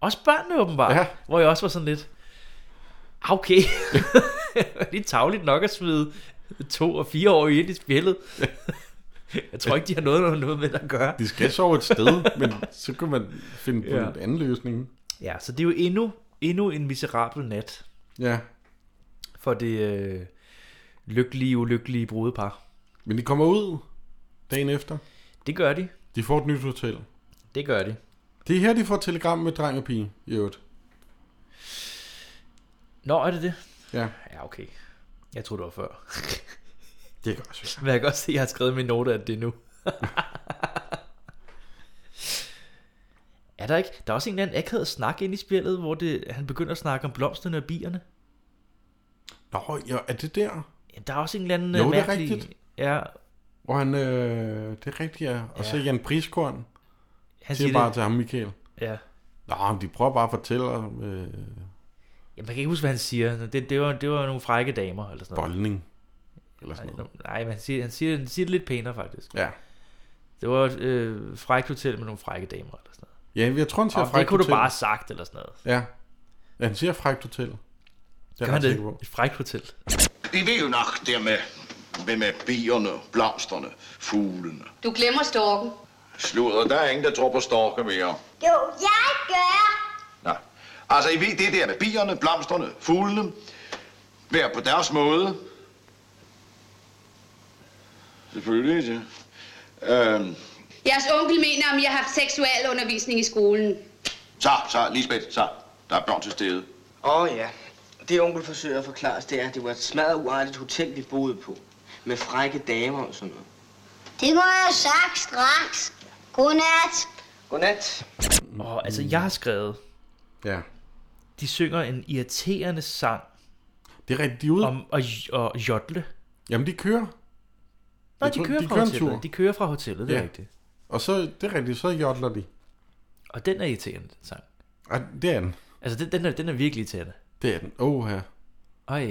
Speaker 2: Også børnene åbenbart.
Speaker 3: Ja.
Speaker 2: Hvor jeg også var sådan lidt... "Ah, Okay. det er tavligt nok at smide to og fire år ind i spjældet. jeg tror ikke, de har noget, noget med det at gøre.
Speaker 3: De skal sove et sted, men så kan man finde på
Speaker 2: Ja.
Speaker 3: en anden løsning.
Speaker 2: Ja, så det er jo endnu, endnu en miserabel nat.
Speaker 3: Ja.
Speaker 2: For det øh, lykkelige, ulykkelige brudepar.
Speaker 3: Men de kommer ud dagen efter.
Speaker 2: Det gør de.
Speaker 3: De får et nyt hotel.
Speaker 2: Det gør de.
Speaker 3: Det er her, de får et telegram med dreng og pige, i øvrigt.
Speaker 2: Nå, er det det?
Speaker 3: Ja.
Speaker 2: Ja, okay. Jeg troede, det var før.
Speaker 3: det kan også
Speaker 2: Men jeg kan godt se, at jeg har skrevet i min note, at det er nu. er der ikke? Der er også en eller anden akavet snak ind i spillet, hvor det, han begynder at snakke om blomsterne og bierne.
Speaker 3: Nå, ja, er det der?
Speaker 2: Ja, der er også en eller anden
Speaker 3: Jo,
Speaker 2: øh,
Speaker 3: det er
Speaker 2: mærkelig-
Speaker 3: rigtigt.
Speaker 2: Ja.
Speaker 3: Hvor han, øh, det er rigtigt, ja. Og ja. så
Speaker 2: Ja.
Speaker 3: Jan Priskorn.
Speaker 2: Han
Speaker 3: Han
Speaker 2: siger
Speaker 3: siger bare
Speaker 2: det.
Speaker 3: til ham, Michael.
Speaker 2: Ja.
Speaker 3: Nå, men de prøver bare at fortælle om øh,
Speaker 2: Jamen, jeg kan ikke huske, hvad han siger. Det, det, var, det var nogle frække damer, eller sådan noget.
Speaker 3: boldning. Eller sådan noget.
Speaker 2: Nej, men han siger, han siger, han siger det lidt pænere, faktisk.
Speaker 3: Ja.
Speaker 2: Det var et øh, frækt hotel med nogle frække damer, eller sådan noget.
Speaker 3: Ja, jeg tror, han siger
Speaker 2: Og det
Speaker 3: frækt
Speaker 2: kunne du
Speaker 3: hotel.
Speaker 2: bare have sagt, eller sådan noget.
Speaker 3: Ja. ja han siger frækt hotel. Det er
Speaker 2: Gør han
Speaker 3: sikker
Speaker 2: det? Et frækt hotel.
Speaker 9: I ved jo nok der med, med, med bierne, blomsterne, fuglene.
Speaker 14: Du glemmer storken.
Speaker 9: Sludder, der er ingen, der tror på storke mere.
Speaker 5: Jo, jeg gør.
Speaker 9: Nå. Altså, I ved det der med bierne, blomsterne, fuglene. Hver på deres måde. Selvfølgelig, ja. Øhm,
Speaker 14: Jeres onkel mener, om I har haft seksualundervisning i skolen.
Speaker 9: så, så, Lisbeth, så. Der er børn til stede.
Speaker 13: Åh oh, ja, det onkel forsøger at forklare os, det er, at det var et smadret uartigt hotel, vi boede på. Med frække damer og sådan noget.
Speaker 5: Det må jeg have sagt straks. Godnat.
Speaker 13: Godnat.
Speaker 2: Og altså, jeg har skrevet...
Speaker 3: Ja.
Speaker 2: De synger en irriterende sang.
Speaker 3: Det er rigtigt, de er ude.
Speaker 2: Om at j- og jodle.
Speaker 3: Jamen, de kører.
Speaker 2: Nej,
Speaker 3: Jeg
Speaker 2: de
Speaker 3: tror,
Speaker 2: kører
Speaker 3: de
Speaker 2: fra
Speaker 3: kører en
Speaker 2: hotellet.
Speaker 3: tur.
Speaker 2: De kører fra hotellet, det er
Speaker 3: Ja.
Speaker 2: rigtigt.
Speaker 3: Og så, det er rigtigt, så jodler de.
Speaker 2: Og den er irriterende, den sang.
Speaker 3: Ej, det er den.
Speaker 2: Altså, den, den, er, den er virkelig irriterende.
Speaker 3: Det er den. Åh, her.
Speaker 2: Ej.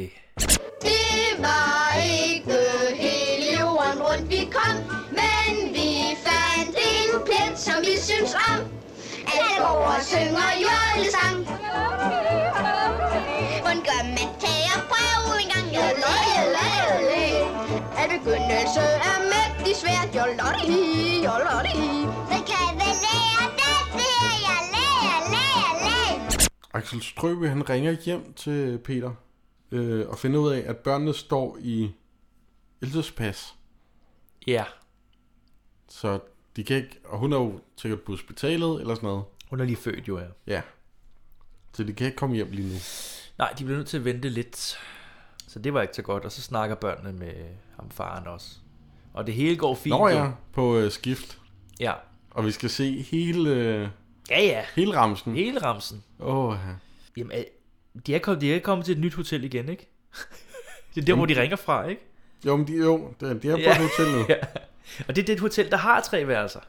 Speaker 16: Det var ikke hele jorden rundt vi kom, men vi fandt en plet, som vi synes om. Alle går og synger jolesang.
Speaker 5: Hvordan gør man tager brev en gang?
Speaker 16: Jolle, jolle, jolle. At begyndelse er mægtig svært. Jolle, jolle,
Speaker 5: Så kan jeg vel lære det, det her. Jeg lærer, lærer, lærer.
Speaker 3: Axel Strøbe, han ringer hjem til Peter. øh, og finder ud af, at børnene står i Elses pas.
Speaker 2: Ja.
Speaker 3: Så de kan ikke, og hun er jo sikkert på hospitalet eller sådan noget.
Speaker 2: Hun er lige født jo, ja.
Speaker 3: Ja. Så de kan ikke komme hjem lige nu.
Speaker 2: Nej, de bliver nødt til at vente lidt. Så det var ikke så godt. Og så snakker børnene med ham faren også. Og det hele går fint.
Speaker 3: Nå
Speaker 2: jo.
Speaker 3: ja, på øh, skift.
Speaker 2: Ja.
Speaker 3: Og vi skal se hele... Øh,
Speaker 2: Ja, ja.
Speaker 3: Hele ramsen.
Speaker 2: Hele ramsen.
Speaker 3: Åh, ja.
Speaker 2: Jamen, er- de er, kommet, de er kommet til et nyt hotel igen, ikke? det er der, hvor
Speaker 3: Jamen,
Speaker 2: de ringer fra, ikke?
Speaker 3: Jo, men de, jo, de er de er på et hotel nu.
Speaker 2: ja. Og det er det hotel, der har tre værelser,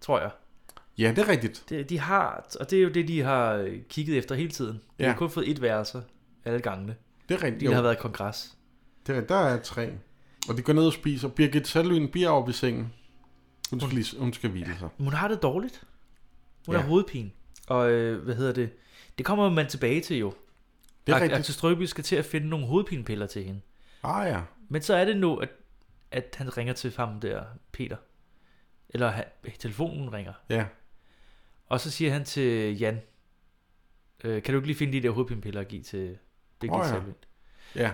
Speaker 2: tror jeg.
Speaker 3: Ja, det er rigtigt.
Speaker 2: Det, de har, og det er jo det, de har øh, kigget efter hele tiden. De
Speaker 3: Ja.
Speaker 2: har kun fået et værelse alle gangene.
Speaker 3: Det er rigtigt,
Speaker 2: Det har
Speaker 3: jo.
Speaker 2: været kongres.
Speaker 3: Det er, rigtigt. der er tre. Og de går ned og spiser. Birgit Saløen bliver oppe i sengen. Hun skal, lige, hun skal hvile sig.
Speaker 2: Men Hun har det dårligt. Hun
Speaker 3: Ja.
Speaker 2: har hovedpine. Og øh, hvad hedder det? Det kommer man tilbage til jo.
Speaker 3: Det er
Speaker 2: Ak-
Speaker 3: rigtigt.
Speaker 2: Axel Strøby skal til at finde nogle hovedpinepiller til hende.
Speaker 3: Ah ja.
Speaker 2: Men så er det nu, at, at han ringer til ham der, Peter. Eller han, telefonen ringer.
Speaker 3: Ja.
Speaker 2: Og så siger han til Jan, øh, kan du ikke lige finde de der hovedpinepiller at give til Birgit
Speaker 3: Åh,
Speaker 2: oh,
Speaker 3: ja.
Speaker 2: ja.
Speaker 3: Ja.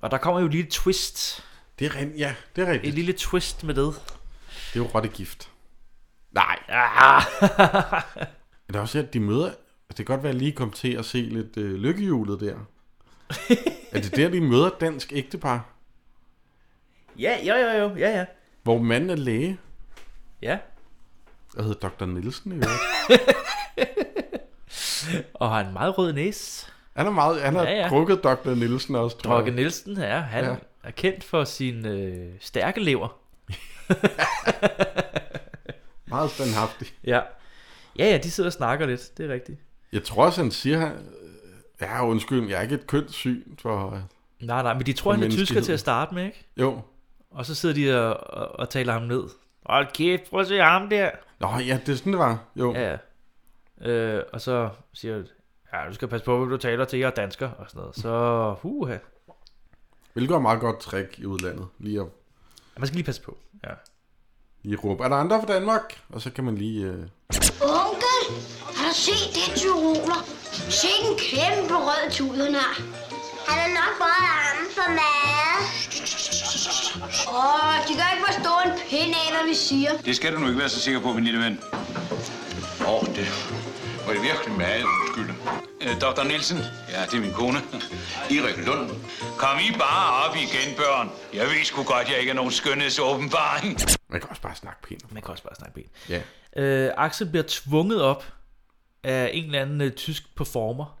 Speaker 2: Og der kommer jo lige et twist.
Speaker 3: Det er rent, ja, det er rigtigt.
Speaker 2: Et lille twist med det.
Speaker 3: Det er jo rottegift. Nej.
Speaker 2: Ah.
Speaker 3: Men der er også, at de møder... Altså, det kan godt være, at jeg lige kom til at se lidt øh, lykkehjulet der. er det der, de møder et dansk ægtepar,
Speaker 2: Ja, jo, jo, jo, ja, ja.
Speaker 3: hvor manden er læge
Speaker 2: Ja.
Speaker 3: og hedder Dr. Nielsen i øvrigt?
Speaker 2: og har en meget rød næse.
Speaker 3: Han er meget... Han har
Speaker 2: Ja,
Speaker 3: ja,
Speaker 2: ja.
Speaker 3: ja. drukket Dr. Nielsen også, tror jeg.
Speaker 2: Drokke Nielsen, ja, han
Speaker 3: Ja.
Speaker 2: ja. er kendt for sin øh, stærke lever.
Speaker 3: Meget standhaftig.
Speaker 2: Ja. Ja, ja, de sidder og snakker lidt, det er rigtigt.
Speaker 3: Jeg tror også, han siger... Han, øh, ja, undskyld, jeg er ikke et kønssyn for... øh,
Speaker 2: Nej, nej, men de tror,
Speaker 3: for
Speaker 2: han er tysker
Speaker 3: menneskeheden."
Speaker 2: til at starte med, ikke?
Speaker 3: Jo.
Speaker 2: Og så sidder de og, og, og taler ham ned. Hold kæft, prøv at se ham der.
Speaker 3: Nå, ja, det er sådan, det var. Jo.
Speaker 2: Ja, ja. Øh, og så siger du, ja, du skal passe på, hvad du taler til, jeg er dansker, og sådan noget. Så, huha.
Speaker 3: Hvilket er et meget godt trick i udlandet. Lige at
Speaker 2: Man skal lige passe på. Ja.
Speaker 3: lige råbe, er der andre fra Danmark? Og så kan man lige... Øh,
Speaker 16: Onkel, har du set det, tyroler? Se en kæmpe rød tud, han har. Han har nok både armen for meget. Åh, de kan ikke forstå en pind af, hvad vi siger.
Speaker 17: Det skal du nu ikke være så sikker på, min lille ven. Åh, oh, det var det virkelig meget undskyld. Øh, Dr. Nielsen? Ja, det er min kone. Erik Lund. Kom I bare op igen, børn. Jeg ved sgu godt, jeg ikke er nogen skønhedsåbenbaring.
Speaker 3: man kan også bare snakke pænt.
Speaker 2: Man kan også bare snakke pænt.
Speaker 3: Ja.
Speaker 2: Øh, Axel bliver tvunget op af en eller anden øh, tysk performer.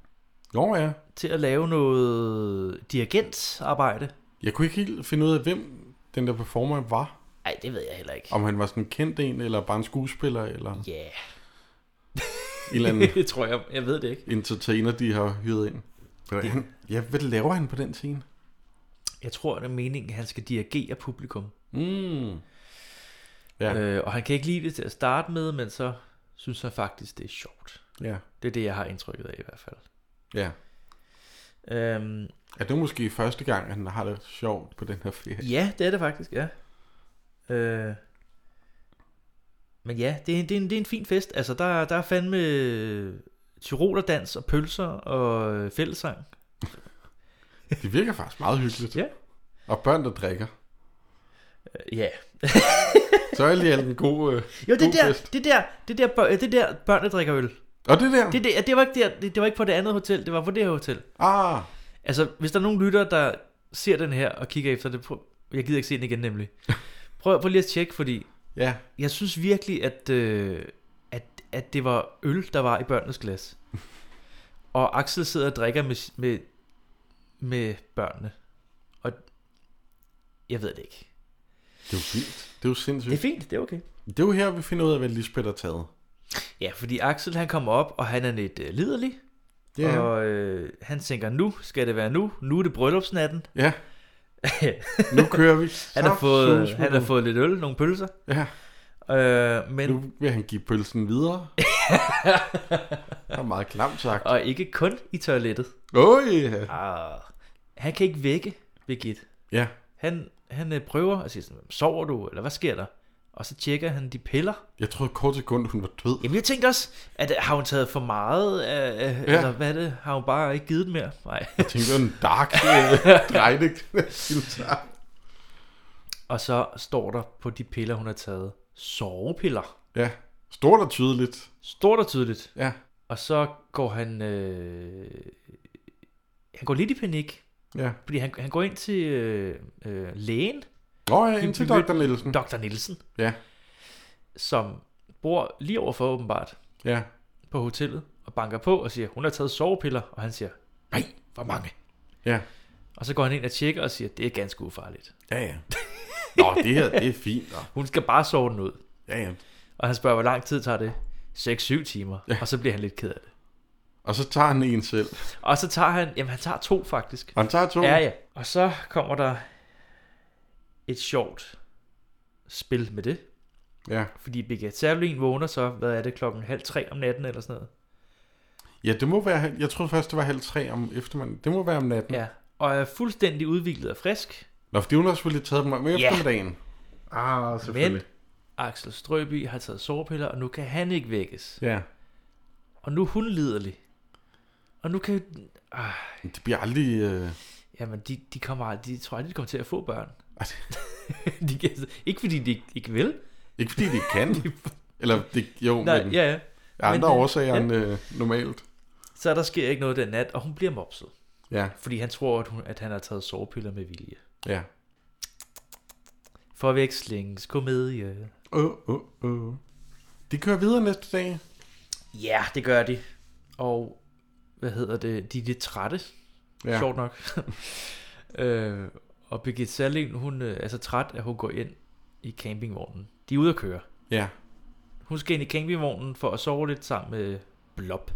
Speaker 3: Nå ja.
Speaker 2: Til at lave noget dirigentarbejde.
Speaker 3: Jeg kunne ikke helt finde ud af, hvem den der performer var.
Speaker 2: Nej, det ved jeg heller ikke.
Speaker 3: Om han var sådan en kendt en, eller bare en skuespiller, eller...
Speaker 2: Ja. Yeah.
Speaker 3: En eller anden
Speaker 2: det tror jeg, jeg ved det ikke.
Speaker 3: entertainer, de har hyret ind. Hvad
Speaker 2: Det-
Speaker 3: han, ja, hvad laver han på den scene?
Speaker 2: Jeg tror, det er meningen, at han skal dirigere publikum.
Speaker 3: Mm. Ja.
Speaker 2: Øh, og han kan ikke lide det til at starte med, men så synes han faktisk, det er sjovt.
Speaker 3: Ja.
Speaker 2: Det er det, jeg har indtrykket af i hvert fald.
Speaker 3: Ja.
Speaker 2: Øhm,
Speaker 3: Er det måske første gang, han har det sjovt på den her ferie?
Speaker 2: Ja, det er det faktisk, ja. Øh, men ja, det er, en, det, er en, det er en fin fest. Altså, der, der er fandme tyrolerdans og pølser og øh, fællesang.
Speaker 3: Det virker faktisk meget hyggeligt.
Speaker 2: Ja.
Speaker 3: Og børn, der drikker.
Speaker 2: Ja.
Speaker 3: Så er lige alt en god, øh,
Speaker 2: Jo, det
Speaker 3: god
Speaker 2: der,
Speaker 3: fest.
Speaker 2: det der, det der, bør, det der børn, der drikker øl.
Speaker 3: Og det der?
Speaker 2: Det, det, det var ikke der, det, det var ikke på det andet hotel, det var på det her hotel.
Speaker 3: Ah.
Speaker 2: Altså, hvis der er nogen lytter, der ser den her og kigger efter det, prøv, jeg gider ikke se den igen nemlig. Prøv, prøv lige at tjekke, fordi
Speaker 3: Ja.
Speaker 2: jeg synes virkelig, at, øh, at, at det var øl, der var i børnenes glas. og Axel sidder og drikker med, s- med, med børnene. Og jeg ved det ikke.
Speaker 3: Det er jo fint. Det er jo sindssygt.
Speaker 2: Det er fint, det er okay.
Speaker 3: Det er jo her, vi finder ud af, hvad Lisbeth har taget.
Speaker 2: Ja, fordi Axel han kommer op, og han er lidt øh, liderlig.
Speaker 3: Det er han.
Speaker 2: Og øh, han tænker, nu skal det være nu. Nu er det bryllupsnatten.
Speaker 3: Ja. Nu kører vi.
Speaker 2: han, har
Speaker 3: Så
Speaker 2: fået,
Speaker 3: synes vi
Speaker 2: han har
Speaker 3: nu.
Speaker 2: fået lidt øl, nogle pølser.
Speaker 3: Ja.
Speaker 2: Øh, men...
Speaker 3: Nu vil han give pølsen videre. det er meget klamt sagt.
Speaker 2: Og ikke kun i toilettet.
Speaker 3: Åh, ja.
Speaker 2: Ah, han kan ikke vække Birgit.
Speaker 3: Ja.
Speaker 2: Han, han øh, prøver at sige sådan, sover du, eller hvad sker der? Og så tjekker han de piller.
Speaker 3: Jeg troede kort sekund, hun var død.
Speaker 2: Jamen jeg tænkte også, at øh, har hun taget for meget? Øh, øh,
Speaker 3: Ja.
Speaker 2: ja. Eller hvad er det? Har hun bare ikke givet mere? Nej.
Speaker 3: Jeg tænkte, det var en dark øh, drejning.
Speaker 2: og så står der på de piller, hun har taget, sovepiller.
Speaker 3: Ja, stort og tydeligt.
Speaker 2: Stort og tydeligt.
Speaker 3: Ja.
Speaker 2: Og så går han... Øh, han går lidt i panik.
Speaker 3: Ja.
Speaker 2: Fordi han, han går ind til øh, øh, lægen.
Speaker 3: Nå ja,
Speaker 2: Vi-
Speaker 3: ind til
Speaker 2: vi mødte
Speaker 3: Dr. Nielsen.
Speaker 2: Dr. Nielsen.
Speaker 3: Mm. Ja.
Speaker 2: Som bor lige overfor åbenbart.
Speaker 3: Ja.
Speaker 2: På hotellet. Og banker på og siger, hun har taget sovepiller. Og han siger, nej, hvor mange.
Speaker 3: Ja.
Speaker 2: Og så går han ind og tjekker og siger, det er ganske ufarligt.
Speaker 3: Ja, ja. Nå, det her, det er fint. Nå.
Speaker 2: Hun skal bare sove den ud.
Speaker 3: Ja, ja.
Speaker 2: Og han spørger, hvor lang tid tager det? 6-7 timer. Ja. Og så bliver han lidt ked af det.
Speaker 3: Og så tager han en selv.
Speaker 2: Og så tager han, jamen han tager to faktisk.
Speaker 3: Han tager to?
Speaker 2: Ja, ja. Og så kommer der et sjovt spil med det.
Speaker 3: Ja.
Speaker 2: Fordi Birgit Servelin vågner så, hvad er det, klokken halv tre om natten eller sådan noget.
Speaker 3: Ja, det må være, jeg troede først, det var halv tre om eftermiddagen. Det må være om natten.
Speaker 2: Ja. Og er fuldstændig udviklet og frisk.
Speaker 3: Nå, fordi hun har selvfølgelig taget dem om eftermiddagen. Ah,
Speaker 2: Men
Speaker 3: selvfølgelig.
Speaker 2: Axel Strøby har taget sovepiller, og nu kan han ikke vækkes.
Speaker 3: Ja.
Speaker 2: Og nu er hun liderlig. Og nu kan... Ah,
Speaker 3: Men det bliver aldrig... Øh...
Speaker 2: Jamen, de, de, kommer, ald- de tror aldrig, de kommer til at få børn. de kan, ikke fordi de ikke, ikke vil.
Speaker 3: Ikke fordi de kan. Eller det, jo,
Speaker 2: Nej,
Speaker 3: men
Speaker 2: ja, ja.
Speaker 3: af andre
Speaker 2: Men, øh,
Speaker 3: årsager
Speaker 2: ja.
Speaker 3: end øh, normalt.
Speaker 2: Så der sker ikke noget den nat, og hun bliver mopset.
Speaker 3: Ja.
Speaker 2: Fordi han tror, at, hun, at han har taget sovepiller med vilje.
Speaker 3: Ja.
Speaker 2: Forvekslingskomedie.
Speaker 3: Åh, åh, åh. De kører videre næste dag.
Speaker 2: Ja, det gør de. Og hvad hedder det? De er lidt trætte.
Speaker 3: Ja.
Speaker 2: Ja. Sjovt nok. øh, og Birgit Salin, hun øh, er så træt, at hun går ind i campingvognen. De er ude at køre.
Speaker 3: Ja.
Speaker 2: Hun skal ind i campingvognen for at sove lidt sammen med Blob.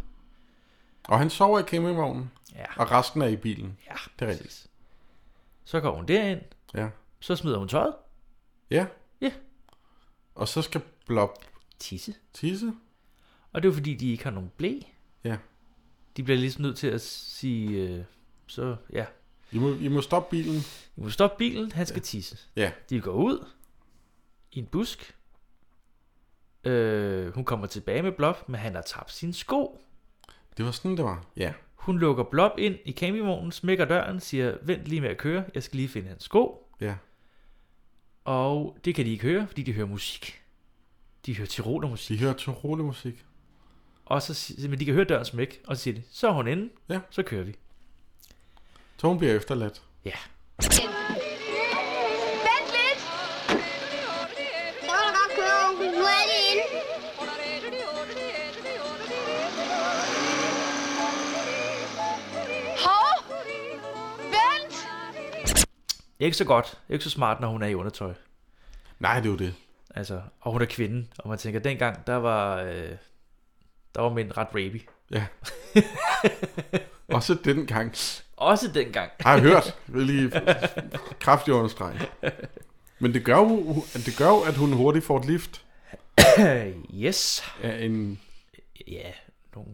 Speaker 3: Og han sover i campingvognen.
Speaker 2: Ja.
Speaker 3: Og resten er i bilen.
Speaker 2: Ja,
Speaker 3: det er rigtigt.
Speaker 2: Så går hun derind.
Speaker 3: Ja.
Speaker 2: Så smider hun tøjet.
Speaker 3: Ja.
Speaker 2: Ja.
Speaker 3: Og så skal Blob...
Speaker 2: Tisse.
Speaker 3: Tisse?
Speaker 2: Og det er jo fordi, de ikke har nogen blæ.
Speaker 3: Ja.
Speaker 2: De bliver ligesom nødt til at sige, øh, så ja.
Speaker 3: I må, I må stoppe bilen.
Speaker 2: I må stoppe bilen, han skal ja. tisse.
Speaker 3: Ja.
Speaker 2: De går ud i en busk. Øh, hun kommer tilbage med Blob, men han har tabt sine sko.
Speaker 3: Det var sådan, det var. Ja.
Speaker 2: Hun lukker Blob ind i campingvognen, smækker døren, siger, vent lige med at køre, jeg skal lige finde hans sko.
Speaker 3: Ja.
Speaker 2: Og det kan de ikke høre, fordi de hører musik. De hører tirolermusik.
Speaker 3: De hører tirolermusik.
Speaker 2: Og så, si- men de kan høre døren smæk, og så siger de, så er hun inde,
Speaker 3: ja.
Speaker 2: så kører vi.
Speaker 3: Så hun bliver efterladt.
Speaker 2: Ja.
Speaker 5: Vent lidt! Så må du godt køre, onkel. Nu er de inde.
Speaker 16: Hov! Vent!
Speaker 2: Ikke så godt, ikke så smart, når hun er i undertøj.
Speaker 3: Nej, det er jo det.
Speaker 2: Altså, og hun er kvinde, og man tænker, dengang, der var, øh, der var mænd ret rapey.
Speaker 3: Ja. Også dengang.
Speaker 2: Også dengang.
Speaker 3: Har jeg hørt. Vil lige kraftigt understrege. Men det gør, jo, det gør jo, at hun hurtigt får et lift.
Speaker 2: yes.
Speaker 3: Af en,
Speaker 2: ja, nogle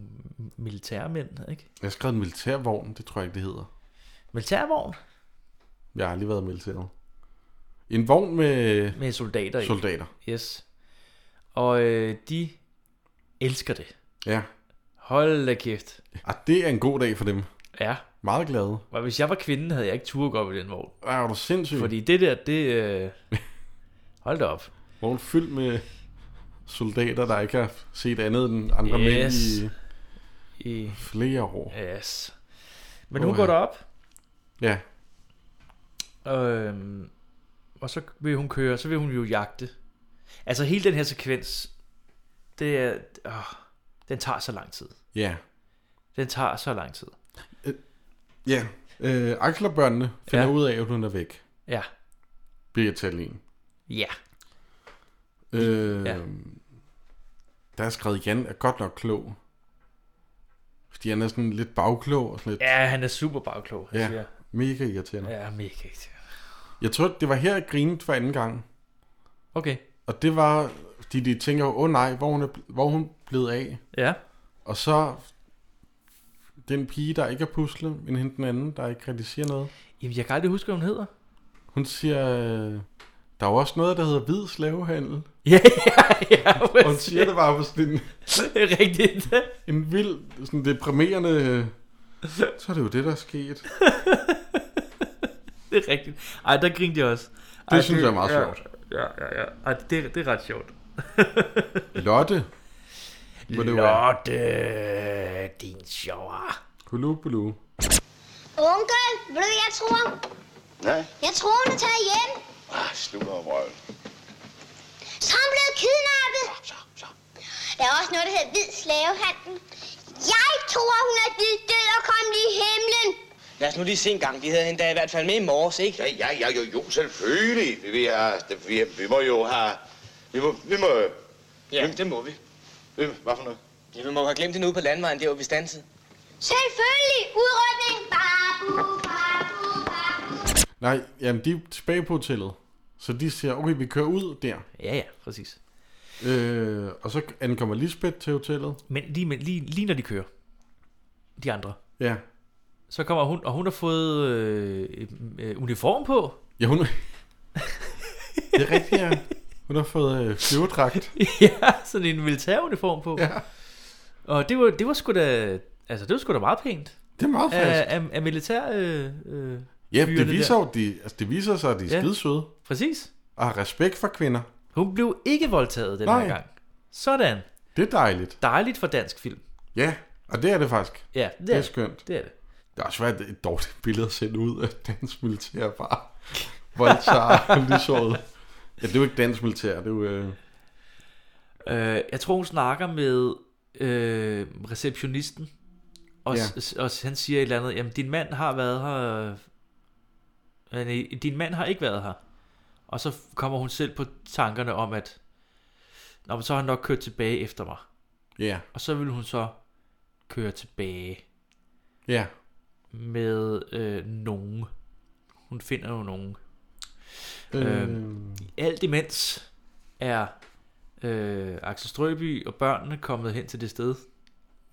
Speaker 2: militærmænd, ikke?
Speaker 3: jeg har skrevet en militærvogn, det tror jeg ikke, det hedder.
Speaker 2: Militærvogn?
Speaker 3: Jeg har aldrig været i militæret. En vogn med...
Speaker 2: Med soldater i.
Speaker 3: Soldater.
Speaker 2: Yes. Og øh, de elsker det.
Speaker 3: Ja.
Speaker 2: Hold da kæft.
Speaker 3: Ah, det er en god dag for dem.
Speaker 2: Ja.
Speaker 3: Meget glade.
Speaker 2: Og hvis jeg var kvinde, havde jeg ikke turde gå op i den vogn.
Speaker 3: Er du sindssyg?
Speaker 2: Fordi det der, det... Øh... Hold da op.
Speaker 3: Vogn fyldt med soldater, der ikke har set andet end andre
Speaker 2: Yes.
Speaker 3: mænd
Speaker 2: i, I
Speaker 3: flere år.
Speaker 2: Yes. Men hun
Speaker 3: Åh,
Speaker 2: går
Speaker 3: ja.
Speaker 2: derop.
Speaker 3: Ja.
Speaker 2: Øhm, og så vil hun køre, så vil hun jo jagte. Altså hele den her sekvens, det er, åh, den tager så lang tid.
Speaker 3: Ja.
Speaker 2: Den tager så lang tid.
Speaker 3: Ja. Øh, Axel og børnene finder
Speaker 2: Ja.
Speaker 3: ud af, at hun er væk.
Speaker 2: Ja.
Speaker 3: Birgit Thalin.
Speaker 2: Ja.
Speaker 3: Øh, ja. Der er skrevet, Jan er godt nok klog. Fordi han er sådan lidt bagklog og sådan lidt...
Speaker 2: Ja, han er super bagklog. Han
Speaker 3: Ja,
Speaker 2: siger.
Speaker 3: mega irriterende.
Speaker 2: Ja, mega irriterende.
Speaker 3: Jeg tror, det var her, jeg grinede for anden gang.
Speaker 2: Okay.
Speaker 3: Og det var, fordi de tænker, åh oh, nej, hvor hun, er, hvor hun blevet af.
Speaker 2: Ja.
Speaker 3: Og så den pige, der ikke er pusle, men hende den anden, der ikke rigtig siger noget.
Speaker 2: Jamen, jeg kan aldrig huske, hvad hun hedder.
Speaker 3: Hun siger, øh, Der er jo også noget, der hedder hvid slavehandel.
Speaker 2: Ja, ja, ja.
Speaker 3: Og hun siger det bare på sådan en...
Speaker 2: Rigtigt.
Speaker 3: En vild, sådan deprimerende... øh, Så er det jo det, der er sket.
Speaker 2: Det er rigtigt. Ej, der grinte jeg også. Ej,
Speaker 3: Det synes jeg er meget
Speaker 2: ja,
Speaker 3: sjovt.
Speaker 2: Ja, ja, ja. Ej, det, det er ret sjovt.
Speaker 3: Lotte. Må det jo være.
Speaker 2: Lotte, din sjovere.
Speaker 3: Hulu, bulu.
Speaker 5: Onkel, ved du hvad jeg tror?
Speaker 15: Nej.
Speaker 5: Jeg tror, hun er taget hjem.
Speaker 15: Ah, slut og røv.
Speaker 5: Så er hun blevet kidnappet. Der er også noget, der hedder hvid slavehandel. Jeg tror, hun er blevet død og kommet i himlen.
Speaker 13: Lad os nu lige se en gang. Vi havde hende da i hvert fald med i morges, ikke?
Speaker 9: Ja, ja, ja, jo, jo, selvfølgelig. Vi, vi, har, vi, vi må jo have... Vi må... Vi må
Speaker 13: Ja, det må vi.
Speaker 9: vi, hvad for noget?
Speaker 13: Hm. Ja, vi må have glemt hende ude på landvejen, der hvor vi stansede.
Speaker 5: Selvfølgelig, udrykning. Babu, babu.
Speaker 3: Nej, jamen de er tilbage på hotellet. Så de siger, okay, vi kører ud der.
Speaker 2: Ja, ja, præcis.
Speaker 3: Øh, og så ankommer Lisbeth til hotellet.
Speaker 2: Men lige, men lige, lige når de kører, de andre,
Speaker 3: Ja.
Speaker 2: så kommer hun, og hun har fået øh, øh, uniform på.
Speaker 3: Ja, hun... Det er rigtigt, ja. Hun har fået øh, flyvedragt.
Speaker 2: ja, sådan en militæruniform på.
Speaker 3: Ja.
Speaker 2: Og det var, det var sgu da, altså det var sgu da meget pænt.
Speaker 3: Det er meget
Speaker 2: Af,
Speaker 3: frisk.
Speaker 2: af, af militær... Øh, øh,
Speaker 3: Ja,
Speaker 2: fyrene
Speaker 3: det viser,
Speaker 2: der.
Speaker 3: jo, de, altså, det viser sig, at de er
Speaker 2: Ja.
Speaker 3: ja. skidesøde.
Speaker 2: Præcis.
Speaker 3: Og har respekt for kvinder.
Speaker 2: Hun blev ikke voldtaget den
Speaker 3: Nej.
Speaker 2: her gang. Sådan.
Speaker 3: Det er dejligt.
Speaker 2: Dejligt for dansk film.
Speaker 3: Ja, og det er det faktisk.
Speaker 2: Ja, det
Speaker 3: det
Speaker 2: er
Speaker 3: er
Speaker 2: det.
Speaker 3: skønt.
Speaker 2: Det er det.
Speaker 3: Det er også været et dårligt billede at sende ud af dansk militær bare. Voldtager lysåret. Ja, det er jo ikke dansk militær, det er jo... Øh...
Speaker 2: Øh, jeg tror, hun snakker med øh, receptionisten, og,
Speaker 3: Ja.
Speaker 2: ja. s- og s- han siger et eller andet, jamen din mand har været her, øh, nej, din mand har ikke været her. Og så f- kommer hun selv på tankerne om, at Nå, men så har han nok kørt tilbage efter mig.
Speaker 3: Ja.
Speaker 2: Og så vil hun så køre tilbage.
Speaker 3: Ja.
Speaker 2: Med øh, nogen. Hun finder jo nogen.
Speaker 3: Øh.
Speaker 2: Øh. Alt imens er øh, Axel Strøby og børnene kommet hen til det sted,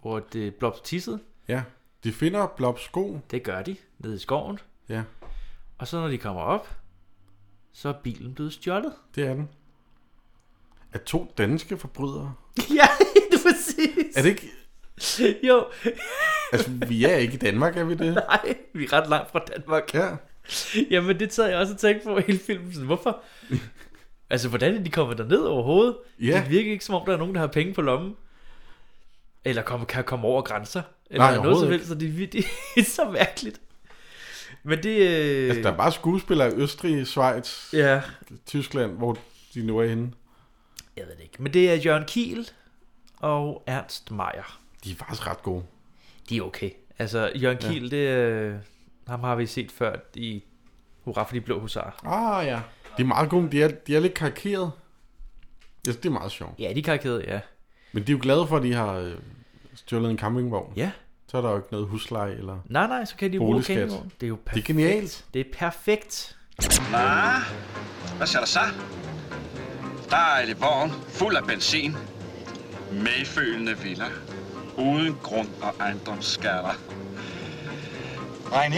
Speaker 2: hvor det blop tissede.
Speaker 3: Ja, de finder Blobs sko.
Speaker 2: Det gør de, nede i skoven.
Speaker 3: Ja.
Speaker 2: Og så når de kommer op, så er bilen blevet stjålet.
Speaker 3: Det er den. At to danske forbrydere.
Speaker 2: Ja, det er præcis.
Speaker 3: Er det ikke...
Speaker 2: Jo.
Speaker 3: altså, vi er ikke i Danmark, er vi det?
Speaker 2: Nej, vi er ret langt fra Danmark.
Speaker 3: Ja.
Speaker 2: Jamen, det sad jeg også og tænkte på hele filmen. Sådan, hvorfor? altså, hvordan er de kommet derned overhovedet?
Speaker 3: Ja.
Speaker 2: Det virker ikke, som om der er nogen, der har penge på lommen. Eller kommer, kan komme over grænser. Eller
Speaker 3: Nej,
Speaker 2: noget som
Speaker 3: overhovedet
Speaker 2: helst. Så det, er vir- det er så mærkeligt. Men det... Øh...
Speaker 3: Altså, der er bare skuespillere i Østrig, Schweiz,
Speaker 2: Ja.
Speaker 3: Tyskland, hvor de nu er henne.
Speaker 2: Jeg ved det ikke. Men det er Jørgen Kiel og Ernst Meier.
Speaker 3: De er faktisk ret gode.
Speaker 2: De er okay. Altså, Jørgen
Speaker 3: Ja.
Speaker 2: Kiel, det, øh, ham har vi set før i Hurra for de blå husarer.
Speaker 3: Ah, ja. De er meget gode, de er, de er lidt karikeret. Jeg synes, det er meget sjovt.
Speaker 2: Ja, de er karikeret, ja.
Speaker 3: Men de er jo glade for, at de har øh, stjålet en campingvogn.
Speaker 2: Ja.
Speaker 3: Så er der jo ikke noget husleje eller
Speaker 2: Nej, nej, så kan de jo bruge
Speaker 3: boligskat.
Speaker 2: campingvognen. Det er jo perfekt.
Speaker 3: Det er genialt.
Speaker 2: Det er perfekt.
Speaker 17: Nå, hvad siger der så? Dejlig vogn, fuld af benzin. Medfølgende villa. Uden grund og ejendomsskatter. René?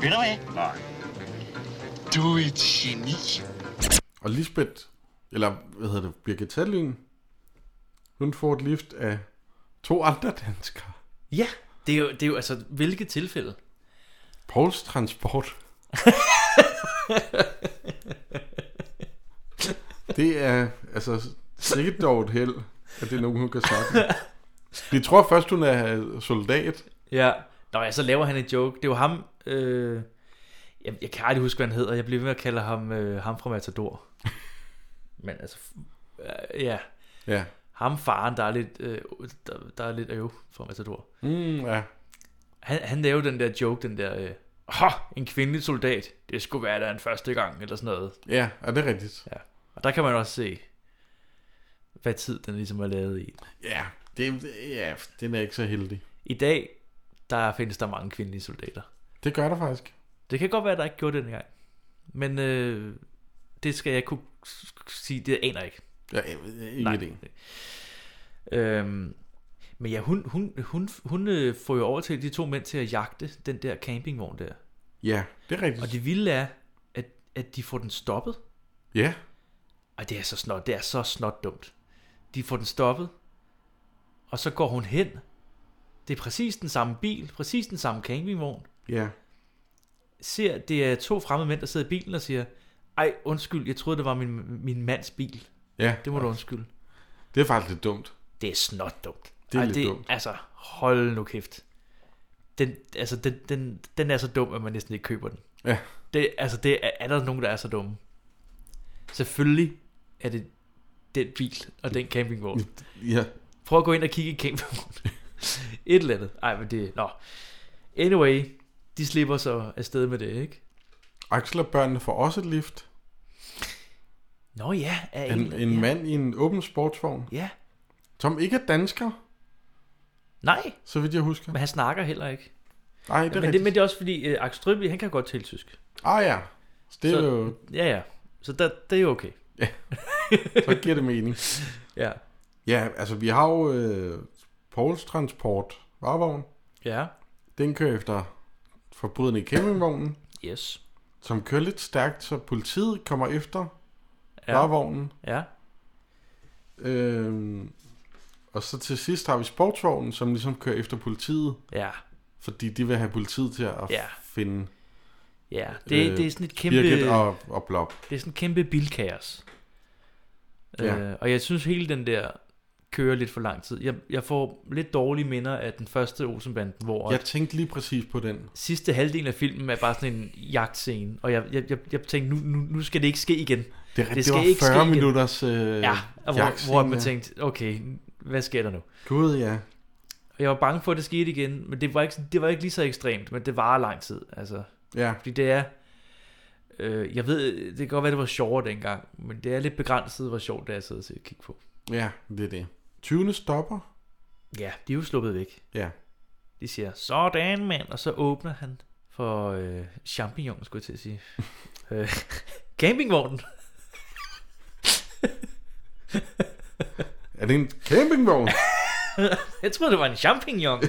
Speaker 17: Ved du hvad? Nej. Du er et geni.
Speaker 3: Og Lisbeth, eller hvad hedder det, Birgit Tallin, hun får et lift af to andre danskere.
Speaker 2: Ja, det er jo, det er jo altså, hvilket tilfælde?
Speaker 3: Pouls Transport. det er altså sikkert dog et held, at det er nogen, hun kan snakke med. De tror først, hun er soldat.
Speaker 2: Ja. Nå ja, så laver han en joke. Det var ham, øh, jeg, jeg kan aldrig huske, hvad han hedder. Jeg bliver ved med at kalde ham, øh, ham fra Matador. Men altså, f- øh, ja.
Speaker 3: Ja.
Speaker 2: Ham faren, der er lidt, øh, der, der er lidt øv fra Matador.
Speaker 3: Mm, ja.
Speaker 2: Han, han lavede den der joke, den der, øh, ha, en kvindelig soldat, det skulle være der en første gang, eller sådan noget.
Speaker 3: Ja, er det rigtigt?
Speaker 2: Ja. Og der kan man også se, hvad tid den ligesom er lavet i.
Speaker 3: Ja, det, ja, den er ikke så heldig.
Speaker 2: I dag, der findes der mange kvindelige soldater.
Speaker 3: Det gør der faktisk.
Speaker 2: Det kan godt være, at der ikke gjorde det dengang. Men øh, det skal jeg kunne s- s- sige, det aner jeg ikke.
Speaker 3: Jeg, jeg, jeg, ikke
Speaker 2: Nej.
Speaker 3: idé.
Speaker 2: Øhm, men ja, hun, hun, hun, hun øh, får jo over til de to mænd til at jagte den der campingvogn der.
Speaker 3: Ja, det er rigtigt.
Speaker 2: Og det vilde er, at at de får den stoppet.
Speaker 3: Ja.
Speaker 2: Og det er så snot, det er så snot dumt. De får den stoppet, og så går hun hen. Det er præcis den samme bil, præcis den samme campingvogn.
Speaker 3: Ja.
Speaker 2: Ser, det er to fremmede mænd, der sidder i bilen og siger, ej, undskyld, jeg troede, det var min, min mands bil.
Speaker 3: Ja.
Speaker 2: Det må du undskylde.
Speaker 3: Det er faktisk lidt dumt.
Speaker 2: Det er snot dumt.
Speaker 3: Det er
Speaker 2: Ej,
Speaker 3: lidt dumt.
Speaker 2: Altså, hold nu kæft. Den, altså, den, den, den er så dum, at man næsten ikke køber den.
Speaker 3: Ja.
Speaker 2: Det, altså, det er, er der nogen, der er så dumme? Selvfølgelig er det den bil og den campingvogn.
Speaker 3: Ja.
Speaker 2: Prøv at gå ind og kigge i campingvognen. Et eller andet. Ej, men det... Nå. Anyway, de slipper så afsted med det, ikke?
Speaker 3: Axel og børnene får også et lift.
Speaker 2: Nå ja, er
Speaker 3: En, en
Speaker 2: ja.
Speaker 3: mand i en åben sportsvogn.
Speaker 2: Ja.
Speaker 3: Som ikke er dansker.
Speaker 2: Nej.
Speaker 3: Så vidt jeg husker.
Speaker 2: Men han snakker heller ikke.
Speaker 3: Nej, det
Speaker 2: men,
Speaker 3: er
Speaker 2: det,
Speaker 3: rigtigt.
Speaker 2: men det er også fordi, øh, Axel Strøby, han kan godt tale tysk.
Speaker 3: Ah ja. Så det er jo-
Speaker 2: Ja, ja. Så der, det er jo okay.
Speaker 3: Ja. Så giver det mening.
Speaker 2: Ja.
Speaker 3: Ja, altså vi har jo øh, Pauls transport varevogn.
Speaker 2: Ja.
Speaker 3: Den kører efter forbrydende i campingvognen.
Speaker 2: Yes.
Speaker 3: Som kører lidt stærkt, så politiet kommer efter
Speaker 2: Ja.
Speaker 3: ja. varevognen.
Speaker 2: Ja.
Speaker 3: Øhm, og så til sidst har vi sportsvognen, som ligesom kører efter politiet.
Speaker 2: Ja.
Speaker 3: Fordi de vil have politiet til at
Speaker 2: Ja.
Speaker 3: ja. finde
Speaker 2: Ja, det, øh, det er sådan et kæmpe...
Speaker 3: Birgit og, og Blob.
Speaker 2: Det er sådan et kæmpe bilkaos.
Speaker 3: Ja.
Speaker 2: Øh, og jeg synes hele den der kører lidt for lang tid. Jeg, jeg får lidt dårlige minder af den første Olsenbanden, hvor
Speaker 3: Jeg tænkte lige præcis på den.
Speaker 2: sidste halvdel af filmen er bare sådan en jagtscene, og jeg, jeg, jeg, jeg tænkte, nu, nu, nu skal det ikke ske igen.
Speaker 3: Det er- det var 40 minutters, øh,
Speaker 2: ja, og hvor,
Speaker 3: jagtscene,
Speaker 2: hvor man
Speaker 3: ja.
Speaker 2: tænkte, okay, hvad sker der nu?
Speaker 3: Gud, ja.
Speaker 2: Og jeg var bange for, at det skete igen, men det var ikke, det var ikke lige så ekstremt, men det varer lang tid. Altså.
Speaker 3: Ja.
Speaker 2: Fordi det er, øh, jeg ved, det kan godt være, det var sjovere dengang, men det er lidt begrænset, hvor sjovt det er at sidde og se- kigge på.
Speaker 3: Ja, det er det. 20. stopper.
Speaker 2: Ja, de er jo sluppet væk.
Speaker 3: Ja.
Speaker 2: De siger, sådan mand, og så åbner han for øh, champignon, skulle jeg til at sige. øh, campingvognen.
Speaker 3: Er det en campingvogn?
Speaker 2: jeg troede, det var en champignon.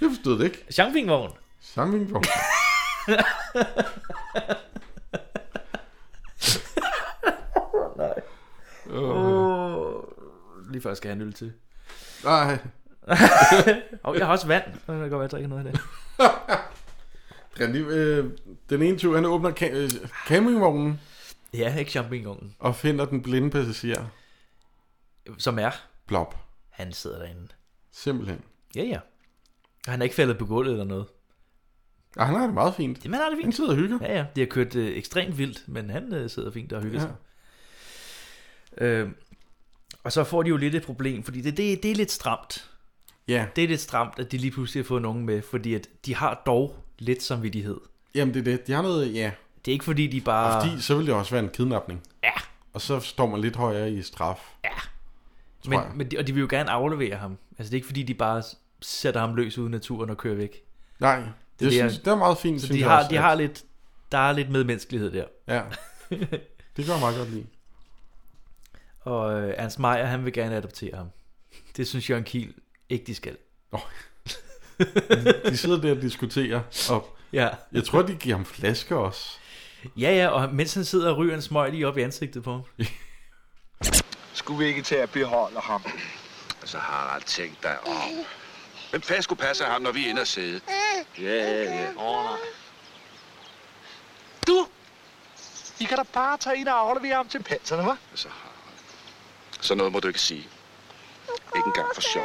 Speaker 3: Jeg forstod det ikke.
Speaker 2: Champignon.
Speaker 3: Campingvogn.
Speaker 2: Nej.
Speaker 3: Åh.
Speaker 2: Oh. Lige før skal jeg have en øl til.
Speaker 3: Nej.
Speaker 2: Og jeg har også vand, så det kan godt være, jeg drikker noget af det.
Speaker 3: Ja, lige, øh, den ene tyv, han åbner ca- øh, campingvognen
Speaker 2: Ja, ikke champignonen,
Speaker 3: og finder den blinde passager.
Speaker 2: som er,
Speaker 3: Blob.
Speaker 2: han sidder derinde.
Speaker 3: Simpelthen.
Speaker 2: Ja, ja. Og Han er ikke faldet på gulvet eller noget.
Speaker 3: Ja, han har det meget fint.
Speaker 2: Jamen, han har det fint.
Speaker 3: Han sidder og hygger.
Speaker 2: Ja, ja. De har kørt øh, ekstremt vildt, men han øh, sidder fint og hygger ja.
Speaker 3: Ja.
Speaker 2: sig. Øh, og så får de jo lidt et problem, fordi det, det, det er lidt stramt.
Speaker 3: Ja.
Speaker 2: Det er lidt stramt, at de lige pludselig har fået nogen med, fordi at de har dog lidt samvittighed.
Speaker 3: Jamen, det er det. De har noget, ja.
Speaker 2: Det er ikke fordi, de
Speaker 3: Og
Speaker 2: bare...
Speaker 3: fordi, så ville det også være en kidnapning.
Speaker 2: Ja.
Speaker 3: Og så står man lidt højere i straf.
Speaker 2: Ja.
Speaker 3: Tror
Speaker 2: Men,
Speaker 3: jeg.
Speaker 2: men de, og de vil jo gerne aflevere ham. Altså, det er ikke fordi, de bare s- sætter ham løs ude i naturen og kører væk.
Speaker 3: Nej, det,
Speaker 2: er
Speaker 3: det, synes, det er meget fint,
Speaker 2: Så
Speaker 3: synes
Speaker 2: de
Speaker 3: jeg
Speaker 2: har,
Speaker 3: også,
Speaker 2: de
Speaker 3: at-
Speaker 2: har lidt, der er lidt medmenneskelighed der.
Speaker 3: Ja. Det gør jeg meget godt lide.
Speaker 2: og øh, Ernst Meyer, han vil gerne adoptere ham. Det synes Jørgen Kiel ikke, de skal.
Speaker 3: Oh. De sidder der og diskuterer. Og
Speaker 2: Ja.
Speaker 3: Jeg tror, de giver ham flasker også.
Speaker 2: ja, ja, og mens han sidder og ryger en smøg lige op i ansigtet på ham.
Speaker 18: Skulle vi ikke tage at beholde ham? Altså, Harald, tænk dig om. Hvem fanden skulle passe ham, når vi ender sidde? Ja, ja, ja. Åh, nej. Du! I kan da bare tage ind og aflevere ham til panserne, hva'?
Speaker 15: Altså, sådan noget må du ikke sige. Ikke engang for sjov.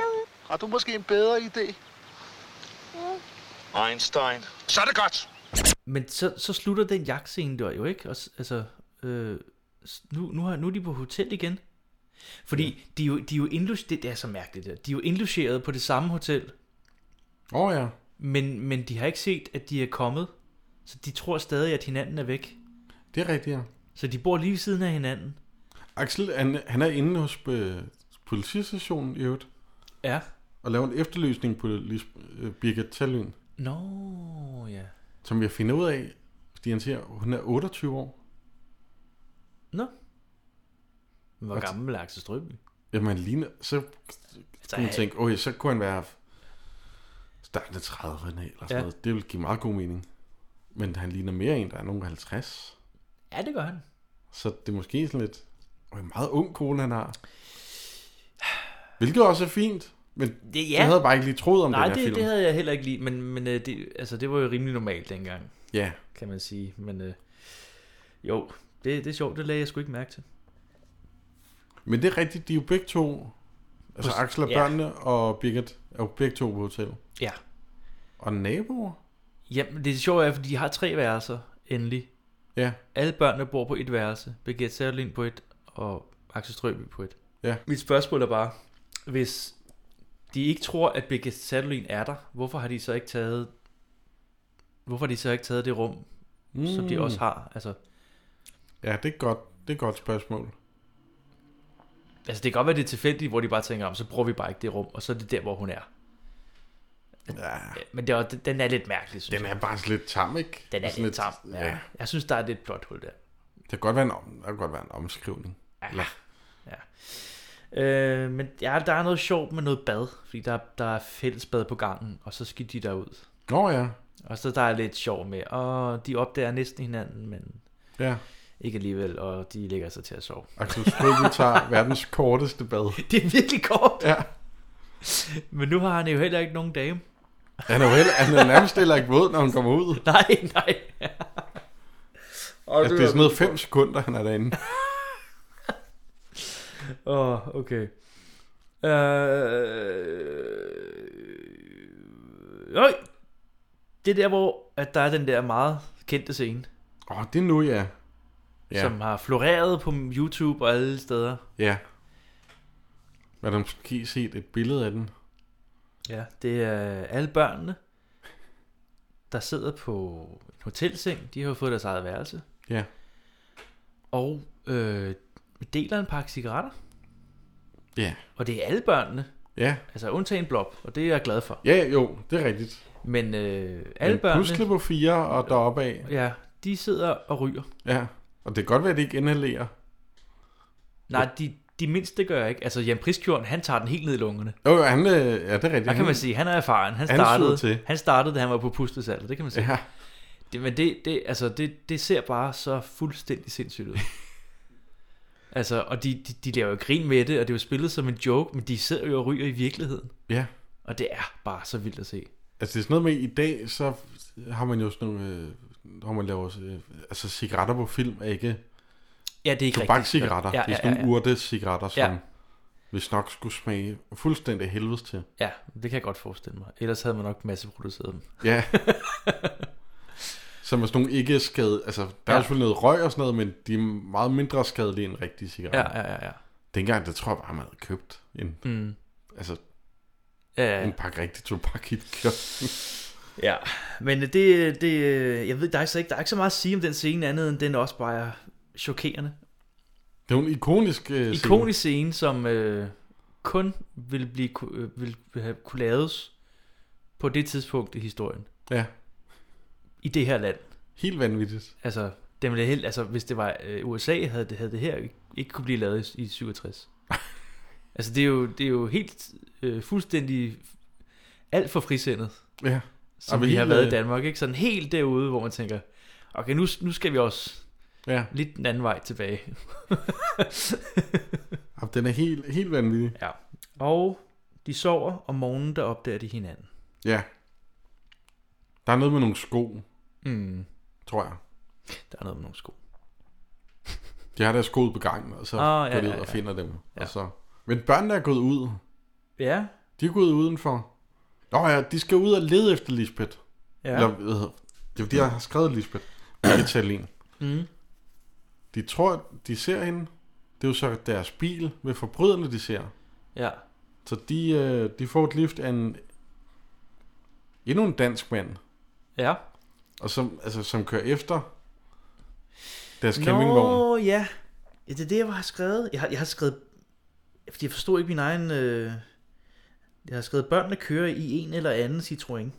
Speaker 18: Har du måske en bedre idé?
Speaker 15: Einstein. Så er det godt.
Speaker 2: Men så, så slutter den jagtscene der jo ikke. Og, s- altså, øh, s- nu, nu, har, nu er de på hotel igen. Fordi de, er jo, de er jo indlog- det, det er så mærkeligt der. De er jo indlogeret på det samme hotel.
Speaker 3: Åh oh, ja.
Speaker 2: Men, men de har ikke set, at de er kommet. Så de tror stadig, at hinanden er væk.
Speaker 3: Det er rigtigt, ja.
Speaker 2: Så de bor lige ved siden af hinanden.
Speaker 3: Axel, han, han er inde hos øh, politistationen i øvrigt.
Speaker 2: Ja.
Speaker 3: Og laver en efterløsning på Lis- øh, Birgit Taløen,
Speaker 2: Nå, no, ja.
Speaker 3: som jeg finder ud af, fordi han siger, hun er 28 år.
Speaker 2: Nå. Men Hvor
Speaker 3: Og t-
Speaker 2: gammel er Axel Strøby?
Speaker 3: Jamen, han ligner, så
Speaker 2: Så
Speaker 3: kunne man
Speaker 2: er-
Speaker 3: tænke, okay, så kunne han være starten af 30'erne eller sådan
Speaker 2: Ja.
Speaker 3: ja. noget. Det ville give meget god mening. Men han ligner mere en, der er nogen 50.
Speaker 2: Ja, det gør han.
Speaker 3: Så det er måske sådan lidt... Og en meget ung kone, han har. Hvilket også er fint. Men det,
Speaker 2: ja.
Speaker 3: jeg havde bare ikke lige troet om
Speaker 2: Nej,
Speaker 3: den her
Speaker 2: det,
Speaker 3: film.
Speaker 2: det havde jeg heller ikke lige, men, men øh, det, altså, det var jo rimelig normalt dengang.
Speaker 3: Ja.
Speaker 2: Kan man sige, men øh, jo, det, det er sjovt, det lagde jeg sgu ikke mærke til.
Speaker 3: Men det er rigtigt, de er jo begge to... Altså
Speaker 2: På-
Speaker 3: Axel og
Speaker 2: ja.
Speaker 3: børnene og Birgit er jo begge to på hotel.
Speaker 2: Ja.
Speaker 3: Og naboer?
Speaker 2: Jamen, det sjove er, fordi de har tre værelser, endelig.
Speaker 3: Ja.
Speaker 2: Alle børnene bor på et værelse. Birgit Særlind på et, og Axel Strøby på et.
Speaker 3: Ja.
Speaker 2: Mit spørgsmål er bare, hvis de ikke tror, at Birgit Sattelin er der, hvorfor har de så ikke taget hvorfor har de så ikke taget det rum, mm. som de
Speaker 3: Mm.
Speaker 2: også har? Altså,
Speaker 3: Ja, det er godt, det er et godt spørgsmål.
Speaker 2: altså det kan godt være, det er tilfældigt, hvor de bare tænker, "Jamen, så bruger vi bare ikke det rum, og så er det der, hvor hun er.
Speaker 3: Ja.
Speaker 2: Men det er, også- den er lidt mærkelig, synes
Speaker 3: Den er bare sådan lidt tam, ikke?
Speaker 2: Den er
Speaker 3: Sådan
Speaker 2: lidt tam, ja.
Speaker 3: ja.
Speaker 2: Jeg synes, der er lidt blot hul der.
Speaker 3: Det kan godt være en, om, der kan godt være en omskrivning.
Speaker 2: Ja. ja. Øh, men ja, der er noget sjovt med noget bad, fordi der, der er fællesbad på gangen, og så skal de derud.
Speaker 3: Nå ja.
Speaker 2: Og så der er lidt sjov med, og de opdager næsten hinanden, men
Speaker 3: Ja.
Speaker 2: ikke alligevel, og de lægger sig til at sove.
Speaker 3: Axel Strøby tager verdens korteste bad.
Speaker 2: Det er virkelig kort.
Speaker 3: Ja.
Speaker 2: Men nu har han jo heller ikke nogen dame.
Speaker 3: Han er jo heller, han er nærmest heller ikke våd, når han kommer ud.
Speaker 2: Nej, nej.
Speaker 3: altså, det er sådan noget fem sekunder, han er derinde.
Speaker 2: Åh, oh, okay. Øh... Øj! Det er der, hvor at der er den der meget kendte scene,
Speaker 3: Åh, oh, det er nu, ja.
Speaker 2: ja.
Speaker 3: Ja.
Speaker 2: som har floreret på YouTube og alle steder.
Speaker 3: Ja. Man har måske set et billede af den.
Speaker 2: Ja, det er alle børnene, der sidder på en hotelseng. De har jo fået deres eget værelse.
Speaker 3: Ja.
Speaker 2: Og øh, deler en pakke cigaretter.
Speaker 3: Ja.
Speaker 2: Og det er alle børnene.
Speaker 3: Ja.
Speaker 2: Altså undtagen Blob, og det er jeg glad for.
Speaker 3: Ja, jo, det er rigtigt.
Speaker 2: Men øh, alle
Speaker 3: Men
Speaker 2: børnene,
Speaker 3: pludselig på fire og deroppe af.
Speaker 2: ja, de sidder og ryger.
Speaker 3: Ja. Og det kan godt være, at det ikke inhalerer.
Speaker 2: Nej, de, de mindste gør ikke. Altså Jan Priskjorn, han tager den helt ned i lungerne.
Speaker 3: Jo, jo, han, øh, ja, det er rigtigt.
Speaker 2: Der kan man sige, han er erfaren. Han
Speaker 3: han syder
Speaker 2: startede,
Speaker 3: til.
Speaker 2: han startede, da han var på pustesalder, det kan man sige.
Speaker 3: Ja.
Speaker 2: Det, men det, det, altså, det, det ser bare så fuldstændig sindssygt ud. altså, og de, de, de laver jo grin med det, og det er jo spillet som en joke, men de sidder jo og ryger i virkeligheden.
Speaker 3: Ja.
Speaker 2: Og det er bare så vildt at se.
Speaker 3: Altså, det er sådan noget med, i dag, så har man jo sådan nogle... Øh, når man laver... Øh, altså, cigaretter på film er ikke...
Speaker 2: Ja, det er ikke
Speaker 3: Tobakscigaretter.
Speaker 2: rigtigt. Ja,
Speaker 3: det
Speaker 2: ja,
Speaker 3: er sådan
Speaker 2: ja,
Speaker 3: nogle
Speaker 2: ja.
Speaker 3: urtecigaretter, som
Speaker 2: Ja.
Speaker 3: ja. hvis nok skulle smage fuldstændig helvedes til.
Speaker 2: Ja, det kan jeg godt forestille mig. Ellers havde man nok masseproduceret dem.
Speaker 3: Ja. Som er sådan nogle ikke skade... Altså, der ja.
Speaker 2: Ja.
Speaker 3: er selvfølgelig noget røg og sådan noget, men de er meget mindre skadelige end rigtige cigaretter.
Speaker 2: Ja, ja, ja, ja.
Speaker 3: Dengang, der tror jeg bare, man havde købt en...
Speaker 2: Mm.
Speaker 3: Altså,
Speaker 2: Ja, ja.
Speaker 3: en pakke rigtig tobak i et kiosk.
Speaker 2: Ja, men det, det jeg ved, der er, så ikke, der er ikke så meget at sige om den scene, andet end den også bare er chokerende.
Speaker 3: Det er jo en ikonisk øh, scene.
Speaker 2: Ikonisk scene, som øh, kun vil, blive, ku- øh, vil have, kunne laves på det tidspunkt i historien.
Speaker 3: Ja.
Speaker 2: I det her land.
Speaker 3: Helt vanvittigt.
Speaker 2: Altså, den ville helt, altså hvis det var øh, USA, havde det, havde det her ikke- ikke kunne blive lavet i, i 67. altså, det er jo, det er jo helt øh, fuldstændig alt for frisindet.
Speaker 3: Ja.
Speaker 2: Som
Speaker 3: Og
Speaker 2: vi
Speaker 3: helt,
Speaker 2: har været i
Speaker 3: øh,
Speaker 2: Danmark, ikke? Sådan helt derude, hvor man tænker, okay, nu, nu skal vi også
Speaker 3: Ja.
Speaker 2: lidt den anden vej tilbage.
Speaker 3: Jamen, Den er helt, helt vanvittig.
Speaker 2: Ja. Og de sover, om morgenen der opdager de hinanden.
Speaker 3: Ja. Der er noget med nogle sko,
Speaker 2: Mm.
Speaker 3: tror jeg.
Speaker 2: Der er noget med nogle sko.
Speaker 3: De har deres sko ud på gangen, og så
Speaker 2: Ah,
Speaker 3: oh,
Speaker 2: ja,
Speaker 3: går de ud
Speaker 2: ja, ja.
Speaker 3: og finder dem.
Speaker 2: Ja.
Speaker 3: Og så... Men børnene er gået ud.
Speaker 2: Ja.
Speaker 3: De er gået udenfor. Nå ja, de skal ud og lede efter Lisbeth.
Speaker 2: Ja.
Speaker 3: Eller, hvad hedder- det er fordi, jeg har skrevet Lisbeth. Vegetalin.
Speaker 2: Mm.
Speaker 3: De tror, de ser hende. Det er jo så deres bil med forbryderne, de ser.
Speaker 2: Ja.
Speaker 3: Så de, øh, de får et lift af en, endnu en dansk mand.
Speaker 2: Ja.
Speaker 3: Og som, altså, som kører efter deres campingvogn.
Speaker 2: Nå, ja. ja. Det er det, jeg har skrevet. Jeg har, jeg har skrevet... Fordi jeg forstod ikke min egen... Øh... Jeg har skrevet, børnene kører i en eller anden Citroën.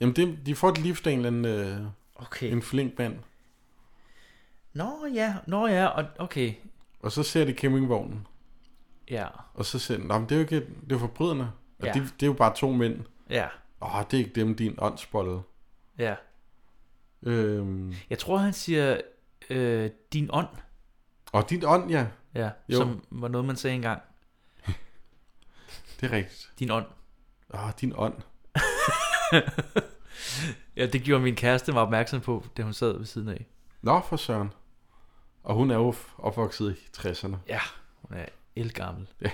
Speaker 3: Jamen, det, de får et lift af en eller anden, øh,
Speaker 2: okay.
Speaker 3: en flink mand.
Speaker 2: Nå ja, nå ja, og okay.
Speaker 3: Og så ser de campingvognen.
Speaker 2: Ja.
Speaker 3: Og så siger den, "Nå, men det er jo ikke, det er jo forbryderne.
Speaker 2: Ja.
Speaker 3: Og ja. det, det er jo bare to mænd.
Speaker 2: Ja.
Speaker 3: Åh, det er ikke dem, din åndsbolle.
Speaker 2: Ja.
Speaker 3: Øhm,
Speaker 2: Jeg tror, han siger, øh, Din Ånd.
Speaker 3: Og dit ånd, ja.
Speaker 2: Ja,
Speaker 3: Jo.
Speaker 2: jo. som var noget, man sagde engang.
Speaker 3: Det er rigtigt.
Speaker 2: Din ånd.
Speaker 3: Åh, oh, din ånd.
Speaker 2: ja, det gjorde min kæreste mig opmærksom på, da hun sad ved siden af.
Speaker 3: Nå, for søren. Og hun er jo f- opvokset i 60'erne.
Speaker 2: Ja, hun er elgammel.
Speaker 3: Ja.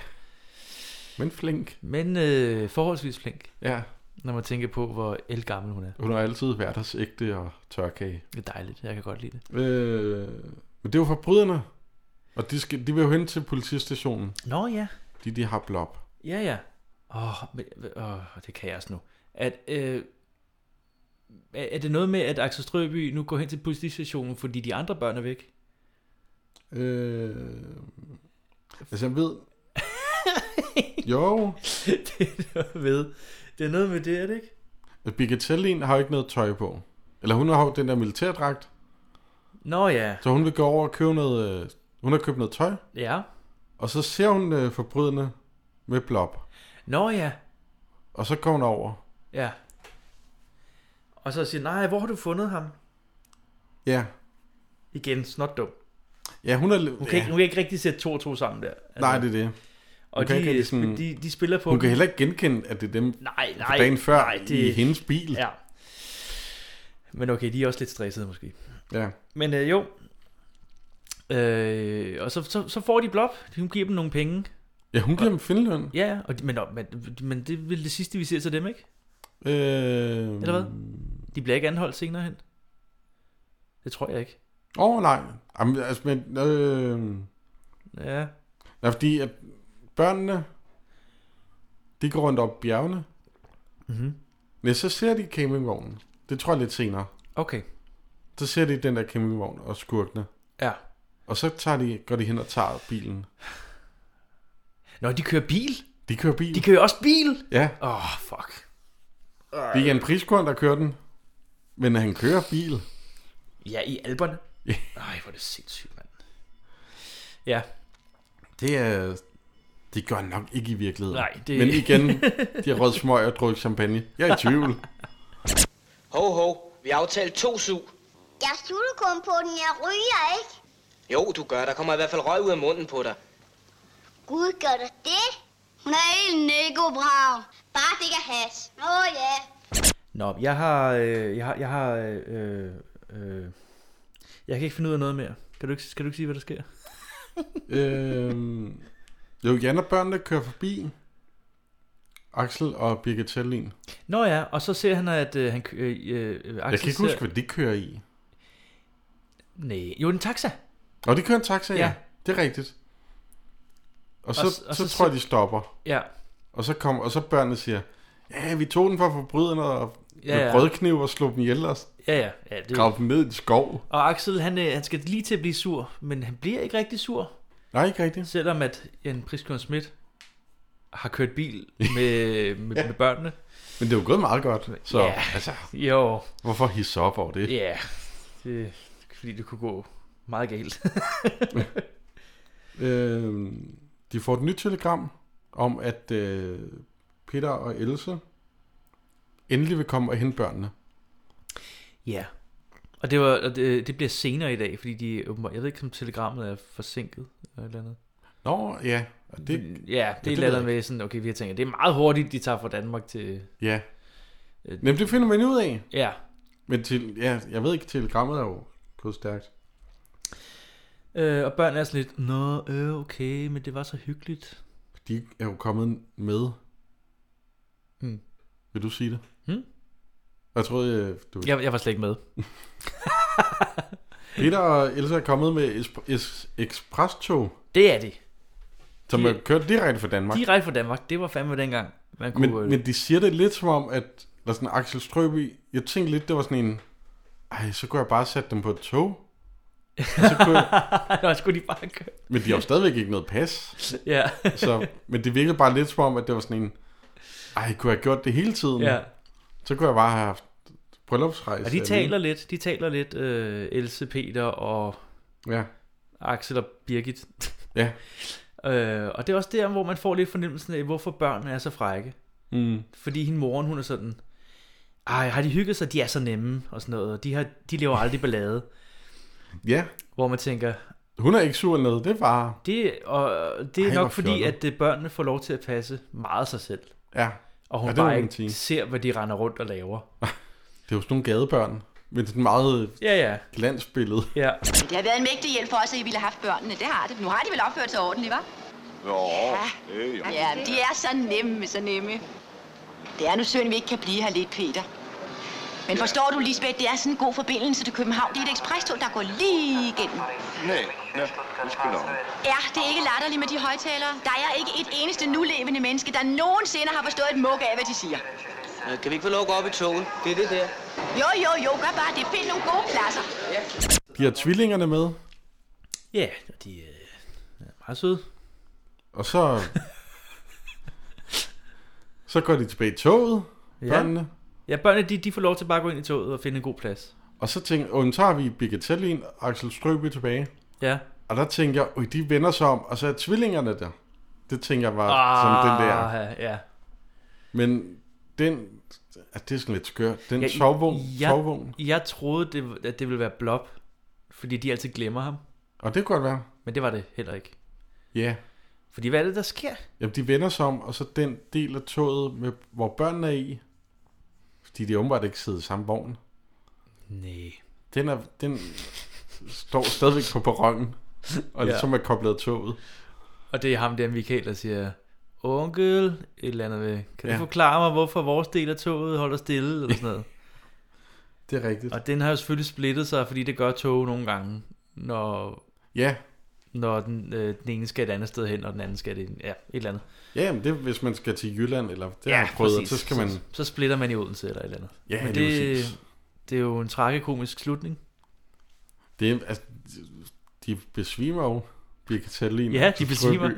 Speaker 3: Men flink.
Speaker 2: Men øh, forholdsvis flink.
Speaker 3: Ja.
Speaker 2: Når man tænker på, hvor elgammel hun er.
Speaker 3: Hun har altid hverdagsægte og tørkage.
Speaker 2: Det er dejligt, jeg kan godt lide det.
Speaker 3: Øh, men det er jo forbryderne. Og de, skal, de vil jo hen til politistationen.
Speaker 2: Nå ja.
Speaker 3: De, de har blop.
Speaker 2: Ja, ja. Åh, men- åh, det kan jeg også nu. At, øh, er er det noget med, at Axel Strøby nu går hen til politistationen, fordi de andre børn er væk?
Speaker 3: Øh, altså, jeg ved... jo.
Speaker 2: det er noget med det, er noget med det er det ikke?
Speaker 3: Bigatellin har jo ikke noget tøj på. Eller hun har jo den der militærdragt.
Speaker 2: Nå ja.
Speaker 3: Så hun vil gå over og købe noget... øh, Hun har købt noget tøj.
Speaker 2: Ja.
Speaker 3: Og så ser hun øh, forbryderne med blop.
Speaker 2: Nå ja.
Speaker 3: Og så går hun over.
Speaker 2: Ja. Og så siger nej, hvor har du fundet ham?
Speaker 3: Ja.
Speaker 2: Igen, snot dum.
Speaker 3: Ja, hun er...
Speaker 2: Hun kan, ikke, hun kan ikke rigtig sætte to og to sammen der. Altså,
Speaker 3: Nej, det er det. Hun
Speaker 2: Og
Speaker 3: kan
Speaker 2: de,
Speaker 3: ikke rigtig sådan-
Speaker 2: de, de spiller på
Speaker 3: Hun kan heller ikke genkende, at det er dem
Speaker 2: Nej,
Speaker 3: fra
Speaker 2: nej.
Speaker 3: dagen før
Speaker 2: nej,
Speaker 3: i hendes bil.
Speaker 2: Ja. Men okay, de er også lidt stressede måske.
Speaker 3: Ja.
Speaker 2: Men øh, jo. Øh, og så, så, så får de blop. Hun giver dem nogle penge.
Speaker 3: Ja, hun giver dem findeløn.
Speaker 2: Ja, og de, men, og- men, men det er vel det sidste, vi ser til dem, ikke?
Speaker 3: Øh,
Speaker 2: Eller hvad?
Speaker 3: Øhm,
Speaker 2: De bliver ikke anholdt senere hen. Det tror jeg ikke.
Speaker 3: Åh, oh, nej. Jamen, altså, men... Øh...
Speaker 2: Ja.
Speaker 3: Nej, fordi at børnene, de går rundt op bjergene.
Speaker 2: Mhm.
Speaker 3: Men så ser de campingvognen. Det tror jeg lidt senere.
Speaker 2: Okay.
Speaker 3: Så ser de den der campingvogn og skurkene.
Speaker 2: Ja.
Speaker 3: Og så tager de, går de hen og tager bilen.
Speaker 2: Nå, de kører bil?
Speaker 3: De kører bil.
Speaker 2: De kører også bil?
Speaker 3: Ja.
Speaker 2: Åh, oh, fuck.
Speaker 3: Det er Jan Priskorn, der kører den. Men han kører bil.
Speaker 2: Ja, i alberne. Nej, hvor er det sindssygt, mand. Ja.
Speaker 3: Det er... Det gør han nok ikke i virkeligheden.
Speaker 2: Nej, det-
Speaker 3: Men igen, de har rødt smøg og drukket champagne. Jeg er i tvivl.
Speaker 13: Ho, ho. Vi aftalte to sug.
Speaker 5: Jeg slutter kun på den, jeg ryger ikke.
Speaker 13: Jo, du gør. Der kommer i hvert fald røg ud af munden på dig.
Speaker 5: Gud, gør du det? Hun er helt negobrav. Bare det ikke er has. Nå ja.
Speaker 2: Nå, jeg har... Øh, jeg har... Jeg, har øh, øh, jeg kan ikke finde ud af noget mere. Kan du ikke, kan du ikke sige, hvad der sker?
Speaker 3: øhm, jo, Jan og børnene kører forbi. Axel og Birgit Tellin.
Speaker 2: Nå ja, og så ser han, at øh, han... kø- Øh, øh, Axel
Speaker 3: Jeg kan ikke huske, hvad de kører i.
Speaker 2: Nej, jo, en taxa.
Speaker 3: Og de kører en taxa, ja.
Speaker 2: Ja.
Speaker 3: ja. Det er rigtigt. Og så, og, og så, så tror
Speaker 2: ser-
Speaker 3: jeg, de stopper.
Speaker 2: Ja.
Speaker 3: Og så, kom, og så børnene siger, ja, vi tog den fra forbryderne og
Speaker 2: Ja,
Speaker 3: ja, med
Speaker 2: ja.
Speaker 3: brødkniv og slog dem ihjel og
Speaker 2: Ja, ja, ja, det er jo-
Speaker 3: gravede dem ned i en skov.
Speaker 2: Og Axel, han, øh, han skal lige til at blive sur, men han bliver ikke rigtig sur.
Speaker 3: Nej, ikke rigtigt.
Speaker 2: Selvom at Jan Priskjørn Schmidt har kørt bil med, med, med børnene.
Speaker 3: Men det er jo gået meget godt. Så
Speaker 2: Ja,
Speaker 3: altså,
Speaker 2: jo.
Speaker 3: hvorfor hisse op over det?
Speaker 2: Ja, det, fordi det kunne gå meget galt.
Speaker 3: Øh, de får et nyt telegram om, at øh, Peter og Else endelig vil komme og hente børnene.
Speaker 2: ja. Og, det, var, og det, det bliver senere i dag, fordi de, åbenbart- jeg ved ikke, om telegrammet er forsinket eller et eller andet.
Speaker 3: Nå, ja. Og det,
Speaker 2: Ja, det, det
Speaker 3: ved
Speaker 2: er
Speaker 3: jeg
Speaker 2: lavet med sådan, okay, vi har tænkt, at det er meget hurtigt, de tager fra Danmark til...
Speaker 3: Ja.
Speaker 2: Øh,
Speaker 3: Jamen, det finder man ud af.
Speaker 2: Ja.
Speaker 3: Men til, ja, jeg ved ikke, telegrammet er jo gået stærkt.
Speaker 2: Øh, og børnene er sådan lidt, nå, øh, okay, men det var så hyggeligt.
Speaker 3: De er jo kommet med.
Speaker 2: Hmm.
Speaker 3: Vil du sige det?
Speaker 2: Hmm?
Speaker 3: Jeg troede, øh, du...
Speaker 2: Jeg, jeg var slet ikke med.
Speaker 3: Peter og Elsa er kommet med es- es- eksprestog,
Speaker 2: Det er de.
Speaker 3: som
Speaker 2: De-
Speaker 3: er kørt direkte fra Danmark.
Speaker 2: Direkte fra Danmark, det var fandme dengang. Man kunne, øh,
Speaker 3: Men, men de siger det lidt som om, at der er sådan Axel Strøby, jeg tænkte lidt, det var sådan en, ej, så kunne jeg bare sætte dem på et tog. Og så kunne jeg...
Speaker 2: Nå, skulle de bare køre.
Speaker 3: Men de har jo stadigvæk ikke noget pas.
Speaker 2: Ja.
Speaker 3: så, men det virkede bare lidt som om, at det var sådan en, ej, kunne jeg have gjort det hele tiden?
Speaker 2: Ja.
Speaker 3: Så kunne jeg bare have haft bryllupsrejse.
Speaker 2: Og de
Speaker 3: alene.
Speaker 2: taler lidt, de taler lidt, øh, Else, Peter og
Speaker 3: Ja.
Speaker 2: Axel og Birgit.
Speaker 3: Ja.
Speaker 2: øh, og det er også der, hvor man får lidt fornemmelsen af, hvorfor børnene er så frække.
Speaker 3: Mm.
Speaker 2: Fordi hende moren, hun er sådan, ej, har de hygget sig, de er så nemme og sådan noget, og de, har, de lever aldrig ballade.
Speaker 3: Ja.
Speaker 2: Hvor man tænker...
Speaker 3: Hun er ikke sur eller noget, det er bare...
Speaker 2: Det, og det er
Speaker 3: Ej,
Speaker 2: Ej,
Speaker 3: hvor
Speaker 2: nok fordi,
Speaker 3: fjollet.
Speaker 2: at øh, børnene får lov til at passe meget sig selv.
Speaker 3: Ja.
Speaker 2: Og hun
Speaker 3: Ja,
Speaker 2: ja,
Speaker 3: det må
Speaker 2: bare
Speaker 3: man
Speaker 2: ikke
Speaker 3: sige.
Speaker 2: ser, hvad de render rundt og laver.
Speaker 3: Det er jo sådan nogle gadebørn, med sådan meget
Speaker 2: Ja, ja.
Speaker 3: glansbillede.
Speaker 2: Ja.
Speaker 6: Det har været en mægtig hjælp for os, at I ville have haft børnene. Det har det. Nu har de vel opført sig ordentligt, hva'?
Speaker 18: Jo,
Speaker 6: det jo. Ja, de er så nemme, så nemme. Det er nu synd, vi ikke kan blive her lidt, Peter. Men forstår du, Lisbeth, det er sådan en god forbindelse til København. Det er et eksprestog, der går lige igennem.
Speaker 18: Nej, ja, undskyld om.
Speaker 6: Ja, det er ikke latterligt med de højtalere. Der er ikke et eneste nulevende menneske, der nogensinde har forstået et muk af, hvad de siger.
Speaker 13: Øh, Kan vi ikke få lov at gå op i toget? Det er det der.
Speaker 6: Jo, jo, jo, gør bare det. Find nogle gode pladser. Ja.
Speaker 3: De har tvillingerne med,
Speaker 2: Ja, og de øh, er meget søde.
Speaker 3: og så... så går de tilbage i toget,
Speaker 2: Ja.
Speaker 3: børnene.
Speaker 2: Ja, børnene de, de får lov til bare at gå ind i toget og finde en god plads.
Speaker 3: Og så tænker og nu tager vi Birgit Tellin og Axel Strøby tilbage.
Speaker 2: Ja.
Speaker 3: Og der tænker jeg, "Øj, de vender sig om, og så er tvillingerne der. Det tænker jeg var ah, som den der.
Speaker 2: Ja, ja.
Speaker 3: Men den, at det er sådan lidt skørt. Den ja,
Speaker 2: Ja,
Speaker 3: sovvogn,
Speaker 2: jeg,
Speaker 3: sovvogn.
Speaker 2: Jeg troede, det, at det ville være Blob, fordi de altid glemmer ham.
Speaker 3: Og det kunne godt være.
Speaker 2: Men det var det heller ikke.
Speaker 3: Ja.
Speaker 2: Fordi hvad er det, der sker?
Speaker 3: Jamen, de vender sig om, og så den del af toget, med, hvor børnene er i. Fordi de åbenbart ikke sidder i samme vogn.
Speaker 2: Nej.
Speaker 3: Den, er, den står stadigvæk på perronen, og ja.
Speaker 2: Ja.
Speaker 3: som er koblet af toget.
Speaker 2: Og det er ham der, Michael, der siger, onkel, et eller andet ved. Kan ja.
Speaker 3: Ja.
Speaker 2: du forklare mig, hvorfor vores del af toget holder stille, eller sådan noget?
Speaker 3: Det er rigtigt.
Speaker 2: Og den har jo selvfølgelig splittet sig, fordi det gør tog nogle gange, når...
Speaker 3: Ja.
Speaker 2: Når den, øh, den ene skal et andet sted hen, og den anden skal det... Ja, et eller andet.
Speaker 3: Ja, jamen det er, hvis man skal til Jylland, eller det har jeg prøvet, så skal man...
Speaker 2: Så, så splitter man i Odense eller et eller andet.
Speaker 3: Ja,
Speaker 2: Men
Speaker 3: lige
Speaker 2: det,
Speaker 3: præcis.
Speaker 2: det er jo en tragikomisk slutning.
Speaker 3: Det er, altså, de besvimer jo, Birgit Tallin.
Speaker 2: Ja, de besvimer.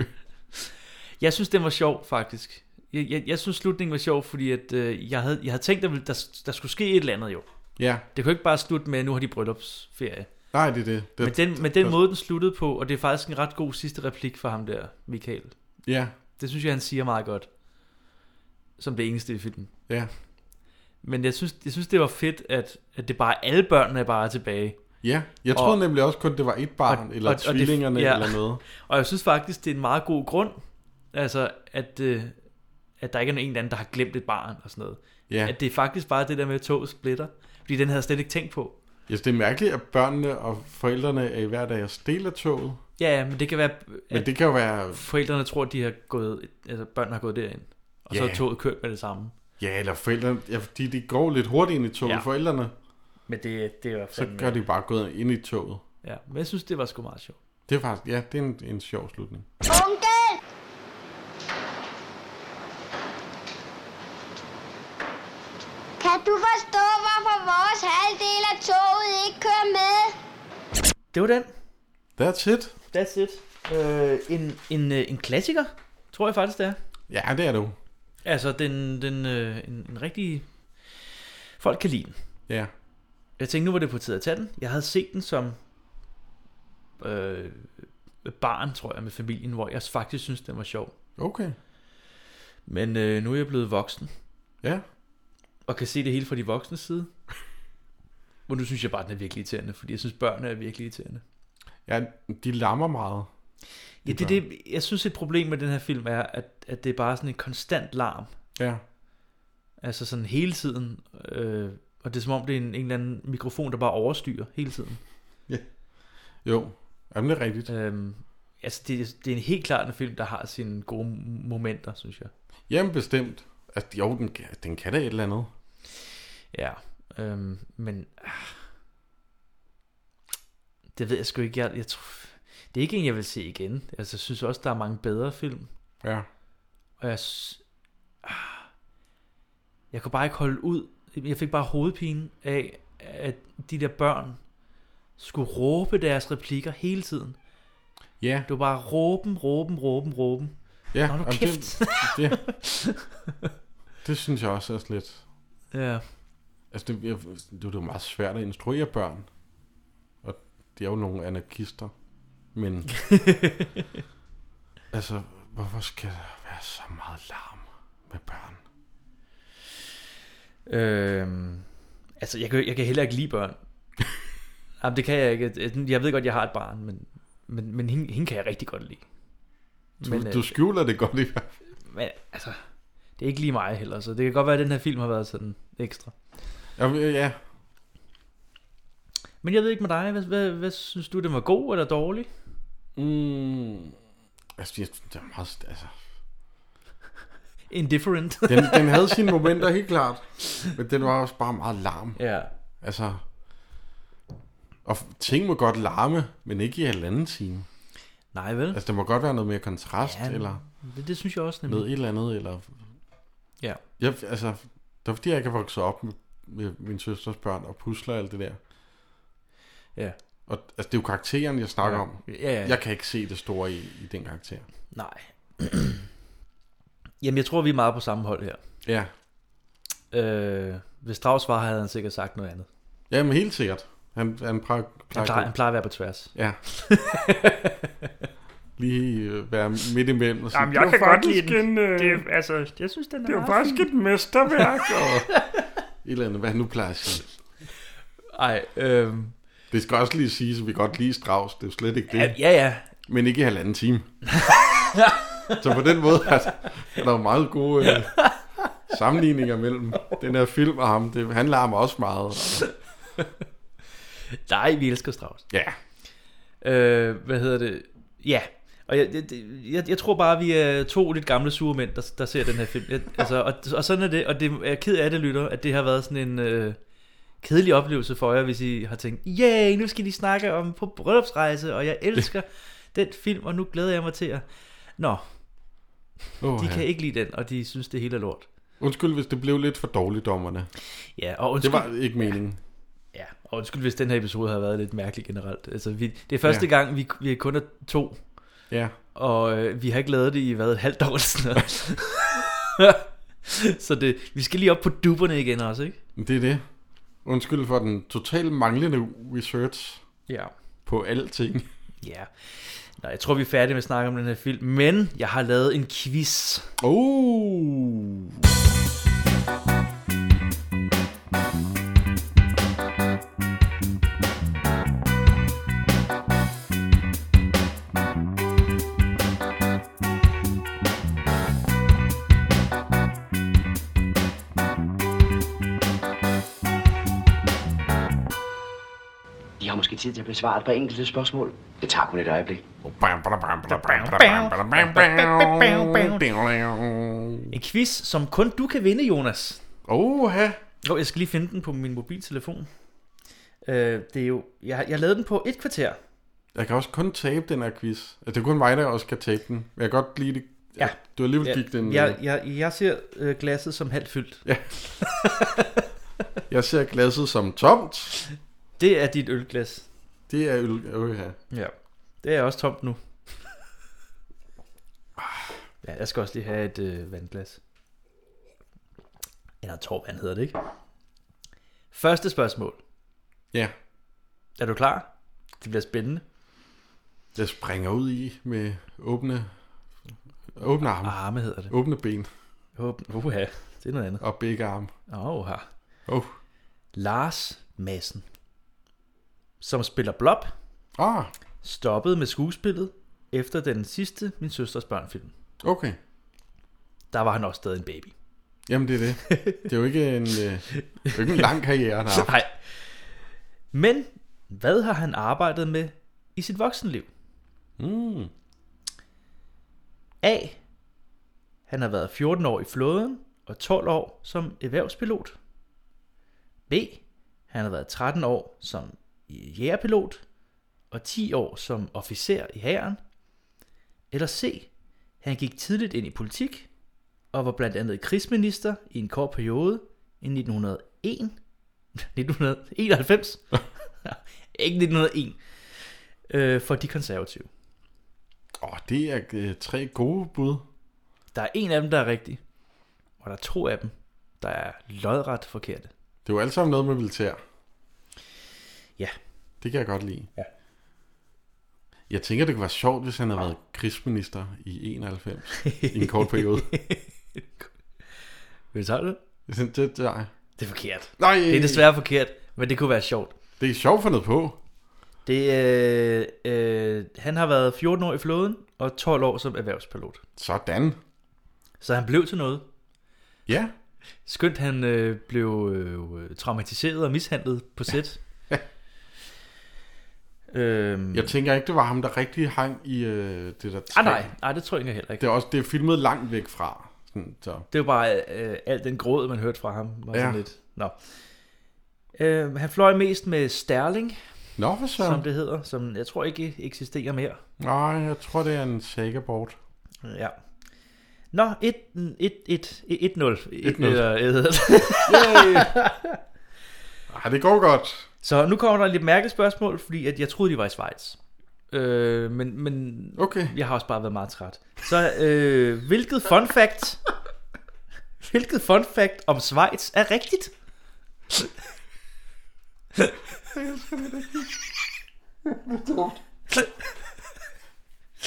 Speaker 2: Jeg synes, den var sjov, faktisk. Jeg, jeg, jeg synes, slutningen var sjov, fordi at, øh, jeg, havde, jeg havde tænkt, at der, ville- der, der skulle ske et eller andet jo.
Speaker 3: Ja.
Speaker 2: Det kunne ikke bare slutte med, at nu har de bryllupsferie.
Speaker 3: Nej, det er det. Det-
Speaker 2: Men den, men
Speaker 3: det-
Speaker 2: den måde, den sluttede på, og det er faktisk en ret god sidste replik for ham der, Michael.
Speaker 3: Ja.
Speaker 2: Det synes jeg, han siger meget godt. Som det eneste i filmen.
Speaker 3: Ja.
Speaker 2: Men jeg synes, jeg synes det var fedt, at, at det bare alle børnene er bare tilbage.
Speaker 3: Ja, jeg troede nemlig også kun, det var et barn, eller tvillingerne, eller noget.
Speaker 2: Og jeg synes faktisk, det er en meget god grund, altså at, øh, at der ikke er nogen anden, der har glemt et barn og sådan noget.
Speaker 3: Ja.
Speaker 2: At det er faktisk bare det der med, at toget splitter. Fordi den havde jeg slet ikke tænkt på.
Speaker 3: Jeg synes, det er mærkeligt, at børnene og forældrene er i hver deres del af toget.
Speaker 2: Ja, ja, men det kan være...
Speaker 3: Men
Speaker 2: at
Speaker 3: det kan jo være-
Speaker 2: Forældrene tror, de har gået... Altså, børnene har gået derind. Og så
Speaker 3: Ja.
Speaker 2: er toget kørt med det samme.
Speaker 3: Ja, eller forældrene, ja, fordi de går lidt hurtigt ind i toget, ja.
Speaker 2: Ja.
Speaker 3: forældrene.
Speaker 2: Men øh, det, det var
Speaker 3: Så gør de bare gået ind i toget.
Speaker 2: Ja, men jeg synes, det var sgu meget sjovt.
Speaker 3: Det er faktisk, ja, det er en, en sjov slutning.
Speaker 5: Onkel! Kan du forstå, hvorfor vores halvdel af toget ikke kører med?
Speaker 2: Det var den.
Speaker 3: That's it.
Speaker 2: That's it. Øh, en, en, øh, en klassiker, tror jeg faktisk, det er.
Speaker 3: Ja, det er det jo.
Speaker 2: Altså, den, den, øh, en, en rigtig... Folk kan lide den.
Speaker 3: Ja.
Speaker 2: Jeg tænkte, nu var det på tide at tage den. Jeg havde set den som øh, barn, tror jeg, med familien, hvor jeg faktisk synes, den var sjov.
Speaker 3: Okay.
Speaker 2: Men øh, nu er jeg blevet voksen.
Speaker 3: Ja.
Speaker 2: Og kan se det hele fra de voksnes side. Men nu synes jeg bare, den er virkelig irriterende, fordi jeg synes, børnene er virkelig irriterende.
Speaker 3: Ja, de lammer meget.
Speaker 2: Ja, det, er det, jeg synes, et problem med den her film er, at, at det er bare sådan en konstant larm.
Speaker 3: Ja.
Speaker 2: Altså sådan hele tiden. Øh, og det er som om, det er en, en eller anden mikrofon, der bare overstyrer hele tiden.
Speaker 3: Ja. Jo, jamen det er rigtigt.
Speaker 2: Øhm, altså det, det er en helt klart en film, der har sine gode m- momenter, synes jeg.
Speaker 3: Jamen bestemt. Altså, jo, den, kan- den kan da et eller andet.
Speaker 2: Ja, øhm, men... ah, Det ved jeg sgu ikke. Jeg, jeg tror, det er ikke en, jeg vil se igen. Altså, jeg synes også, der er mange bedre film.
Speaker 3: Ja.
Speaker 2: Og jeg... s- ah, Jeg kunne bare ikke holde ud. Jeg fik bare hovedpine af, at de der børn skulle råbe deres replikker hele tiden.
Speaker 3: Ja.
Speaker 2: Det var bare råben, råben, råben, råben.
Speaker 3: Ja,
Speaker 2: Nå, nu
Speaker 3: jamen,
Speaker 2: kæft.
Speaker 3: Det, det, det synes jeg også er sådan lidt...
Speaker 2: Ja.
Speaker 3: Altså, det, jeg, det er jo meget svært at instruere børn. Og de er jo nogle anarkister. Men... altså, hvorfor skal der være så meget larm med børn?
Speaker 2: Øhm, altså, jeg kan, jeg kan heller ikke lide børn. Jamen, det kan jeg ikke. Jeg ved godt, jeg har et barn, men, men, men hende, hende kan jeg rigtig godt lide.
Speaker 3: Du,
Speaker 2: Men, øh,
Speaker 3: du skjuler det godt i hvert fald.
Speaker 2: Men altså, det er ikke lige mig heller, så det kan godt være, at den her film har været sådan ekstra.
Speaker 3: Ja, øh, ja.
Speaker 2: Men jeg ved ikke med dig, hvad, hvad, hvad synes du, den var god eller dårlig?
Speaker 3: Mm. Altså, jeg, det er meget, altså,
Speaker 2: Indifferent.
Speaker 3: den, den havde sine momenter helt klart, men den var også bare meget larm.
Speaker 2: Ja.
Speaker 3: Altså, og f- ting må godt larme, men ikke i halvanden time.
Speaker 2: Nej vel?
Speaker 3: Altså, der må godt være noget mere kontrast,
Speaker 2: Ja,
Speaker 3: ja, eller
Speaker 2: det, det synes jeg også nemlig.
Speaker 3: noget et eller andet, eller...
Speaker 2: Ja.
Speaker 3: Jeg, altså, det var fordi, jeg ikke er vokset op med, med min søsters børn og pusler og alt det der.
Speaker 2: Ja.
Speaker 3: Og altså, det er jo karakteren, jeg snakker
Speaker 2: Ja.
Speaker 3: om.
Speaker 2: Ja, ja.
Speaker 3: Jeg kan ikke se det store i, i den karakter.
Speaker 2: Nej. Jamen, jeg tror, vi er meget på samme hold her.
Speaker 3: Ja.
Speaker 2: Øh, hvis Strauss var, her, havde han sikkert sagt noget andet.
Speaker 3: Jamen, helt sikkert. Han, han plejer,
Speaker 2: Han plejer, han plejer at være på tværs.
Speaker 3: Ja. Lige øh, være midt imellem og sige,
Speaker 19: Jamen, jeg
Speaker 3: "Det var
Speaker 19: kan godt
Speaker 3: faktisk
Speaker 19: lide den.
Speaker 2: en, øh,
Speaker 19: det, er- altså, jeg synes, den er
Speaker 2: det er jo
Speaker 19: meget
Speaker 2: faktisk
Speaker 19: fin.
Speaker 2: et mesterværk,
Speaker 3: og- Et eller andet, hvad han nu plejer at sige.
Speaker 2: Ej, øhm.
Speaker 3: Det skal også lige siges, at vi godt lide Strauss. Det er jo slet ikke det.
Speaker 2: Ja, ja, ja.
Speaker 3: Men ikke i halvanden time. Så på den måde er der- er der jo meget gode øh, sammenligninger mellem den her film og ham. Det, han larmer også meget.
Speaker 2: Nej, vi elsker Strauss.
Speaker 3: Ja.
Speaker 2: Øh, hvad hedder det? Ja. Og jeg, jeg, jeg, jeg tror bare, vi er to lidt gamle sure mænd, der, der ser den her film. Jeg, altså, og, og sådan er det. Og det, jeg er ked af det, lytter, at det har været sådan en øh, kedelig oplevelse for jer, hvis I har tænkt, yay, nu skal de snakke om på bryllupsrejse, og jeg elsker den film, og nu glæder jeg mig til at... Nå,
Speaker 3: Åh,
Speaker 2: de
Speaker 3: ja.
Speaker 2: kan ikke lide den, og de synes, det hele er lort.
Speaker 3: Undskyld, hvis det blev lidt for dårligt, dommerne.
Speaker 2: Ja, og undskyld-
Speaker 3: Det var ikke meningen.
Speaker 2: Ja, og undskyld, hvis den her episode har været lidt mærkelig generelt. Altså, vi, det er første
Speaker 3: Ja.
Speaker 2: ja. gang, vi, vi kun er to.
Speaker 3: Ja.
Speaker 2: Og øh, vi har ikke lavet det i, hvad, et halvt år eller sådan noget. Så det, vi skal lige op på duberne igen også, ikke?
Speaker 3: Men Det er det. Undskyld for den totalt manglende research
Speaker 2: Ja.
Speaker 3: på alting.
Speaker 2: Ja. Nå, jeg tror, vi er færdige med at snakke om den her film, men jeg har lavet en quiz.
Speaker 3: Oh!
Speaker 7: I har måske tid til at besvare et par enkelte spørgsmål. Det tager kun et øjeblik.
Speaker 2: En quiz, som kun du kan vinde, Jonas.
Speaker 3: Oha.
Speaker 2: Jo, jeg skal lige finde den på min mobiltelefon. Øh, det er jo... Jeg, jeg lavede den på et kvarter.
Speaker 3: Jeg kan også kun tabe den her quiz. Altså, det er kun mig, der også kan tabe den. Men jeg kan godt lide det.
Speaker 2: Ja.
Speaker 3: at Du alligevel
Speaker 2: Ja,
Speaker 3: gik den.
Speaker 2: Jeg, jeg, jeg ser øh, glasset som halvt fyldt.
Speaker 3: Ja. jeg ser glasset som tomt.
Speaker 2: Det er dit ølglas.
Speaker 3: Det er øl. Oha.
Speaker 2: ja. Det er også tomt nu. ja, jeg skal også lige have et øh, vandglas. Eller torvand hedder det, ikke? Første spørgsmål.
Speaker 3: Ja.
Speaker 2: Er du klar? Det bliver spændende.
Speaker 3: Jeg springer ud i med åbne, åbne arme.
Speaker 2: Arme hedder det.
Speaker 3: Åbne ben.
Speaker 2: Åbne. Uha, det er noget andet.
Speaker 3: Og begge arme.
Speaker 2: Åh, her.
Speaker 3: Oh.
Speaker 2: Lars Madsen, som spiller Blob,
Speaker 3: ah.
Speaker 2: stoppede med skuespillet efter den sidste Min Søsters Børn-film.
Speaker 3: Okay.
Speaker 2: Der var han også stadig en baby.
Speaker 3: Jamen, det er det. Det er jo ikke en, øh, det er jo ikke en lang karriere, han har haft.
Speaker 2: Nej. Men hvad har han arbejdet med i sit voksenliv?
Speaker 3: Mm.
Speaker 2: A. Han har været 14 år i flåden og 12 år som erhvervspilot. B. Han har været 13 år som jægerpilot og 10 år som officer i hæren. Eller C. Han gik tidligt ind i politik og var blandt andet krigsminister i en kort periode i 1901, 1991, ikke 1901, øh, for de konservative.
Speaker 3: Åh, det er øh, tre gode bud.
Speaker 2: Der er en af dem, der er rigtig, og der er to af dem, der er lodret forkerte.
Speaker 3: Det er jo alt sammen noget med militær.
Speaker 2: Ja.
Speaker 3: Det kan jeg godt lide.
Speaker 2: Ja.
Speaker 3: Jeg tænker, det kunne være sjovt, hvis han havde været krigsminister i 91. I en kort periode.
Speaker 2: Vil du tage det?
Speaker 3: Det, det, det, nej.
Speaker 2: Det er forkert.
Speaker 3: Nej.
Speaker 2: Det er desværre forkert, men det kunne være sjovt.
Speaker 3: Det er sjovt fundet på.
Speaker 2: Det, øh, øh, han har været 14 år i flåden og 12 år som erhvervspilot.
Speaker 3: Sådan.
Speaker 2: Så han blev til noget.
Speaker 3: Ja.
Speaker 2: Skønt han øh, blev øh, traumatiseret og mishandlet på sæt. Øhm.
Speaker 3: Jeg tænker ikke, det var ham, der rigtig hang i øh, det der træ.
Speaker 2: Ah, nej. nej, det tror jeg ikke heller ikke.
Speaker 3: Det er, også, det er filmet langt væk fra. Sådan, så.
Speaker 2: Det var bare øh, alt den gråd, man hørte fra ham. Var ja.
Speaker 3: Ja.
Speaker 2: sådan lidt. Nå. Øh, han fløj mest med Sterling.
Speaker 3: Nå, for søren.
Speaker 2: Som det hedder, som jeg tror ikke eksisterer mere.
Speaker 3: Nej, jeg tror, det er en sagerboard.
Speaker 2: Ja. Nå, 1-0. 1-0.
Speaker 3: 1-0.
Speaker 2: øh, Ej, det går godt. Så nu kommer der lidt mærkelige spørgsmål, fordi at jeg troede, de var i Schweiz. Øh, men, men okay. jeg har også bare været meget træt. Så øh, hvilket fun fact, hvilket fun fact om Schweiz er rigtigt?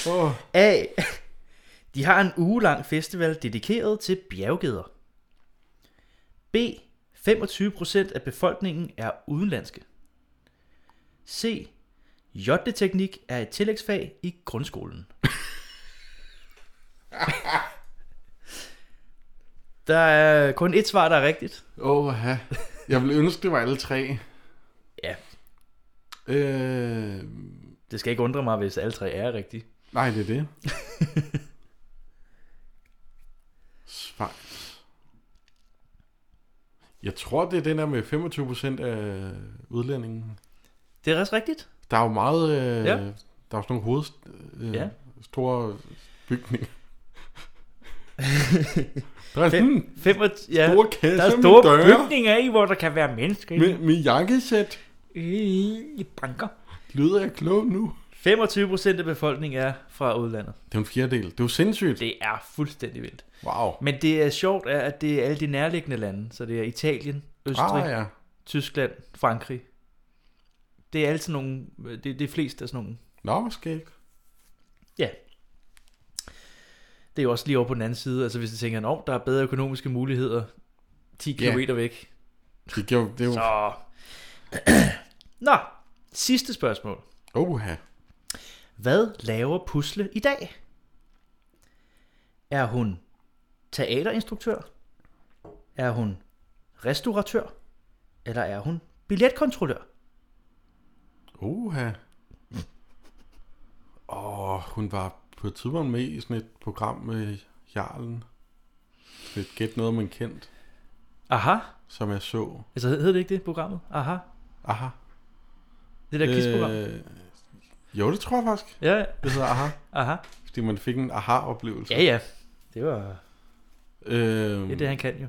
Speaker 3: Oh.
Speaker 2: A. De har en ugelang festival dedikeret til bjerggeder. B. 25% af befolkningen er udenlandske. C. Jotteteknik er et tillægsfag i grundskolen. Der er kun et svar, der er rigtigt.
Speaker 3: Åh, oh, ja. Jeg ville ønske, det var alle tre.
Speaker 2: Ja.
Speaker 3: Øh...
Speaker 2: Det skal ikke undre mig, hvis alle tre er rigtige.
Speaker 3: Nej, det er det. Schweiz. Jeg tror, det er den der med 25% af udlændingen.
Speaker 2: Det er også rigtigt.
Speaker 3: Der er jo meget... Øh,
Speaker 2: Ja.
Speaker 3: ja. Der er jo sådan nogle hoved... Øh,
Speaker 2: Ja.
Speaker 3: ja. Store bygninger. Der er sådan
Speaker 2: fem, ja,
Speaker 3: store kasser
Speaker 2: der er
Speaker 3: med
Speaker 2: store
Speaker 3: døre.
Speaker 2: bygninger i, hvor der kan være mennesker. i.
Speaker 3: med, med jakkesæt.
Speaker 2: Øh, I banker.
Speaker 3: Lyder jeg klog nu?
Speaker 2: 25 procent af befolkningen er fra udlandet.
Speaker 3: Det er jo en fjerdedel. Det er jo sindssygt.
Speaker 2: Det er fuldstændig vildt.
Speaker 3: Wow.
Speaker 2: Men det er sjovt, er, at det er alle de nærliggende lande. Så det er Italien, Østrig,
Speaker 3: Ah, ja.
Speaker 2: Tyskland, Frankrig. Det er altid nogle, det, det er flest af sådan nogle.
Speaker 3: Nå, hvor skægt.
Speaker 2: Ja. Det er jo også lige over på den anden side. Altså hvis du tænker, at der er bedre økonomiske muligheder 10 km
Speaker 3: Ja.
Speaker 2: væk.
Speaker 3: Det giver, det er jo...
Speaker 2: Så. Nå, sidste spørgsmål.
Speaker 3: Oha.
Speaker 2: Hvad laver Pusle i dag? Er hun teaterinstruktør? Er hun restauratør? Eller er hun billetkontrollør?
Speaker 3: Oha. Åh, hun var på et tidspunkt med i sådan et program med Jarlen. Sådan et gæt noget, man kendt.
Speaker 2: Aha.
Speaker 3: Som jeg så.
Speaker 2: Altså hed hed det ikke det programmet? Aha.
Speaker 3: Aha.
Speaker 2: Det der quizprogram.
Speaker 3: jo, det tror jeg faktisk.
Speaker 2: Ja.
Speaker 3: Øh, Det hedder Aha.
Speaker 2: Aha.
Speaker 3: Fordi man fik en aha-oplevelse.
Speaker 2: Ja, ja. Det var...
Speaker 3: Øhm,
Speaker 2: Det er det, han kan jo.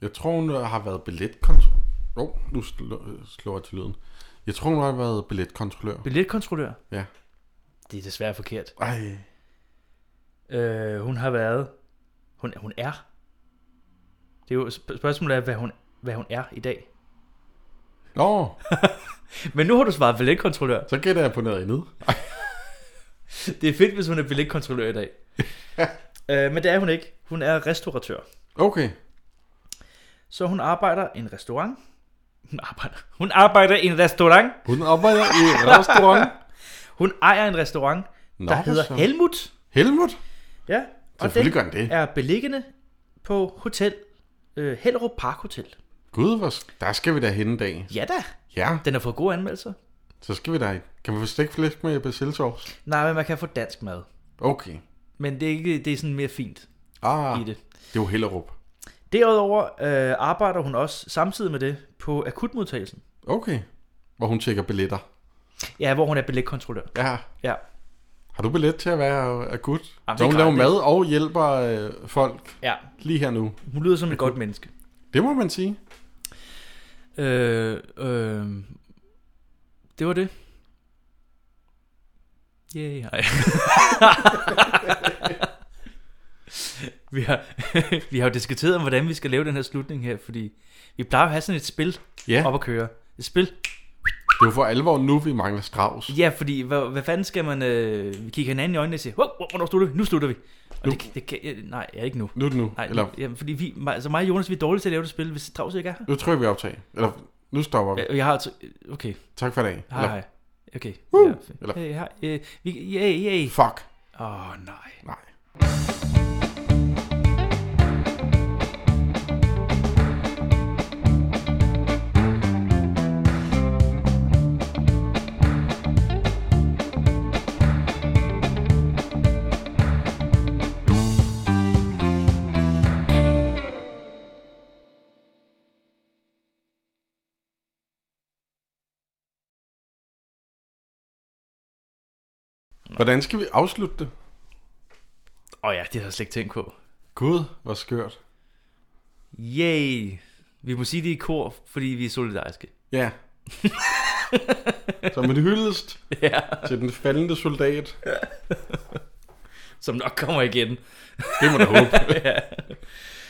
Speaker 3: Jeg tror, hun øh, har været billetkontrollør. Oh, nu slå- slår jeg til lyden. Jeg tror, hun har været billetkontrollør.
Speaker 2: Billetkontrollør?
Speaker 3: Ja.
Speaker 2: Det er desværre forkert.
Speaker 3: Ej.
Speaker 2: Øh, hun har været... Hun, hun er. Det er jo, sp- spørgsmålet er, hvad hun, hvad hun er i dag.
Speaker 3: Nå.
Speaker 2: Men nu har du svaret billetkontrollør.
Speaker 3: Så gætter jeg på noget andet.
Speaker 2: det er fedt, hvis hun er billetkontrollør i dag. øh, men det er hun ikke. Hun er restauratør.
Speaker 3: Okay.
Speaker 2: Så hun arbejder i en restaurant. Hun arbejder, hun arbejder i en restaurant.
Speaker 3: Hun arbejder i en restaurant.
Speaker 2: hun ejer en restaurant,
Speaker 3: Nå,
Speaker 2: Nå, der
Speaker 3: for
Speaker 2: hedder
Speaker 3: søren.
Speaker 2: Helmut.
Speaker 3: Helmut?
Speaker 2: Ja, og den
Speaker 3: Selvfølgelig gør den det.
Speaker 2: er beliggende på hotel øh, Hellerup Park Hotel.
Speaker 3: Gud, hvor, der skal vi da hen en dag.
Speaker 2: Ja da.
Speaker 3: Ja.
Speaker 2: Den har fået gode anmeldelser.
Speaker 3: Så skal vi da Kan vi få stegt flæsk med persillesovs?
Speaker 2: Nej, men man kan få dansk mad.
Speaker 3: Okay.
Speaker 2: Men det er, ikke, det er sådan mere fint
Speaker 3: ah,
Speaker 2: i det.
Speaker 3: Det er jo Hellerup.
Speaker 2: Derudover øh, arbejder hun også samtidig med det på akutmodtagelsen.
Speaker 3: Okay. Hvor hun tjekker billetter.
Speaker 2: Ja, hvor hun er billetkontrollør.
Speaker 3: Ja.
Speaker 2: Ja.
Speaker 3: Har du billet til at være øh, akut?
Speaker 2: Jamen, det
Speaker 3: Så hun
Speaker 2: er
Speaker 3: laver
Speaker 2: klart,
Speaker 3: mad
Speaker 2: det-
Speaker 3: og hjælper øh, folk
Speaker 2: Ja.
Speaker 3: lige her nu.
Speaker 2: Hun lyder som et godt menneske.
Speaker 3: Det må man sige.
Speaker 2: Øh, øh, det var det. Yay, hej. vi, har, vi har jo diskuteret om, hvordan vi skal lave den her slutning her, fordi vi plejer at have sådan et spil
Speaker 3: Ja.
Speaker 2: op at køre. Et spil.
Speaker 3: Det er jo for alvor nu, vi mangler Strauss.
Speaker 2: Ja, fordi hvad, hvad fanden skal man øh, kigge hinanden i øjnene og sige, wow, wow, hvornår slutter vi? Nu slutter vi. Og nu. Det, det kan, jeg- nej, ja, ikke nu.
Speaker 3: Nu er det nu.
Speaker 2: Nej,
Speaker 3: Eller-
Speaker 2: Eller... jamen, fordi vi, mig- altså mig og Jonas, vi er dårlige til at lave det spil, hvis Strauss ikke er her.
Speaker 3: Nu tror jeg, vi optager. Eller, Nu stopper vi.
Speaker 2: Jeg har... t- Okay.
Speaker 3: Tak for i dag.
Speaker 2: Hej,
Speaker 3: Eller-
Speaker 2: hej. Okay.
Speaker 3: Woo!
Speaker 2: Ja, fedt.
Speaker 3: Eller-
Speaker 2: Hey, hej. Øh, vi- Yay, yay.
Speaker 3: Fuck.
Speaker 2: Åh, oh, nej.
Speaker 3: Nej. Hvordan skal vi afslutte det?
Speaker 2: Åh oh, ja, det har jeg slet ikke tænkt på.
Speaker 3: Gud, hvor skørt.
Speaker 2: Yay. Vi må sige det i kor, fordi vi er solidariske.
Speaker 3: Ja. Som en hyldest
Speaker 2: ja.
Speaker 3: til den faldende soldat.
Speaker 2: Som nok kommer igen.
Speaker 3: Det må du håbe.
Speaker 2: ja.